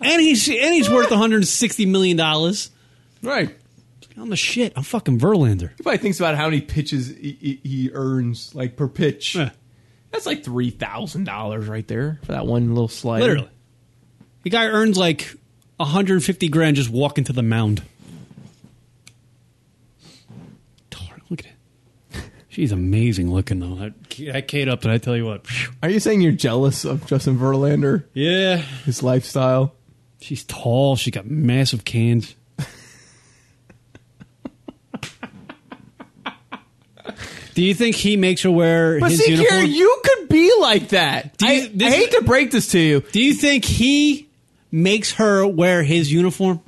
and he's and he's worth 160 million dollars.
Right.
I'm the shit. I'm fucking Verlander.
He probably thinks about how many pitches he, he, he earns, like per pitch. That's like three thousand dollars right there for that one little slider.
Literally. The guy earns like 150 grand just walking to the mound. Darn, look at it. She's amazing looking though. That, that Kate Upton, I tell you what. phew.
Are you saying you're jealous of Justin Verlander?
Yeah.
His lifestyle.
She's tall. She got massive cans. Do you think he makes her wear
But
his
see,
uniform?
Karen, you could be like that.
Do you-
I,
this
I hate
is-
to break this to you.
Do you think he makes her wear his uniform?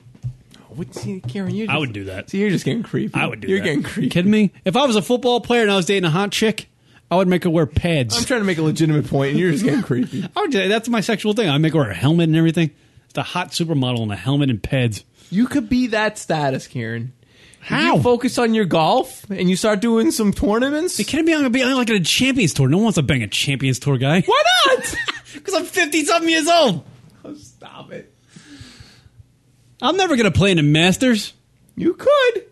What, see, Karen, you
I would do that.
See, you're just getting creepy.
I would do
You're
that.
getting creepy.
Kidding me? If I was a football player and I was dating a hot chick, I would make her wear pads.
I'm trying to make a legitimate point, and you're just getting creepy.
I would do- that's my sexual thing. I make her wear a helmet and everything. It's the hot supermodel and a helmet and pads.
You could be that status, Karen. If
How?
You focus on your golf, and you start doing some tournaments.
You kidding me? I'm gonna be I'm like at a Champions Tour. No one wants to bang a Champions Tour guy.
Why not?
Because I'm 50 something years old.
Stop it.
I'm never gonna play in the Masters.
You could.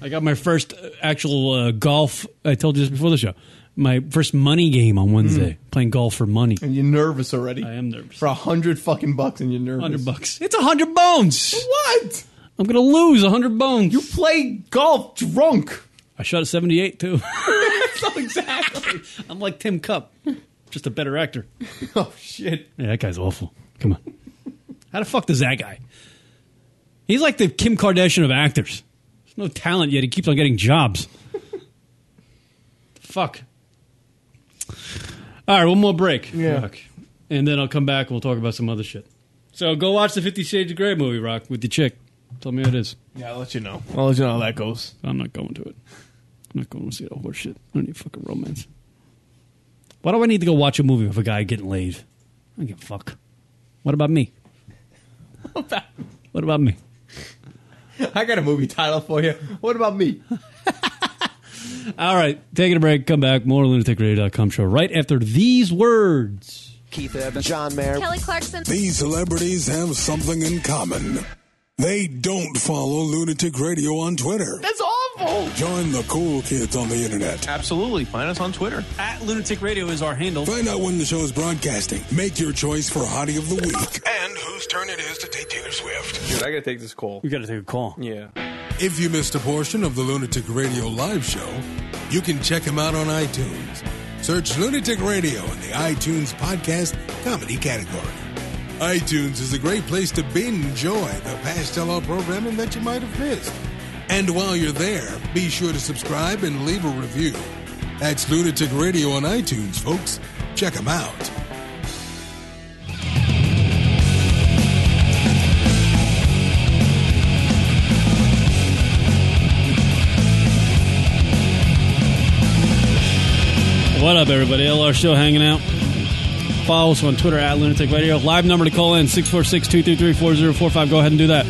I got my first uh, actual uh, golf. I told you this before the show. My first money game on Wednesday, playing golf for money.
And you're nervous already. I
Mm. am nervous.
For a hundred fucking bucks, and you're nervous.
Hundred bucks. It's a hundred bones.
What?
I'm gonna lose a hundred bones.
You play golf drunk.
I shot at 78 too.
So exactly.
I'm like Tim Cup, just a better actor.
oh shit.
Yeah, that guy's awful. Come on. How the fuck does that guy? He's like the Kim Kardashian of actors. There's no talent yet. He keeps on getting jobs. fuck. All right, one more break.
Yeah.
Rock. And then I'll come back and we'll talk about some other shit. So go watch the Fifty Shades of Grey movie, Rock, with your chick. Tell me how it is.
Yeah, I'll let you know. I'll let you know how that goes.
I'm not going to it. I'm not going to see that horse shit. I don't need fucking romance. Why do I need to go watch a movie with a guy getting laid? I don't give a fuck. What about me? What about me?
I got a movie title for you. What about me?
All right, taking a break. Come back. More lunaticradio.com show right after these words.
Keith Urban, John Mayer.
Kelly Clarkson.
These celebrities have something in common. They don't follow Lunatic Radio on Twitter.
That's awful.
Join the cool kids on the internet.
Absolutely. Find us on Twitter.
At Lunatic Radio is our handle.
Find out when the show is broadcasting. Make your choice for Hottie of the Week.
And whose turn it is to take Taylor Swift.
Dude, I gotta take this call.
We got to take a call.
Yeah.
If you missed a portion of the Lunatic Radio live show, you can check him out on iTunes. Search Lunatic Radio in the iTunes podcast comedy category. iTunes is a great place to binge enjoy the past LL programming that you might have missed. And while you're there, be sure to subscribe and leave a review. That's Lunatic Radio on iTunes, folks. Check them out.
What up, everybody? LR Show hanging out. Follow us on Twitter at Lunatic Radio. Live number to call in 646 233 4045. Go ahead and do that.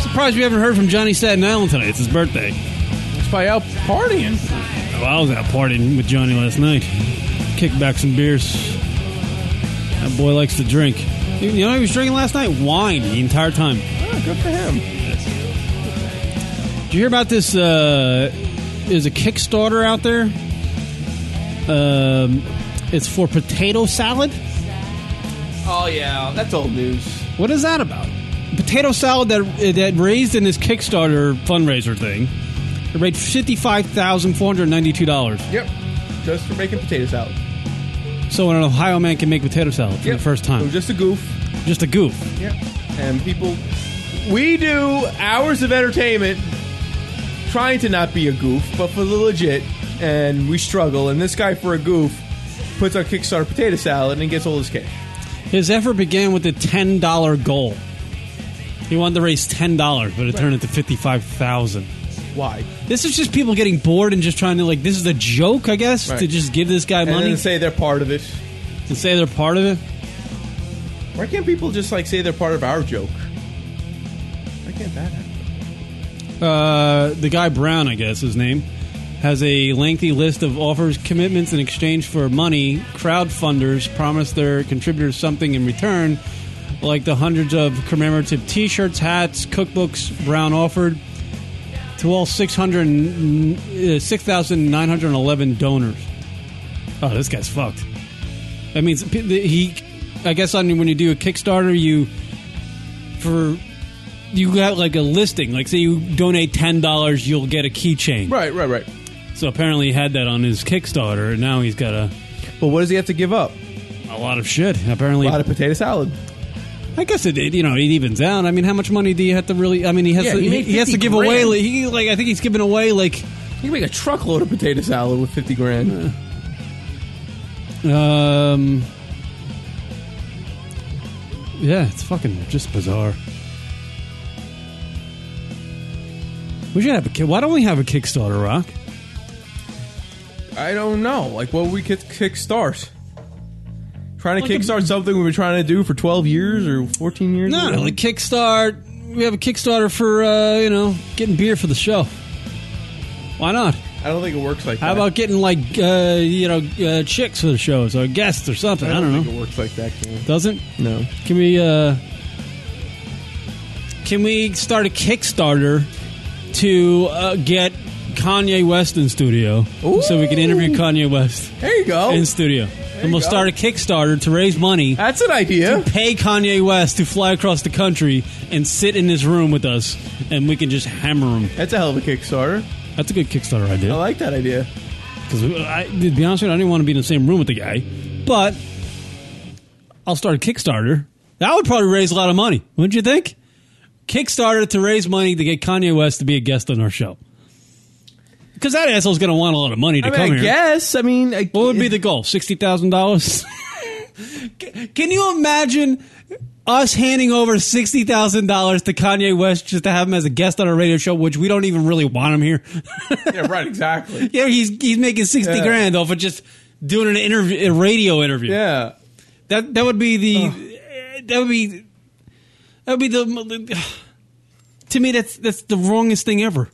Surprised we haven't heard from Johnny Staten Island tonight. It's his birthday. He's
probably out partying.
Well, I was out partying with Johnny last night. Kicked back some beers. That boy likes to drink. You you know what he was drinking last night? Wine the entire time.
Ah, good for him.
Did you hear about this? Uh, there's a Kickstarter out there. Um, it's for potato salad.
Oh yeah, that's old news.
What is that about? Potato salad that that raised in this Kickstarter fundraiser thing. It raised fifty five thousand four hundred ninety two dollars.
Yep, just for making potato salad.
So an Ohio man can make potato salad for the first time.
It was just a goof.
Just a goof.
Yep. And people, we do hours of entertainment trying to not be a goof, but for the legit, and we struggle. And this guy for a goof puts on Kickstarter potato salad and gets all his cash.
His effort began with a ten dollar goal. He wanted to raise ten dollars, but it turned into fifty five thousand.
Why?
This is just people getting bored and just trying to like. This is a joke, I guess,
Right.
to just give this guy
And
money
then say they're part of it.
to say they're part of it.
Why can't people just like say they're part of our joke? Why can't that happen?
Uh, the guy Brown, I guess his name, has a lengthy list of offers, commitments in exchange for money. Crowdfunders promise their contributors something in return, like the hundreds of commemorative T-shirts, hats, cookbooks Brown offered to all 600 and, uh, 6,911 donors. Oh, this guy's fucked. That means p- the- he. I guess on when you do a Kickstarter, you for you got like a listing. Like, say you donate ten dollars, you'll get a keychain.
Right, right, right.
So apparently he had that on his Kickstarter, and now he's got a.
But what does he have to give up?
A lot of shit. Apparently, a lot
of potato salad.
I guess it, it you know it evens out. I mean, how much money do you have to really? I mean, he has
Yeah,
to
he
he,
made
he has to
50
give away.
grand.
Like, he like I think he's giving away like
You can make a truckload of potato salad with fifty grand.
Um. Yeah, it's fucking just bizarre. We should have a kick. Why don't we have a Kickstarter, Rock?
I don't know. Like, what we could kickstart? Trying to kickstart something we've been trying to do for twelve years or fourteen years?
No, like Kickstart. We have a Kickstarter for uh, you know getting beer for the show. Why not?
I don't think it works like
How
that.
about getting like uh, you know uh, chicks for the shows or guests or something? I don't, know.
think it works like that. Can
Doesn't?
No.
Can we uh can we start a Kickstarter to uh, get Kanye West in studio so we can interview Kanye West?
There you go.
In studio. and
Oh. you
we'll
go.
start a Kickstarter to raise money.
That's an idea.
To pay Kanye West to fly across the country and sit in this room with us and we can just hammer him.
That's a hell of a Kickstarter.
That's a good Kickstarter idea.
I like that idea.
Because to be honest with you, I didn't want to be in the same room with the guy, but I'll start a Kickstarter. That would probably raise a lot of money, wouldn't you think? Kickstarter to raise money to get Kanye West to be a guest on our show. Because that asshole's going to want a lot of money to
I mean,
come
I
here.
guess. I mean, I,
What would be the goal? Sixty thousand dollars. Can you imagine us handing over sixty thousand dollars to Kanye West just to have him as a guest on a radio show, which we don't even really want him here?
yeah, right. Exactly.
yeah, he's he's making sixty
Yeah.
grand off of just doing an interview, a radio interview.
Yeah,
that that would be the eh, that would be that would be the to me that's that's the wrongest thing ever.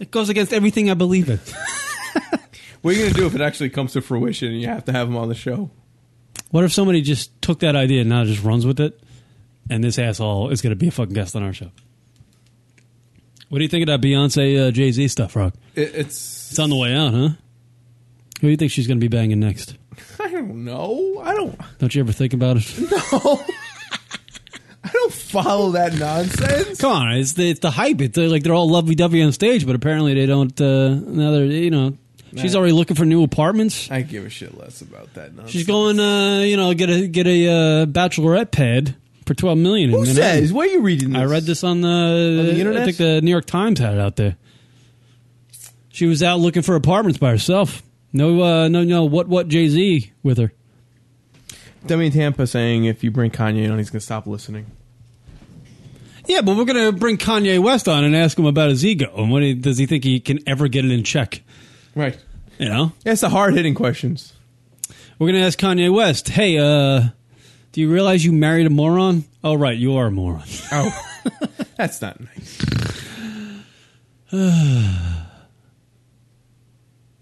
It goes against everything I believe in.
What are you going to do if it actually comes to fruition and you have to have him on the show?
What if somebody just took that idea and now just runs with it? And this asshole is going to be a fucking guest on our show. What do you think of that Beyonce uh, Jay Z stuff, Rock?
It, it's
It's on the way out, huh? Who do you think she's going to be banging next?
I don't know. I don't
Don't you ever think about it?
I don't follow that nonsense.
Come on, it's the, it's the hype. It's they're like they're all lovey dovey on stage, but apparently they don't. Uh, now they're you know, she's
Nah.
already looking for new apartments.
I give a shit less about that nonsense.
She's going, uh, you know, get a get a uh, bachelorette pad for twelve million.
Who says? Where are you reading this?
I read this on the,
the internet?
I think the New York Times had it out there. She was out looking for apartments by herself. No, uh, no, no. What, what? Jay Z with her.
Dummy in Tampa saying if you bring Kanye on, he's gonna stop listening.
Yeah, but we're gonna bring Kanye West on and ask him about his ego and what he, does he think he can ever get it in check?
Right.
You know,
That's the hard hitting questions.
We're gonna ask Kanye West, "Hey, uh, do you realize you married a moron? Oh, right, you are a moron.
Oh, that's not nice.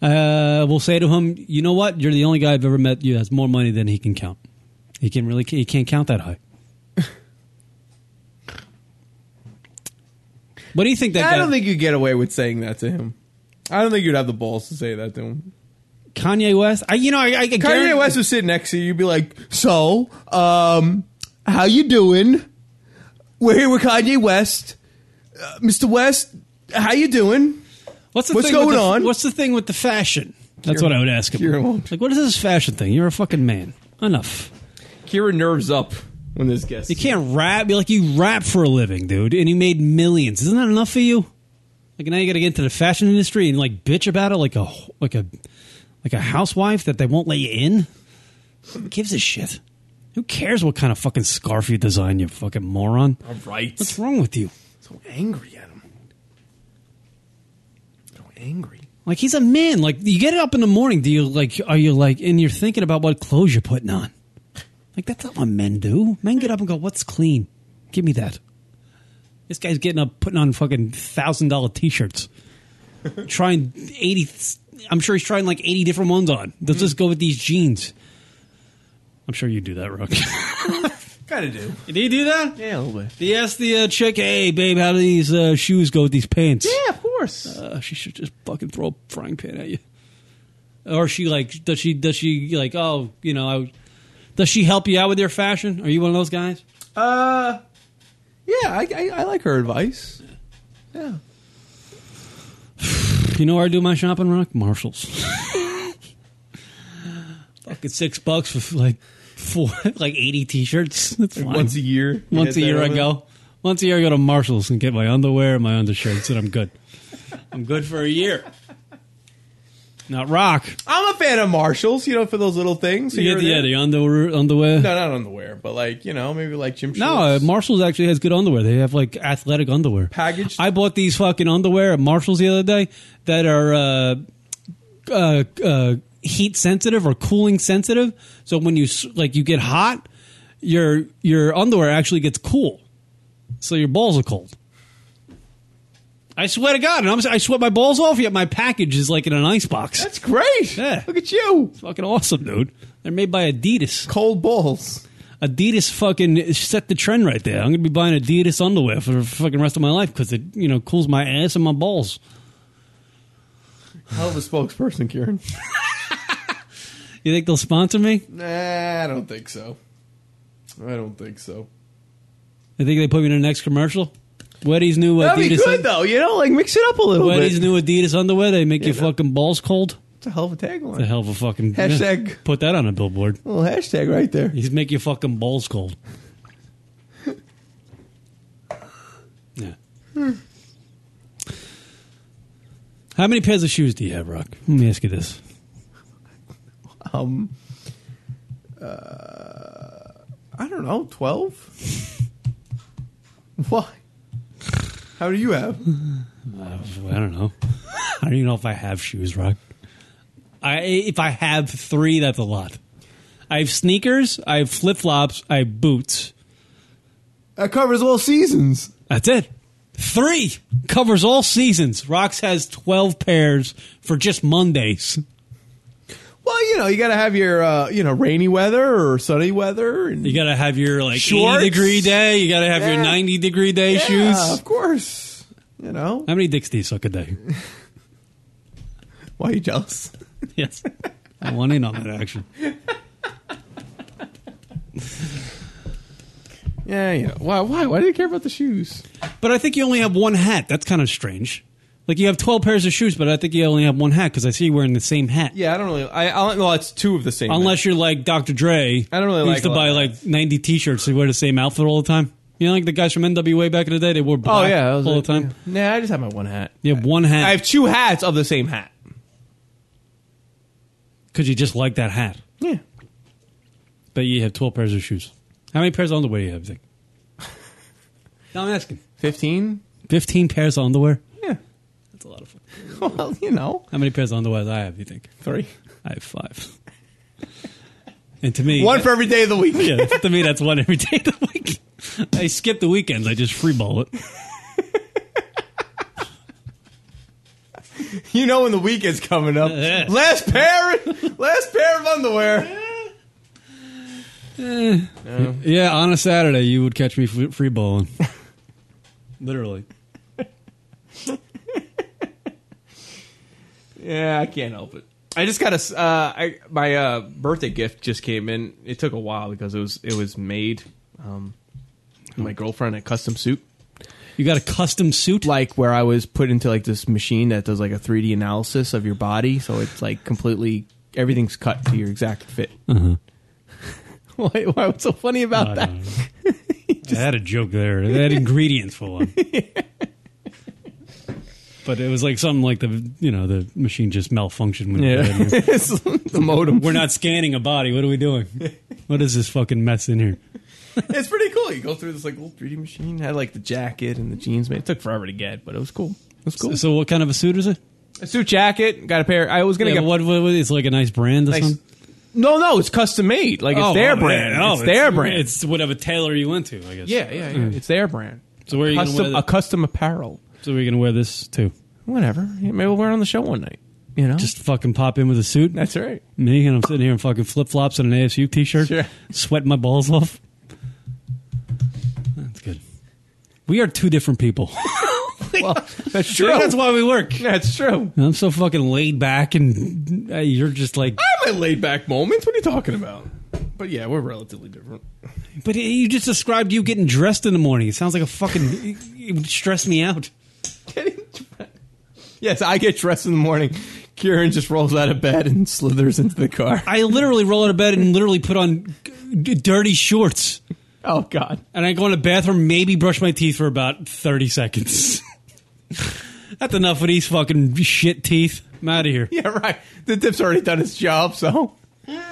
uh, we'll say to him, you know what? You're the only guy I've ever met who has more money than he can count. He can really he can't count that high. what do you think that?
I
guy-
don't think you get away with saying that to him. I don't think you'd have the balls to say that to him.
Kanye West, I, you know, I, I
Kanye
guarantee-
West would sit next to you, you'd be like, "So, um, how you doing? We're here with Kanye West, uh, Mr. West. How you doing?
What's the
what's
thing with
going
the-
on?
What's the thing with the fashion? That's
Kira-
what I would ask him.
Kira won't.
Like, what is this fashion thing? You're a fucking man. Enough.
Kira nerves up when this guest.
You can't rap. You're like you rap for a living, dude, and you made millions. Isn't that enough for you? Like now you got to get into the fashion industry and like bitch about it, like a like a like a housewife that they won't let you in. Who gives a shit? Who cares what kind of fucking scarf you design, you fucking moron?
All right.
What's wrong with you?
So angry at him. So angry.
Like he's a man. Like you get up in the morning. Do you like? Are you like? And you're thinking about what clothes you're putting on. Like that's not what men do. Men get up and go, "What's clean? Give me that." This guy's getting up, putting on fucking thousand dollar t-shirts. trying eighty. I'm sure he's trying like eighty different ones on. Does this go with these jeans? I'm sure you do that, Rook.
Gotta do.
Did he do that?
Yeah, a little bit.
He asked the uh, chick, "Hey, babe, how do these uh, shoes go with these pants?"
Yeah, of course.
Uh, she should just fucking throw a frying pan at you. Or she like does she does she like oh you know I, does she help you out with your fashion? Are you one of those guys?
Uh, yeah, I, I, I like her advice. Yeah.
You know where I do my shopping, Rock Marshalls. fucking six bucks for like four like eighty t-shirts. That's fine.
Once a year. you
Once a
hit
year
that
I
limit?
go. Once a year I go to Marshalls and get my underwear and my undershirts and I'm good. I'm good for a year. Not Rock.
I'm a fan of Marshalls, you know, for those little things.
You
here
get
and
the, yeah,
there.
the underwear, underwear.
No, not underwear, but like, you know, maybe like gym shorts.
No, uh, Marshalls actually has good underwear. They have like athletic underwear.
Packaged?
I bought these fucking underwear at Marshalls the other day that are uh, uh, uh, heat sensitive or cooling sensitive. So when you s- like you get hot, your your underwear actually gets cool. So your balls are cold. I swear to God, and I'm, I sweat my balls off. Yet my package is like in an ice box.
That's great.
Yeah.
Look at you.
fucking awesome, dude. They're made by Adidas.
Cold balls.
Adidas fucking set the trend right there. I'm gonna be buying Adidas underwear for the fucking rest of my life because it you know cools my ass and my balls.
Hell of a spokesperson, Kieran.
You think they'll sponsor me?
nah, I don't think so. I don't think so.
You think they put me in the next commercial? Wetty's new Adidas.
That'd be good, though. You know, like mix it up a little
Wetty's
bit.
new Adidas underwear. They make your fucking balls cold.
It's a hell of a
The
tagline.
hell of a fucking yeah.
Hashtag.
Put that on a billboard.
Little hashtag right there.
He's make your fucking balls cold. yeah.
Hmm.
How many pairs of shoes do you have, Rock? Let me ask you this.
Um, uh, I don't know, 12? Why? How do you have?
I don't know. I don't even know if I have shoes, Rock. I if I have three, that's a lot. I have sneakers, I have flip flops, I have boots.
That covers all seasons.
That's it. Three covers all seasons. Rocks has twelve pairs for just Mondays.
Well, you know, you got to have your uh, you know rainy weather or sunny weather. And
You got to have your like
Shorts.
80 degree day. You got to have your 90 degree day
Yeah,
shoes.
of course. You know,
How many dicks do you suck a day?
why are you jealous?
yes. I want in on that action.
Yeah, yeah. Why? Why? Why do they care about the shoes?
But I think you only have one hat. That's kind of strange. Like you have 12 pairs of shoes, but I think you only have one hat because I see you wearing the same hat.
Yeah, I don't really. I, I well, it's two of the same.
Unless you're like Dr. Dre. I don't
really like
used to
a lot
buy
of
like 90 t-shirts and wear the same outfit all the time. You know, like the guys from NWA back in the day, they wore
oh
black
yeah, that
all
was
the
it,
time.
Yeah. Nah, I just have my one hat.
You have one
I
hat
have two hats of the same hat.
because you just like that hat.
Yeah.
But you have 12 pairs of shoes. How many pairs of underwear do you have, Zach? I'm asking.
15?
15 pairs of underwear?
Yeah.
That's a lot of fun.
Well, you know,
How many pairs of underwear do I have, you think?
Three.
I have five. And to me,
One for every day of the week.
yeah, to me, that's one every day of the week. I skip the weekends. I just freeball it.
you know when the weekend's coming up. Last pair, last pair of underwear.
Eh. Yeah, on a Saturday, you would catch me free freeballing. Literally.
Yeah, I can't help it. I just got a s- uh, I, my uh, birthday gift just came in. It took a while because it was it was made. Um, my girlfriend a custom suit.
You got a custom suit,
like where I was put into like this machine that does like a 3D analysis of your body, so it's like completely everything's cut to your exact fit.
Uh-huh.
Why, why? What's so funny about
I
that?
don't know. I had a joke there. They had ingredients for one. But it was like something like the you know the machine just malfunctioned. When
Yeah. the modem.
We're not scanning a body. What are we doing? What is this fucking mess in here?
it's pretty cool. You go through this like little 3D machine. Had like the jacket and the jeans made. It took forever to get, but it was cool. It was cool.
So, what kind of a suit is it?
A suit jacket. Got a pair. I was gonna
Yeah,
get
what, what, what- It's like a nice brand or
Nice-
something.
No, no, it's custom made. Like it's
Oh,
their
oh,
brand.
yeah, oh,
it's, their brand.
It's whatever tailor you went to. I guess.
yeah, yeah, yeah.
Mm.
It's their brand.
So where are you gonna
custom,
wear
a
the-
custom apparel?
So we're gonna wear this too.
Whatever. Yeah, Maybe we'll wear it on the show one night. You know,
Just fucking pop in with a suit.
That's right.
Me and I'm sitting here in fucking flip flops and an ASU t-shirt, sweating my balls off. That's good. We are two different people.
well, that's true.
That's why we work.
That's true.
I'm so fucking laid back, and uh, you're just like.
I have my laid back moments. What are you talking about? But yeah, we're relatively different.
But you just described you getting dressed in the morning. It sounds like a fucking. it- It would stress me out.
Yes, I get dressed in the morning. Kieran just rolls out of bed and slithers into the car.
I literally roll out of bed and literally put on d- dirty shorts.
Oh God!
And I go in the bathroom, maybe brush my teeth for about thirty seconds. That's enough of these fucking shit teeth. I'm out of here.
Yeah, right. The dip's already done its job, so
I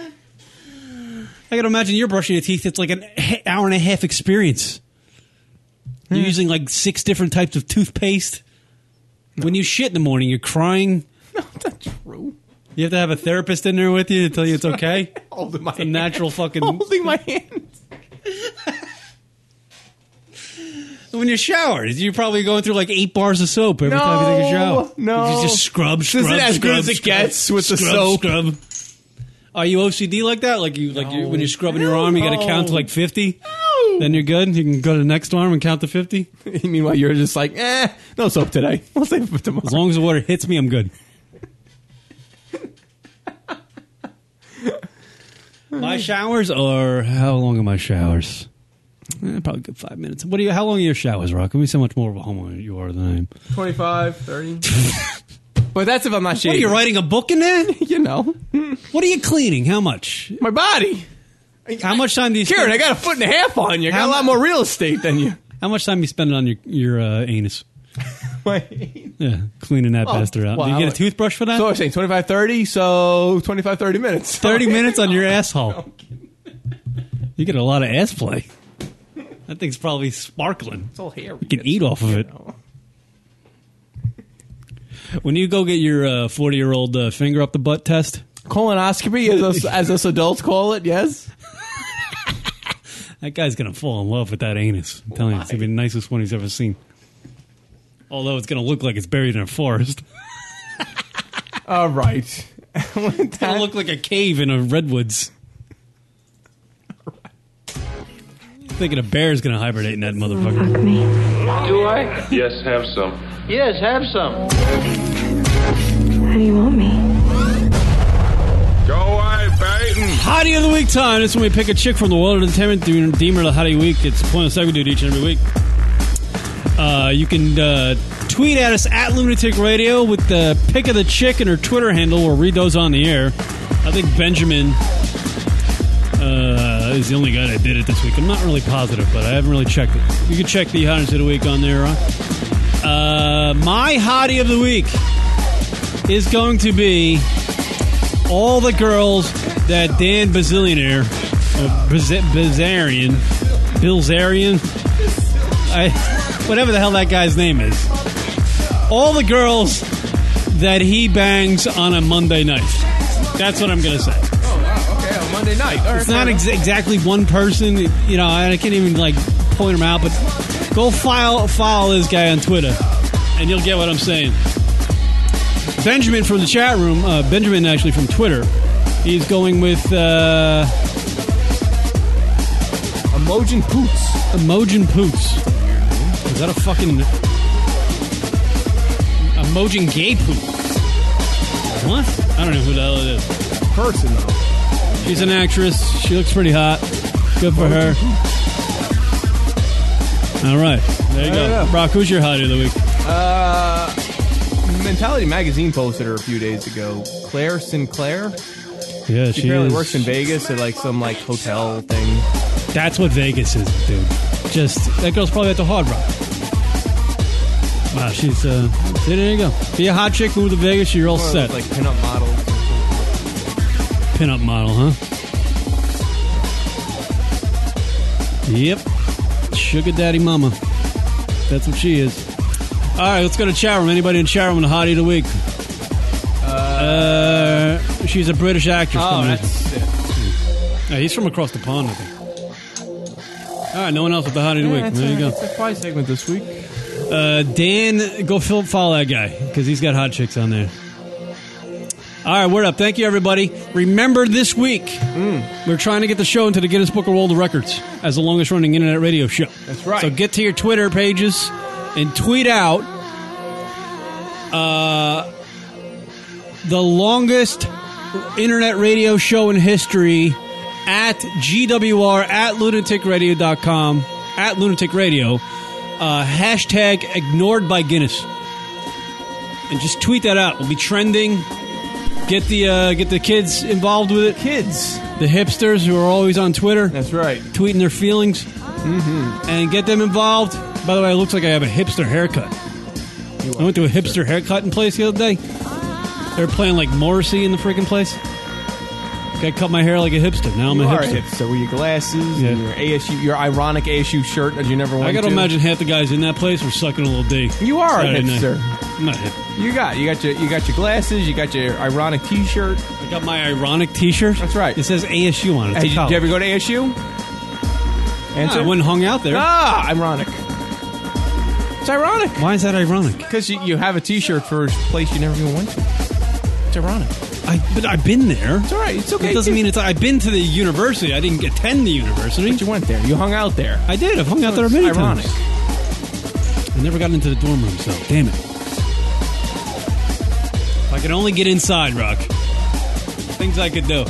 can imagine you're brushing your teeth. It's like an h- hour and a half experience. You're using like six different types of toothpaste. When you shit in the morning, you're crying.
true.
You have to have a therapist in there with you to tell you it's okay.
Holding my
it's a natural fucking.
holding my hand.
When you shower, you're probably going through like eight bars of soap every time you take a shower.
no.
you just scrub,
This
scrub,
is as
scrub,
good as it
scrub,
gets with the
scrub,
soap.
Scrub. Are you OCD like that? Like you, like you, when you're scrubbing your arm, you got to count to like fifty. Then you're good. You can go to the next arm and count to fifty.
Meanwhile, you're just like, eh, no soap today. We'll save it for tomorrow.
As long as the water hits me, I'm good. my showers are how long are my showers? Eh, probably good five minutes. What do you? How long are your showers, Rock? Let me see how much more of a homeowner you are than I am.
25, 30. but that's if I'm not
What are
shaving.
you writing a book in there?
you know,
What are you cleaning? How much?
my body.
How much time do you?
Kieran,
spend?
I got a foot and a half on you. I got a lot more real estate than you.
How much time you spend on your your uh, anus?
My-
Yeah, cleaning that
Oh,
bastard out. do you
wow.
get a toothbrush for that?
So I was saying 25, 30, so 25, 30 minutes.
Thirty minutes on your asshole. You get a lot of ass play. That thing's probably sparkling.
It's all hairy.
You can eat off of it. When you go get your forty-year-old uh, finger up the butt test,
Colonoscopy, as us, as us adults call it, yes?
that guy's gonna fall in love with that anus. I'm telling you, it's gonna be the nicest one he's ever seen. Although it's gonna look like it's buried in a forest.
All right.
it's gonna look like a cave in a redwoods. Thinking a bear's gonna hibernate in that motherfucker.
Do I?
Yes, have some.
Yes, have some.
How do you want me?
Go away, Baton.
Hottie of the Week time. This is when we pick a chick from the world of entertainment through Deemer to Hottie Week. It's a point of segment dude each and every week. Uh, you can uh, tweet at us at Lunatic Radio with the pick of the chick and her Twitter handle. We'll read those on the air. I think Benjamin uh, is the only guy that did it this week. I'm not really positive, but I haven't really checked it. You can check the Hotties of the Week on there. Ron. Uh, my Hottie of the Week is going to be all the girls that Dan Bazillionaire, or Baz- Bazarian, Bilzarian, I, whatever the hell that guy's name is, all the girls that he bangs on a Monday night. That's what I'm going to say.
Oh, Okay, on Monday night. All right,
It's not
fair
ex-
enough.
exactly one person, you know. I can't even like point him out, but go file follow this guy on Twitter, and you'll get what I'm saying. Benjamin from the chat room, uh, Benjamin actually from Twitter, he's going with uh, Emojin Poots. Emojin Poots. Is that a fucking Emojin Gay Poot? What? I don't know who the hell it is. Person though. She's an actress. She looks pretty hot. Good for her. All right, there you
There
go.
you go.
Brock, who's your hottie of the week?
Uh, Mentality Magazine posted her a few days ago. Claire Sinclair.
Yeah,
she,
she
apparently
is.
works in Vegas at like some like hotel thing.
That's what Vegas is, dude. Just that girl's probably at the Hard Rock. Wow, she's uh. see, There you go. Be a hot chick, move to Vegas, you're all
More
set.
Like pinup model.
pinup model, huh? Yep. Sugar Daddy Mama. That's what she is. All right, let's go to chat room. Anybody in chat room on the hottie of the week? Uh, she's a British actress.
Oh,
coming in.
that's it.
Yeah, he's from across the pond, I think. All right, no one else with the hottie of the
Yeah,
week.
that's
there you
a-
go.
that's a pie segment this week.
Uh, Dan, go fill, follow that guy because he's got hot chicks on there. All right, word up. Thank you, everybody. Remember this week, we're trying to get the show into the Guinness Book of World Records as the longest running internet radio show. That's right. So get to your Twitter pages and tweet out uh, the longest internet radio show in history at GWR at lunaticradio.com at lunatic radio uh, hashtag ignored by Guinness and just tweet that out. We'll be trending. Get the uh, get the kids involved with it. Kids, the hipsters who are always on Twitter. That's right, tweeting their feelings, mm-hmm. and get them involved. By the way, it looks like I have a hipster haircut. I went to a hipster haircut in place the other day. They were playing like Morrissey in the freaking place. I cut my hair like a hipster. Now I'm
You
a
are a
hipster.
hipster with your glasses and your ASU, your ironic ASU shirt that you never wore.
I got to
to
imagine half the guys in that place were sucking a little dick.
You are a
Saturday night.
hipster.
I'm not hip.
You got you got your you got your glasses. You got your ironic T-shirt.
I got my ironic T-shirt.
That's right.
It says ASU on it. It's
Hey,
a
did you
college.
ever go to ASU? Answer.
I wouldn't hung out there.
Ah, ironic. It's ironic.
Why is that ironic?
Because you, you have a T-shirt for a place you never even went to. It's ironic.
I, but I've been there. It's
all right. It's okay.
It doesn't mean it's. I've been to the university. I didn't attend the university. But
you went there. You hung out there.
I did. I've hung out
So
there
it's
many
ironic.
times. I never got into the dorm room, so damn it. If I could only get inside, Rock. Things I could do.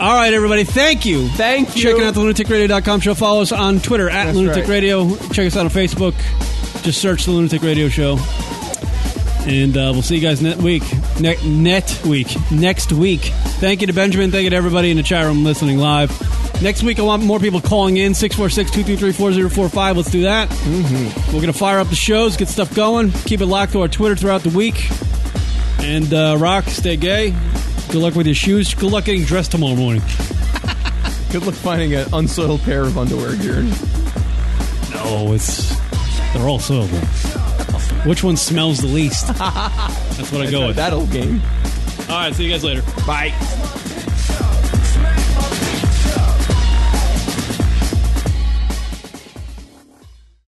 All right, everybody. Thank you. Thank you. Checking out the lunaticradio.com show. Follow us on Twitter at
That's
Lunatic
right.
Radio. Check us out on Facebook. Just search the Lunatic Radio Show. And uh, we'll see you guys next week. Ne- net week. Next week. Thank you to Benjamin. Thank you to everybody in the chat room listening live. Next week, I want more people calling in 646 223 4045. Let's do that. Mm-hmm. We're going to fire up the shows, get stuff going, keep it locked to our Twitter throughout the week. And uh, Rock, stay gay. Good luck with your shoes. Good luck getting dressed tomorrow morning.
Good luck finding an unsoiled pair of underwear here.
No, Oh, it's they're all soiled. though. Which one smells the least? That's what I go with.
That old game.
All right, see you guys later.
Bye.